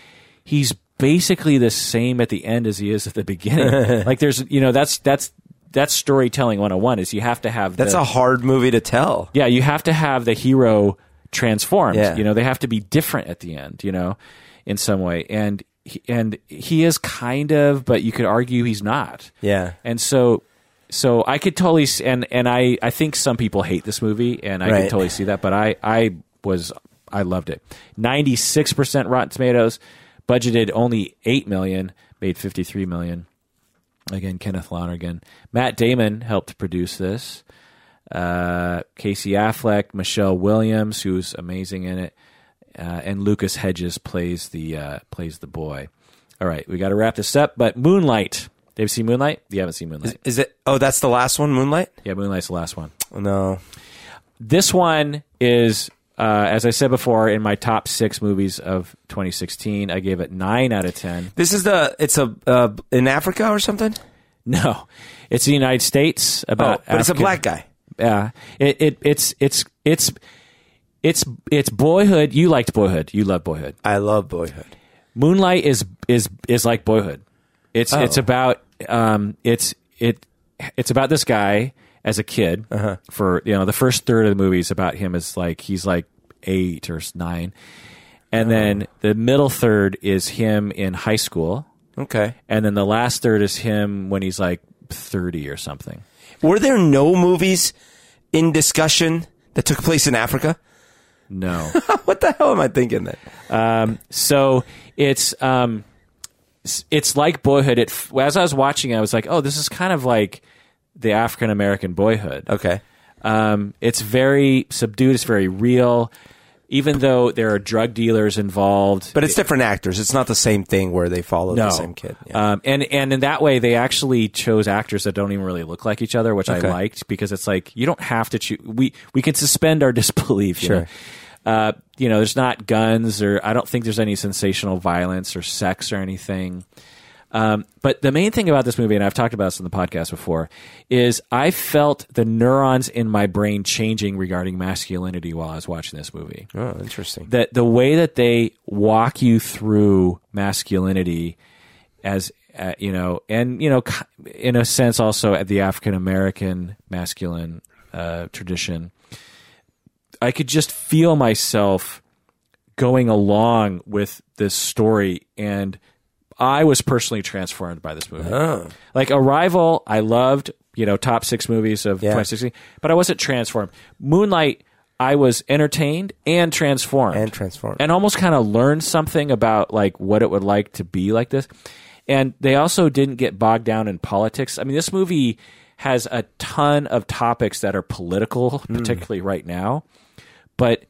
Speaker 1: he's basically the same at the end as he is at the beginning like there's you know that's that's that's storytelling 101 is you have to have
Speaker 2: That's
Speaker 1: the,
Speaker 2: a hard movie to tell.
Speaker 1: yeah, you have to have the hero transformed.
Speaker 2: Yeah.
Speaker 1: You know, they have to be different at the end. You know, in some way, and he, and he is kind of, but you could argue he's not.
Speaker 2: Yeah.
Speaker 1: And so, so I could totally s- and and I I think some people hate this movie, and I
Speaker 2: Right.
Speaker 1: could totally see that. But I I was I loved it. Ninety six percent Rotten Tomatoes, budgeted only eight million, made fifty three million. Again, Kenneth Lonergan, Matt Damon helped produce this. Uh, Casey Affleck, Michelle Williams, who's amazing in it, uh, and Lucas Hedges plays the uh, plays the boy. All right, we got to wrap this up. But Moonlight, they've seen Moonlight. You haven't seen Moonlight.
Speaker 2: Is it? Oh, that's the last one, Moonlight.
Speaker 1: Yeah, Moonlight's the last one.
Speaker 2: Oh, No.
Speaker 1: This one is, uh, as I said before, in my top six movies of 2016. I gave it nine out of ten.
Speaker 2: This is the. It's a uh, in Africa or something.
Speaker 1: No, it's the United States
Speaker 2: Oh,
Speaker 1: about.
Speaker 2: but it's a
Speaker 1: African-
Speaker 2: black guy.
Speaker 1: Yeah, it, it it's it's it's it's it's Boyhood. You liked Boyhood. You love Boyhood.
Speaker 2: I love Boyhood.
Speaker 1: Moonlight is is is like Boyhood. It's it's about um it's it it's about this guy as a kid for you know the first third of the movie is about him as like he's like eight or nine, and then the middle third is him in high school,
Speaker 2: Okay.
Speaker 1: and then the last third is him when he's like thirty or something.
Speaker 2: Were there no movies in discussion that took place in Africa?
Speaker 1: No.
Speaker 2: what the hell am I thinking then?
Speaker 1: So it's um, s- it's like Boyhood. It f- as I was watching, it, I was like, oh, this is kind of like the African American Boyhood.
Speaker 2: Okay.
Speaker 1: Um, it's very subdued. It's very real, even though there are drug dealers involved.
Speaker 2: But it's different actors. It's not the same thing where they follow the same kid. Yeah.
Speaker 1: Um, and and in that way, they actually chose actors that don't even really look like each other, which
Speaker 2: Okay.
Speaker 1: I liked because it's like you don't have to choose. We we can suspend our disbelief. you know?
Speaker 2: Sure.
Speaker 1: Uh, you know, there's not guns or I don't think there's any sensational violence or sex or anything. Um, but the main thing about this movie, and I've talked about this on the podcast before, is I felt the neurons in my brain changing regarding masculinity while I was watching this movie
Speaker 2: oh, interesting.
Speaker 1: that the way that they walk you through masculinity as uh, you know and you know ki- in a sense also at the african american masculine uh, tradition i could just feel myself going along with this story and i was personally transformed by this movie
Speaker 2: Oh.
Speaker 1: like Arrival, I loved, you know, top six movies of
Speaker 2: Yeah.
Speaker 1: 2016, but I wasn't transformed. Moonlight, I was entertained and transformed.
Speaker 2: And transformed.
Speaker 1: And almost kind of learned something about like what it would like to be like this. And they also didn't get bogged down in politics. I mean, this movie has a ton of topics that are political,
Speaker 2: Hmm.
Speaker 1: particularly right now, but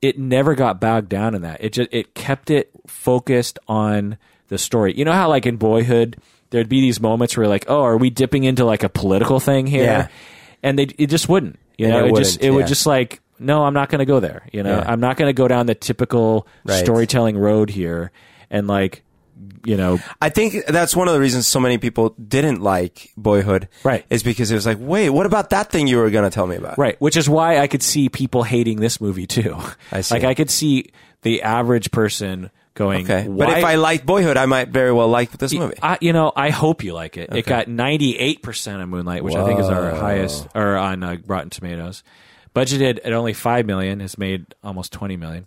Speaker 1: it never got bogged down in that. It just it kept it focused on the story. You know how like in Boyhood there'd be these moments where like, oh, are we dipping into like a political thing here?
Speaker 2: Yeah.
Speaker 1: And they it just wouldn't. You
Speaker 2: And
Speaker 1: know,
Speaker 2: it
Speaker 1: it, just
Speaker 2: wouldn't,
Speaker 1: it
Speaker 2: yeah.
Speaker 1: would just like, no, I'm not going to go there. You know,
Speaker 2: Yeah.
Speaker 1: I'm not going to go down the typical
Speaker 2: Right.
Speaker 1: storytelling road here and like, you know,
Speaker 2: I think that's one of the reasons so many people didn't like Boyhood.
Speaker 1: Right.
Speaker 2: Is because it was like, wait, what about that thing you were going to tell me about?
Speaker 1: Right, which is why I could see people hating this movie too.
Speaker 2: I see.
Speaker 1: Like I could see the average person going.
Speaker 2: Okay.
Speaker 1: Why?
Speaker 2: But if I liked Boyhood, I might very well like this movie.
Speaker 1: I, you know, I hope you like it. It got 98% on Moonlight, which I think is our
Speaker 2: Whoa.
Speaker 1: highest, or on uh, Rotten Tomatoes. Budgeted at only 5 million, has made almost 20 million.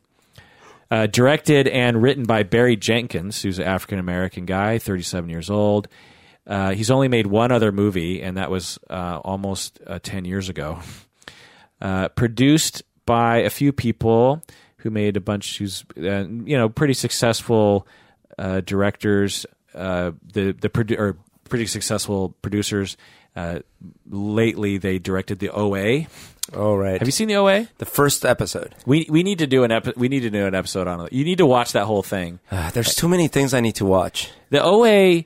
Speaker 1: Uh, directed and written by Barry Jenkins, who's an African American guy, 37 years old. Uh, he's only made one other movie, and that was uh, almost uh, 10 years ago. Uh, produced by a few people who made a bunch, who's, uh, you know, pretty successful uh, directors, uh, the, the produ- or pretty successful producers. Uh, lately, they directed the OA.
Speaker 2: All right.
Speaker 1: Have you seen the OA?
Speaker 2: the first episode.
Speaker 1: We we need to do an epi- we need to do an episode on it. You need to watch that whole thing.
Speaker 2: Ah, there's too many things I need to watch.
Speaker 1: The OA,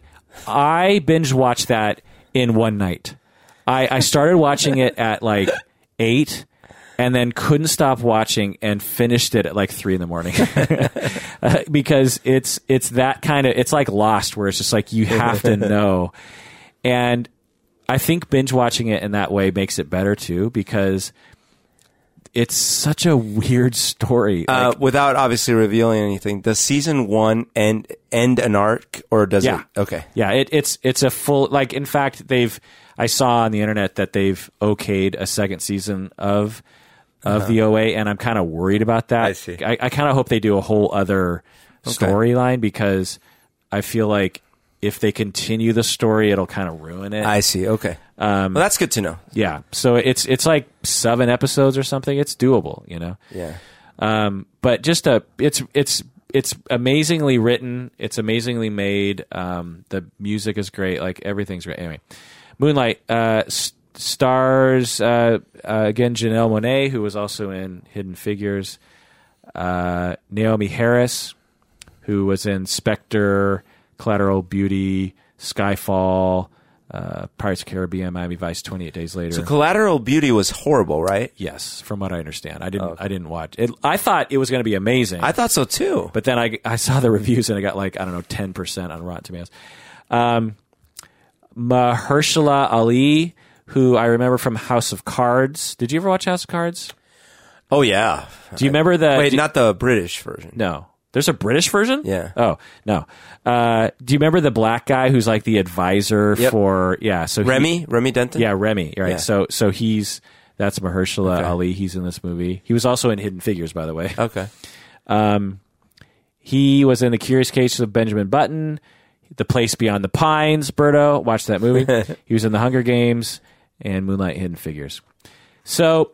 Speaker 1: I binge watched that in one night. I, I started watching it at like eight and then couldn't stop watching and finished it at like three in the morning Uh, because it's it's that kind of it's like lost where it's just like you have to know and i think binge watching it in that way makes it better too because it's such a weird story
Speaker 2: Uh, without obviously revealing anything, does season one end end an arc or does
Speaker 1: Yeah.
Speaker 2: it? Okay.
Speaker 1: Yeah, it, it's it's a full like. In fact, they've I saw on the internet that they've okayed a second season of of the OA, and I'm kind of worried about that.
Speaker 2: Uh-huh. I see.
Speaker 1: I, kind of hope they do a whole other storyline because I feel like if they continue the story, it'll kind of ruin it.
Speaker 2: I see. Okay. Um, well, that's good to know.
Speaker 1: yeah, so it's it's like seven episodes or something. It's doable, you know.
Speaker 2: Yeah.
Speaker 1: Um, but just a it's it's it's amazingly written. It's amazingly made. Um, the music is great. Like everything's great. Anyway, Moonlight uh, s- stars uh, uh, again Janelle Monet, who was also in Hidden Figures. Uh, Naomi Harris, who was in Spectre, Collateral Beauty, Skyfall, uh, Pirates of the Caribbean, Miami Vice, Twenty Eight Days Later.
Speaker 2: So Collateral Beauty was horrible, right?
Speaker 1: Yes, from what I understand, I didn't. I didn't watch it. I thought it was going to be amazing,
Speaker 2: I thought so too.
Speaker 1: but then I, I saw the reviews and I got like I don't know ten percent on Rotten Tomatoes. Um, Mahershala Ali, who I remember from House of Cards. Did you ever watch House of Cards?
Speaker 2: oh yeah.
Speaker 1: Do you remember the?
Speaker 2: Wait,
Speaker 1: do-
Speaker 2: not the British version.
Speaker 1: no. There's a British version.
Speaker 2: Yeah.
Speaker 1: Oh no. Uh, do you remember the black guy who's like the advisor
Speaker 2: Yep.
Speaker 1: for? Yeah. So he-
Speaker 2: Remy, Remy Denton.
Speaker 1: Yeah, Remy. Right.
Speaker 2: Yeah.
Speaker 1: So so he's that's Mahershala Ali. He's in this movie. He was also in Hidden Figures, by the way.
Speaker 2: Okay.
Speaker 1: He was in The Curious Case of Benjamin Button, The Place Beyond the Pines. Berto, watch that movie. he was in The Hunger Games and Moonlight Hidden Figures. So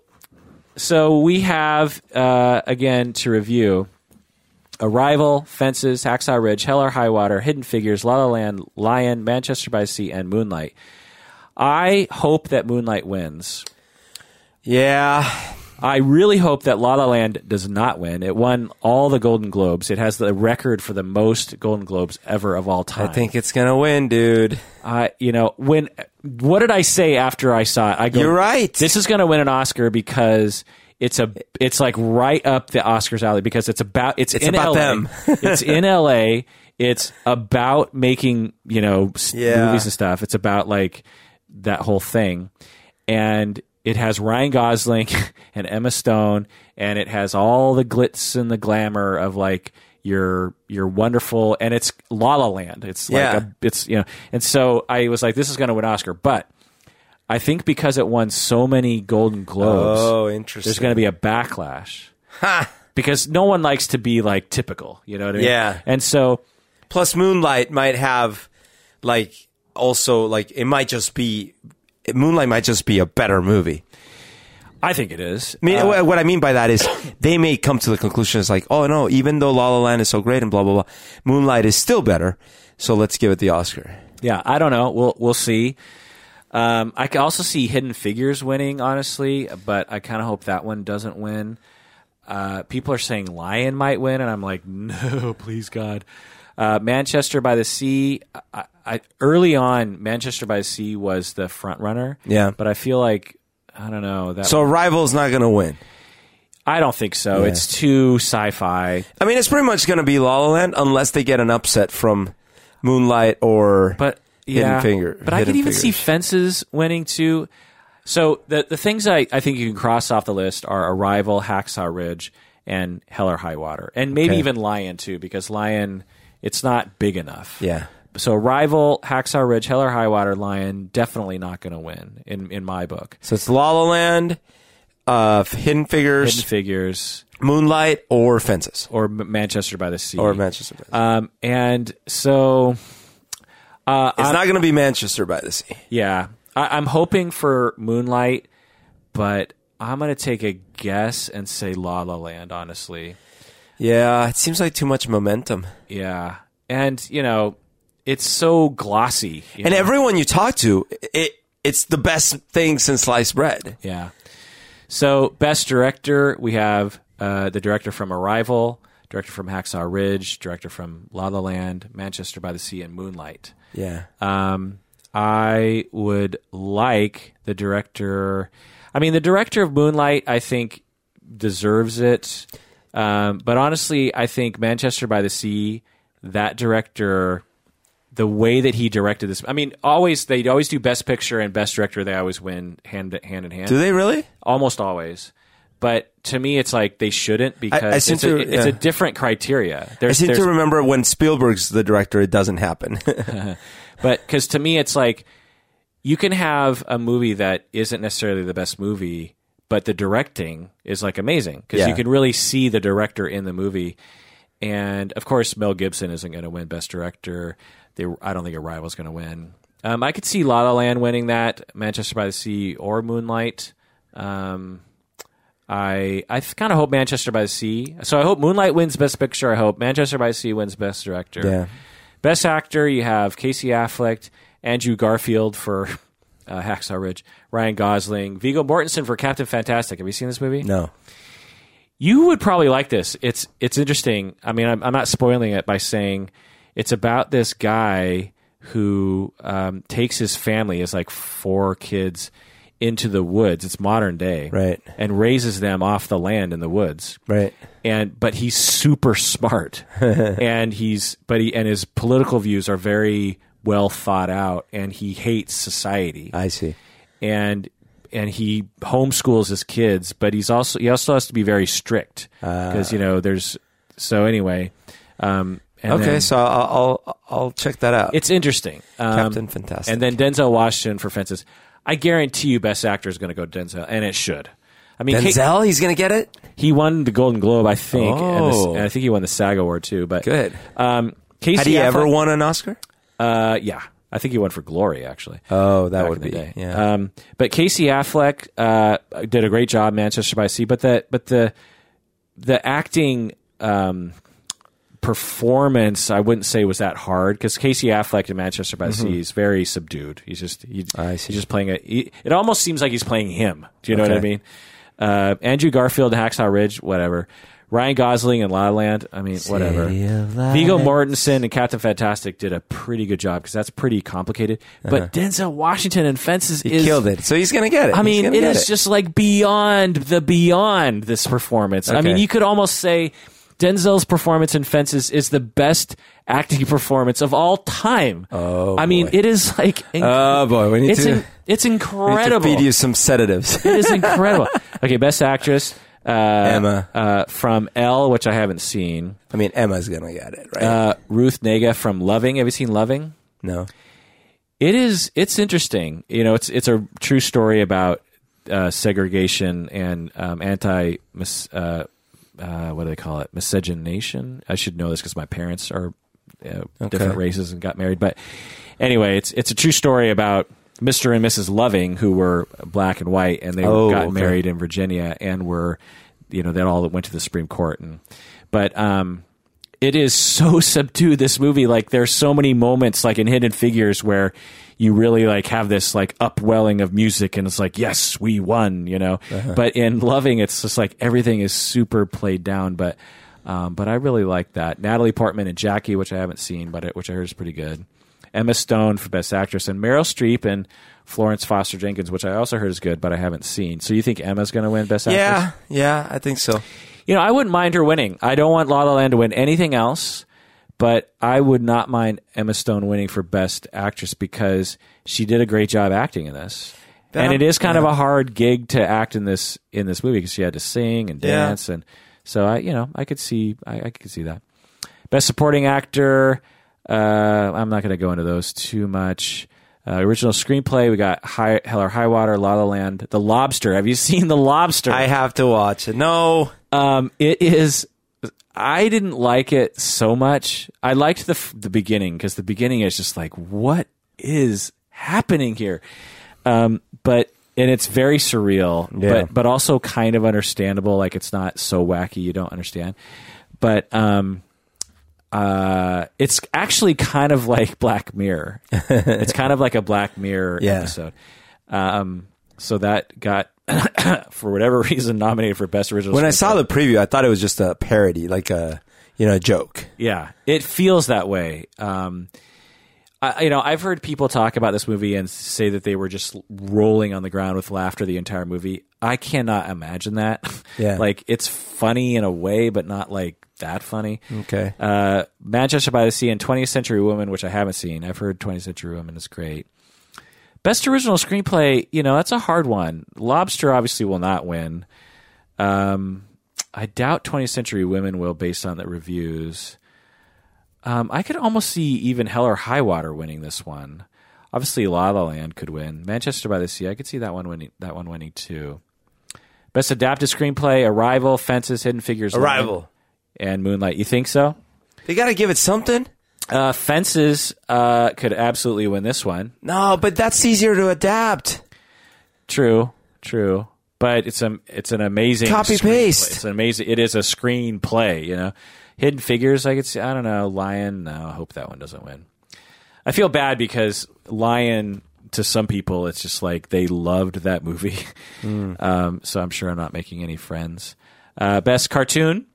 Speaker 1: so we have uh, again to review. Arrival, Fences, Hacksaw Ridge, Hell or High Water, Hidden Figures, La La Land, Lion, Manchester by the Sea, and Moonlight. I hope that Moonlight wins.
Speaker 2: Yeah.
Speaker 1: I really hope that La La Land does not win. It won all the Golden Globes. It has the record for the most Golden Globes ever of all time.
Speaker 2: I think it's gonna win, dude.
Speaker 1: Uh, you know when? What did I say after I saw it? I go.
Speaker 2: You're right.
Speaker 1: This is going to win an Oscar because it's a. It's like right up the Oscars alley because it's about. It's, in
Speaker 2: about
Speaker 1: LA.
Speaker 2: them.
Speaker 1: it's in L.A. It's about making you know s-
Speaker 2: Yeah.
Speaker 1: movies and stuff. It's about like that whole thing, and it has Ryan Gosling and Emma Stone, and it has all the glitz and the glamour of like your your wonderful, and it's La La Land. It's like
Speaker 2: Yeah.
Speaker 1: a it's you know and so i was like this is going to win oscar but i think because it won so many golden globes
Speaker 2: Oh, interesting.
Speaker 1: there's going to be a backlash
Speaker 2: Ha!
Speaker 1: because no one likes to be like typical you know what i mean
Speaker 2: Yeah.
Speaker 1: and so
Speaker 2: Plus, Moonlight might have like also like it might just be Moonlight might just be a better movie.
Speaker 1: i think it is
Speaker 2: I mean, wha- what I mean by that is they may come to the conclusion it's like, oh no, even though La La Land is so great and blah blah blah, Moonlight is still better. So let's give it the Oscar.
Speaker 1: yeah i don't know we'll we'll see um, I can also see Hidden Figures winning, honestly, but I kind of hope that one doesn't win. Uh, people are saying Lion might win, and I'm like, no, please God. Uh, Manchester by the Sea. I, I, early on, Manchester by the Sea was the front runner.
Speaker 2: Yeah.
Speaker 1: but I feel like I don't know that.
Speaker 2: So Arrival's not going to win.
Speaker 1: I don't think so. It's too sci-fi.
Speaker 2: I mean, it's pretty much going to be La La Land unless they get an upset from Moonlight or
Speaker 1: But
Speaker 2: Hidden
Speaker 1: yeah,
Speaker 2: Finger-
Speaker 1: But I
Speaker 2: Hidden
Speaker 1: could even see
Speaker 2: Figures.
Speaker 1: fences winning too. So the the things I, I think you can cross off the list are Arrival, Hacksaw Ridge, and Hell or High Water, and maybe
Speaker 2: Okay.
Speaker 1: even Lion too, because Lion it's not big enough.
Speaker 2: Yeah.
Speaker 1: So rival Hacksaw Ridge, Hell or High Water, Lion definitely not going to win in in my book.
Speaker 2: So it's La La Land, uh, Hidden Figures,
Speaker 1: Hidden Figures
Speaker 2: Moonlight, or Fences,
Speaker 1: or M- Manchester by the Sea
Speaker 2: or Manchester. By the sea.
Speaker 1: Um, and so, uh,
Speaker 2: it's
Speaker 1: I'm-
Speaker 2: not going to be Manchester by the Sea.
Speaker 1: yeah, I, I'm hoping for Moonlight, but I'm gonna take a guess and say La La Land. Honestly,
Speaker 2: Yeah, it seems like too much momentum.
Speaker 1: yeah, and you know, it's so glossy. you
Speaker 2: And
Speaker 1: know?
Speaker 2: everyone you talk to, it it's the best thing since sliced bread.
Speaker 1: yeah. So, best director, we have uh, the director from Arrival, director from Hacksaw Ridge, director from La La Land, Manchester by the Sea, and Moonlight.
Speaker 2: Yeah.
Speaker 1: Um, I would like the director. I mean, the director of Moonlight, I think, deserves it. Um, but honestly, I think Manchester by the Sea, that director, the way that he directed this. I mean, always they always do Best Picture and Best Director. They always win hand hand in hand,
Speaker 2: Do they really?
Speaker 1: almost always. But to me, it's like they shouldn't because
Speaker 2: seem
Speaker 1: it's, a,
Speaker 2: to-
Speaker 1: it's a
Speaker 2: yeah.
Speaker 1: different criteria. There's,
Speaker 2: I seem
Speaker 1: there's
Speaker 2: to remember when Spielberg's the director, it doesn't happen.
Speaker 1: but because to me it's like you can have a movie that isn't necessarily the best movie but the directing is like amazing because
Speaker 2: Yeah.
Speaker 1: you can really see the director in the movie and of course mel gibson isn't going to win best director they, i don't think arrival's going to win um, i could see la la land winning that manchester by the sea or moonlight um, I I kind of hope Manchester by the Sea. So I hope Moonlight wins Best Picture. I hope Manchester by the Sea wins Best Director.
Speaker 2: Yeah.
Speaker 1: Best Actor, you have Casey Affleck, Andrew Garfield for uh, Hacksaw Ridge, Ryan Gosling, Vigo Mortensen for Captain Fantastic. Have you seen this movie?
Speaker 2: no.
Speaker 1: You would probably like this. It's it's interesting. I mean, I'm, I'm not spoiling it by saying it's about this guy who um, takes his family, his like four kids, into the woods. It's modern day,
Speaker 2: Right.
Speaker 1: And raises them off the land in the woods,
Speaker 2: Right.
Speaker 1: and but he's super smart and he's but he and his political views are very well thought out and he hates society
Speaker 2: I see.
Speaker 1: and and he homeschools his kids but he's also he also has to be very strict
Speaker 2: Ah.
Speaker 1: because you know there's so anyway um and
Speaker 2: Okay,
Speaker 1: then-
Speaker 2: so I'll, I'll I'll check that out.
Speaker 1: it's interesting um,
Speaker 2: Captain Fantastic.
Speaker 1: and then denzel washington for fences i guarantee you best actor is going to go denzel and it should i mean Kate-
Speaker 2: Denzel, he's gonna get it.
Speaker 1: he won the Golden Globe, I think, and, the,
Speaker 2: Oh.
Speaker 1: and I think he won the SAG award too. But
Speaker 2: Good.
Speaker 1: Um, Casey
Speaker 2: Had he
Speaker 1: Affleck-
Speaker 2: ever won an Oscar?
Speaker 1: Uh, yeah, I think he won for Glory actually.
Speaker 2: Oh, that
Speaker 1: back
Speaker 2: would
Speaker 1: in the
Speaker 2: be
Speaker 1: day.
Speaker 2: yeah.
Speaker 1: Um, but Casey Affleck uh, did a great job Manchester by the Sea, but the but the the acting um, performance I wouldn't say was that hard because Casey Affleck in Manchester by the Sea is very subdued. He's just he,
Speaker 2: Mm-hmm. I see.
Speaker 1: he's just playing a. He, it almost seems like he's playing him. Do you know what I
Speaker 2: Okay.
Speaker 1: mean? Uh, Andrew Garfield, Hacksaw Ridge, whatever. Ryan Gosling and La La Land. I mean, whatever.
Speaker 2: City of Lights.
Speaker 1: Viggo Mortensen and Captain Fantastic did a pretty good job because that's pretty complicated. But Denzel Washington and Fences
Speaker 2: Uh-huh. he
Speaker 1: is
Speaker 2: killed it, so he's gonna get it.
Speaker 1: I
Speaker 2: He's
Speaker 1: mean,
Speaker 2: gonna
Speaker 1: it
Speaker 2: get
Speaker 1: is just like beyond the beyond this performance. I
Speaker 2: Okay.
Speaker 1: mean, you could almost say Denzel's performance in Fences is the best acting performance of all time.
Speaker 2: Oh,
Speaker 1: I mean,
Speaker 2: boy.
Speaker 1: it is like inc-
Speaker 2: Oh, boy, we need
Speaker 1: it's
Speaker 2: to-
Speaker 1: in- it's
Speaker 2: We need to
Speaker 1: incredible.
Speaker 2: feed you some sedatives.
Speaker 1: it is incredible. Okay, best actress uh,
Speaker 2: Emma.
Speaker 1: uh, from L, which I haven't seen.
Speaker 2: I mean, Emma's gonna get it, right?
Speaker 1: Uh, Ruth Nega from Loving. Have you seen Loving?
Speaker 2: no.
Speaker 1: It is. It's interesting. You know, it's it's a true story about uh, segregation and um, anti. Mis- uh, uh, what do they call it? Miscegenation. I should know this because my parents are uh, different races and got married. But anyway, it's it's a true story about Mr. and Mrs. Loving, who were black and white, and they
Speaker 2: Oh,
Speaker 1: got
Speaker 2: okay.
Speaker 1: married in Virginia, and were you know that all went to the Supreme Court. And but um, it is so subdued this movie like there's so many moments like in hidden figures where you really like have this like upwelling of music and it's like yes we won you know but in loving it's just like everything is super played down but um, but i really like that natalie portman and jackie which i haven't seen but it, which i heard is pretty good emma stone for best actress and meryl streep and florence foster jenkins which i also heard is good but i haven't seen so you think emma's going to win best actress
Speaker 2: Yeah, yeah, I think so.
Speaker 1: you know, I wouldn't mind her winning. I don't want La La Land to win anything else, but I would not mind Emma Stone winning for Best Actress because she did a great job acting in this.
Speaker 2: That-
Speaker 1: and it is kind of a hard gig to act in this in this movie because she had to sing and
Speaker 2: Yeah.
Speaker 1: dance and So I, you know, I could see, I, I could see that. Best Supporting Actor. Uh, I'm not going to go into those too much. Uh, original screenplay. We got High, Hell or High Water, La La Land, The Lobster. Have you seen The Lobster?
Speaker 2: I have to watch it. No.
Speaker 1: Um, it is. I didn't like it so much. I liked the f- the beginning because the beginning is just like, what is happening here? Um, but and it's very surreal,
Speaker 2: Yeah.
Speaker 1: but but also kind of understandable. Like it's not so wacky you don't understand. But um, uh, it's actually kind of like Black Mirror. it's kind of like a Black Mirror
Speaker 2: Yeah.
Speaker 1: episode. Um, so that got. for whatever reason, nominated for best original.
Speaker 2: When I
Speaker 1: Screenplay.
Speaker 2: saw the preview, I thought it was just a parody, like a you know a joke.
Speaker 1: Yeah, it feels that way. Um, I, you know, I've heard people talk about this movie and say that they were just rolling on the ground with laughter the entire movie. I cannot imagine that.
Speaker 2: Yeah.
Speaker 1: like it's funny in a way, but not like that funny.
Speaker 2: Okay.
Speaker 1: Uh, Manchester by the Sea and 20th Century Woman, which I haven't seen. I've heard 20th Century Woman is great. Best original screenplay, you know, that's a hard one. Lobster obviously will not win. Um, I doubt 20th Century Women will, based on the reviews. Um, I could almost see even Hell or High Water winning this one. Obviously, La La Land could win. Manchester by the Sea, I could see that one winning. That one winning too. Best adapted screenplay: Arrival, Fences, Hidden Figures, Lion,
Speaker 2: Arrival.
Speaker 1: and Moonlight. You think so?
Speaker 2: They got to give it something.
Speaker 1: Uh, Fences uh, could absolutely win this one.
Speaker 2: No, but that's easier to adapt.
Speaker 1: True, true. But it's a it's an amazing
Speaker 2: Copy
Speaker 1: screenplay.
Speaker 2: paste.
Speaker 1: It's an amazing. It is a screenplay. You know, Hidden Figures. I could see. I don't know. Lion. No, I hope that one doesn't win. I feel bad because Lion. To some people, it's just like they loved that movie.
Speaker 2: Hmm.
Speaker 1: Um, so I'm sure I'm not making any friends. Uh, best cartoon,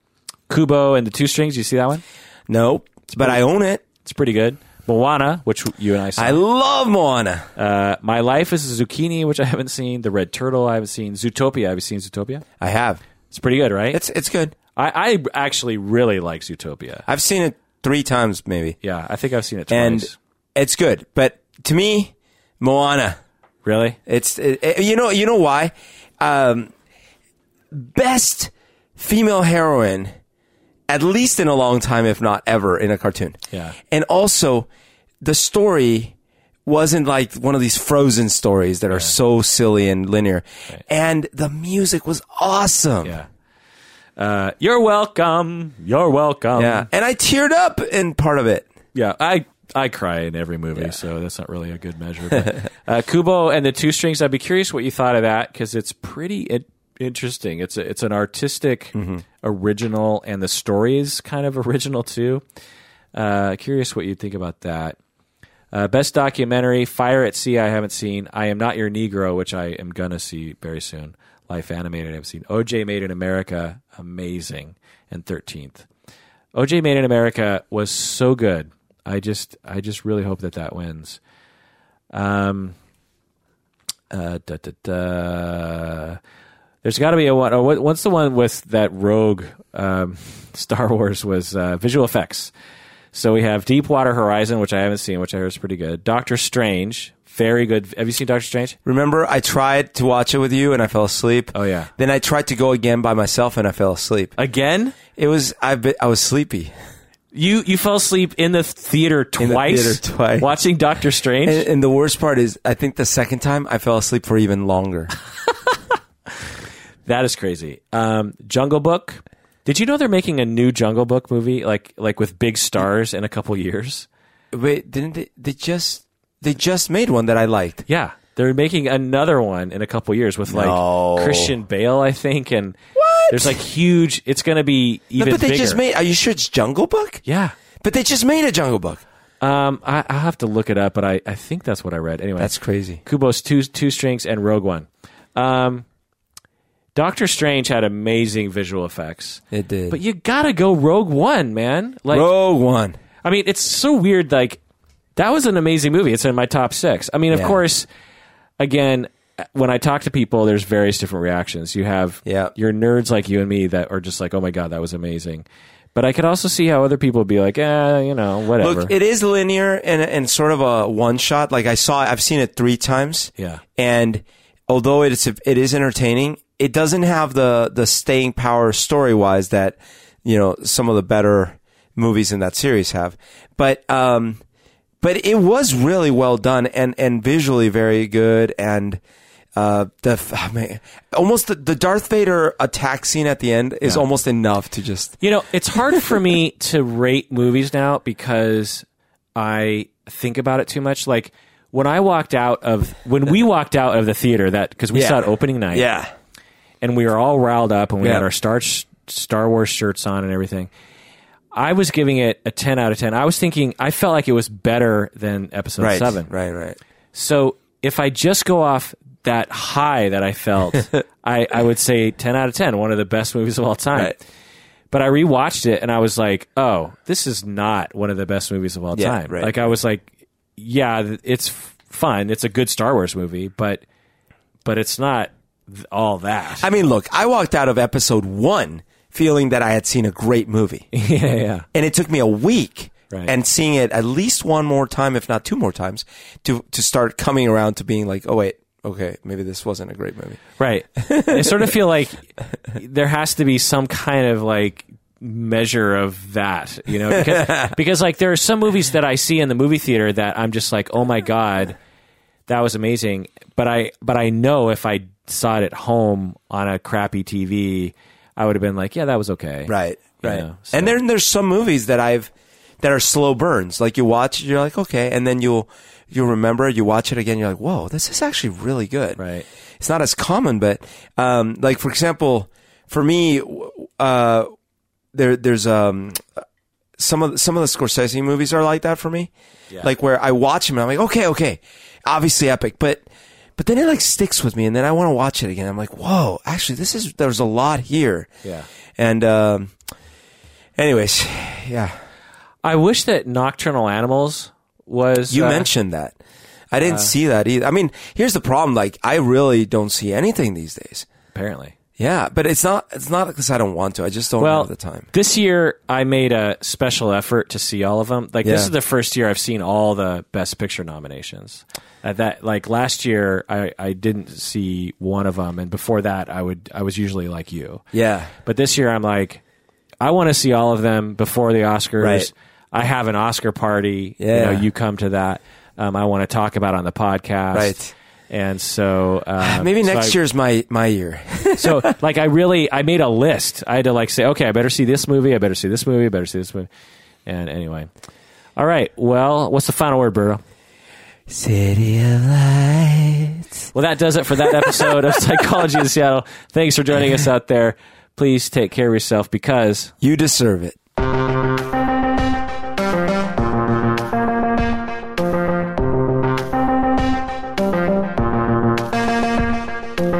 Speaker 1: Kubo and the Two Strings. You see that one?
Speaker 2: Nope. But I own it.
Speaker 1: It's pretty good. Moana, which you and I saw.
Speaker 2: I love Moana.
Speaker 1: Uh, My Life is a Zucchini, which I haven't seen. The Red Turtle, I haven't seen. Zootopia, I've seen Zootopia.
Speaker 2: I have.
Speaker 1: It's pretty good, right?
Speaker 2: It's it's good.
Speaker 1: I, I actually really like Zootopia.
Speaker 2: I've seen it three times maybe,
Speaker 1: Yeah, I think I've seen it twice.
Speaker 2: and it's good. But to me, Moana.
Speaker 1: really?
Speaker 2: It's it, it- you know you know why? Um, best female heroine, at least in a long time, if not ever, in a cartoon.
Speaker 1: Yeah.
Speaker 2: And also, the story wasn't like one of these frozen stories that are so silly and linear. And the music was awesome.
Speaker 1: Yeah. Uh, you're welcome. You're welcome.
Speaker 2: Yeah. And I teared up in part of it.
Speaker 1: Yeah, I I cry in every movie, so that's not really a good measure. But, uh, Kubo and the Two Strings. I'd be curious what you thought of that because it's pretty in- interesting. It's a, it's an artistic original, and the story is kind of original too. Uh, curious what you think about that. Uh, best documentary: Fire at Sea. I haven't seen. I am not your Negro, which I am gonna see very soon. Life animated. I've seen OJ Made in America, amazing, and Thirteenth. OJ Made in America was so good. I just I just really hope that that wins. Um, uh, da, da, da. There's got to be a one. Oh, what, what's the one with that rogue um, Star Wars was uh, visual effects. So we have Deepwater Horizon, which I haven't seen, which I heard is pretty good. Doctor Strange, very good. Have you seen Doctor Strange?
Speaker 2: Remember, I tried to watch it with you and I fell asleep.
Speaker 1: Oh, yeah.
Speaker 2: Then I tried to go again by myself and I fell asleep.
Speaker 1: Again,
Speaker 2: It was I've been, I was sleepy.
Speaker 1: you you fell asleep in the theater
Speaker 2: the
Speaker 1: twice,
Speaker 2: theater twice.
Speaker 1: watching Doctor Strange.
Speaker 2: And, and the worst part is, I think the second time I fell asleep for even longer.
Speaker 1: That is crazy. Um, Jungle Book. Did you know they're making a new Jungle Book movie, like like with big stars in a couple years?
Speaker 2: Wait, didn't they? They just they just made one that I liked.
Speaker 1: Yeah, they're making another one in a couple years with like
Speaker 2: No.
Speaker 1: Christian Bale, I think, and there's like huge. It's going to be even
Speaker 2: No, but they
Speaker 1: bigger.
Speaker 2: just made. Are you sure it's Jungle Book?
Speaker 1: yeah.
Speaker 2: But they just made a Jungle Book.
Speaker 1: Um, I, I'll have to look it up, but I, I think that's what I read. Anyway,
Speaker 2: That's crazy.
Speaker 1: Kubo's two two strings and Rogue One. Um, Doctor Strange had amazing visual effects,
Speaker 2: It did.
Speaker 1: but you gotta go Rogue One, man. Like
Speaker 2: Rogue One.
Speaker 1: I mean, it's so weird. Like that was an amazing movie. It's in my top six. I mean, of
Speaker 2: Yeah.
Speaker 1: course, again, when I talk to people, there's various different reactions. You have
Speaker 2: Yeah.
Speaker 1: your nerds like you and me that are just like, oh my god, that was amazing. But I could also see how other people would be like, eh, you know, whatever.
Speaker 2: Look, it is linear and and sort of a one shot. Like I saw, I've seen it three times.
Speaker 1: Yeah.
Speaker 2: And although it's it is entertaining, it doesn't have the the staying power story wise that you know some of the better movies in that series have. But um, but it was really well done and and visually very good and. Uh, the f- I mean, almost the, the Darth Vader attack scene at the end is almost enough to just
Speaker 1: You know, it's hard for me to rate movies now because I think about it too much. Like when I walked out of when we walked out of the theater that because we
Speaker 2: Yeah.
Speaker 1: saw it opening night,
Speaker 2: yeah
Speaker 1: and we were all riled up and we
Speaker 2: Yeah.
Speaker 1: had our Star Star Wars shirts on and everything. I was giving it a ten out of ten. I was thinking I felt like it was better than episode
Speaker 2: right
Speaker 1: seven.
Speaker 2: right right
Speaker 1: So if I just go off that high that I felt, I, I would say 10 out of 10, one of the best movies of all time.
Speaker 2: Right.
Speaker 1: But I rewatched it and I was like, oh, this is not one of the best movies of all
Speaker 2: Yeah,
Speaker 1: time.
Speaker 2: right.
Speaker 1: Like, I was like, yeah, th- it's f- fun. It's a good Star Wars movie, but but it's not th- all that.
Speaker 2: I mean, look, I walked out of episode one feeling that I had seen a great movie.
Speaker 1: yeah, yeah.
Speaker 2: and it took me a week
Speaker 1: Right.
Speaker 2: and seeing it at least one more time, if not two more times, to, to start coming around to being like, oh, wait, okay, maybe this wasn't a great movie.
Speaker 1: Right. I sort of feel like there has to be some kind of like measure of that, you know, because, because like there are some movies that I see in the movie theater that I'm just like, oh my god, that was amazing. But I but I know if I saw it at home on a crappy TV, I would have been like, yeah, that was okay.
Speaker 2: Right,
Speaker 1: You
Speaker 2: right.
Speaker 1: know, so-
Speaker 2: And then there's some movies that I've, that are slow burns. Like you watch, you're like, okay, and then you'll, you'll remember, you watch it again, you're like, whoa, this is actually really good.
Speaker 1: Right.
Speaker 2: It's not as common, but, um, like, for example, for me, w- uh, there, there's, um, some of some of the Scorsese movies are like that for me. Like where I watch them and I'm like, okay, okay, obviously epic, but but then it like sticks with me, and then I want to watch it again. I'm like, whoa, actually, this is there's a lot here.
Speaker 1: Yeah.
Speaker 2: And um, anyways, yeah,
Speaker 1: I wish that Nocturnal Animals was
Speaker 2: you
Speaker 1: uh,
Speaker 2: mentioned that. I didn't see that either. I mean, here's the problem: like, I really don't see anything these days.
Speaker 1: apparently.
Speaker 2: Yeah, but it's not it's not because I don't want to. I just don't
Speaker 1: Well,
Speaker 2: have the time.
Speaker 1: This year, I made a special effort to see all of them. Like this
Speaker 2: Yeah.
Speaker 1: is the first year I've seen all the Best Picture nominations. At that, like last year, I, I didn't see one of them, and before that, I would I was usually like you.
Speaker 2: Yeah,
Speaker 1: But this year, I'm like, I want to see all of them before the Oscars.
Speaker 2: Right.
Speaker 1: I have an Oscar party.
Speaker 2: Yeah.
Speaker 1: You know, you come to that. Um, I want to talk about it on the podcast.
Speaker 2: Right.
Speaker 1: And so uh,
Speaker 2: maybe
Speaker 1: so
Speaker 2: next
Speaker 1: I-
Speaker 2: year's my my year.
Speaker 1: so like I really I made a list. I had to like say, okay, I better see this movie, I better see this movie, I better see this movie. And anyway. All right. Well, what's the final word, Burrow?
Speaker 2: City of Lights.
Speaker 1: Well, that does it for that episode of Psychology in Seattle. Thanks for joining us out there. Please take care of yourself because
Speaker 2: You deserve it.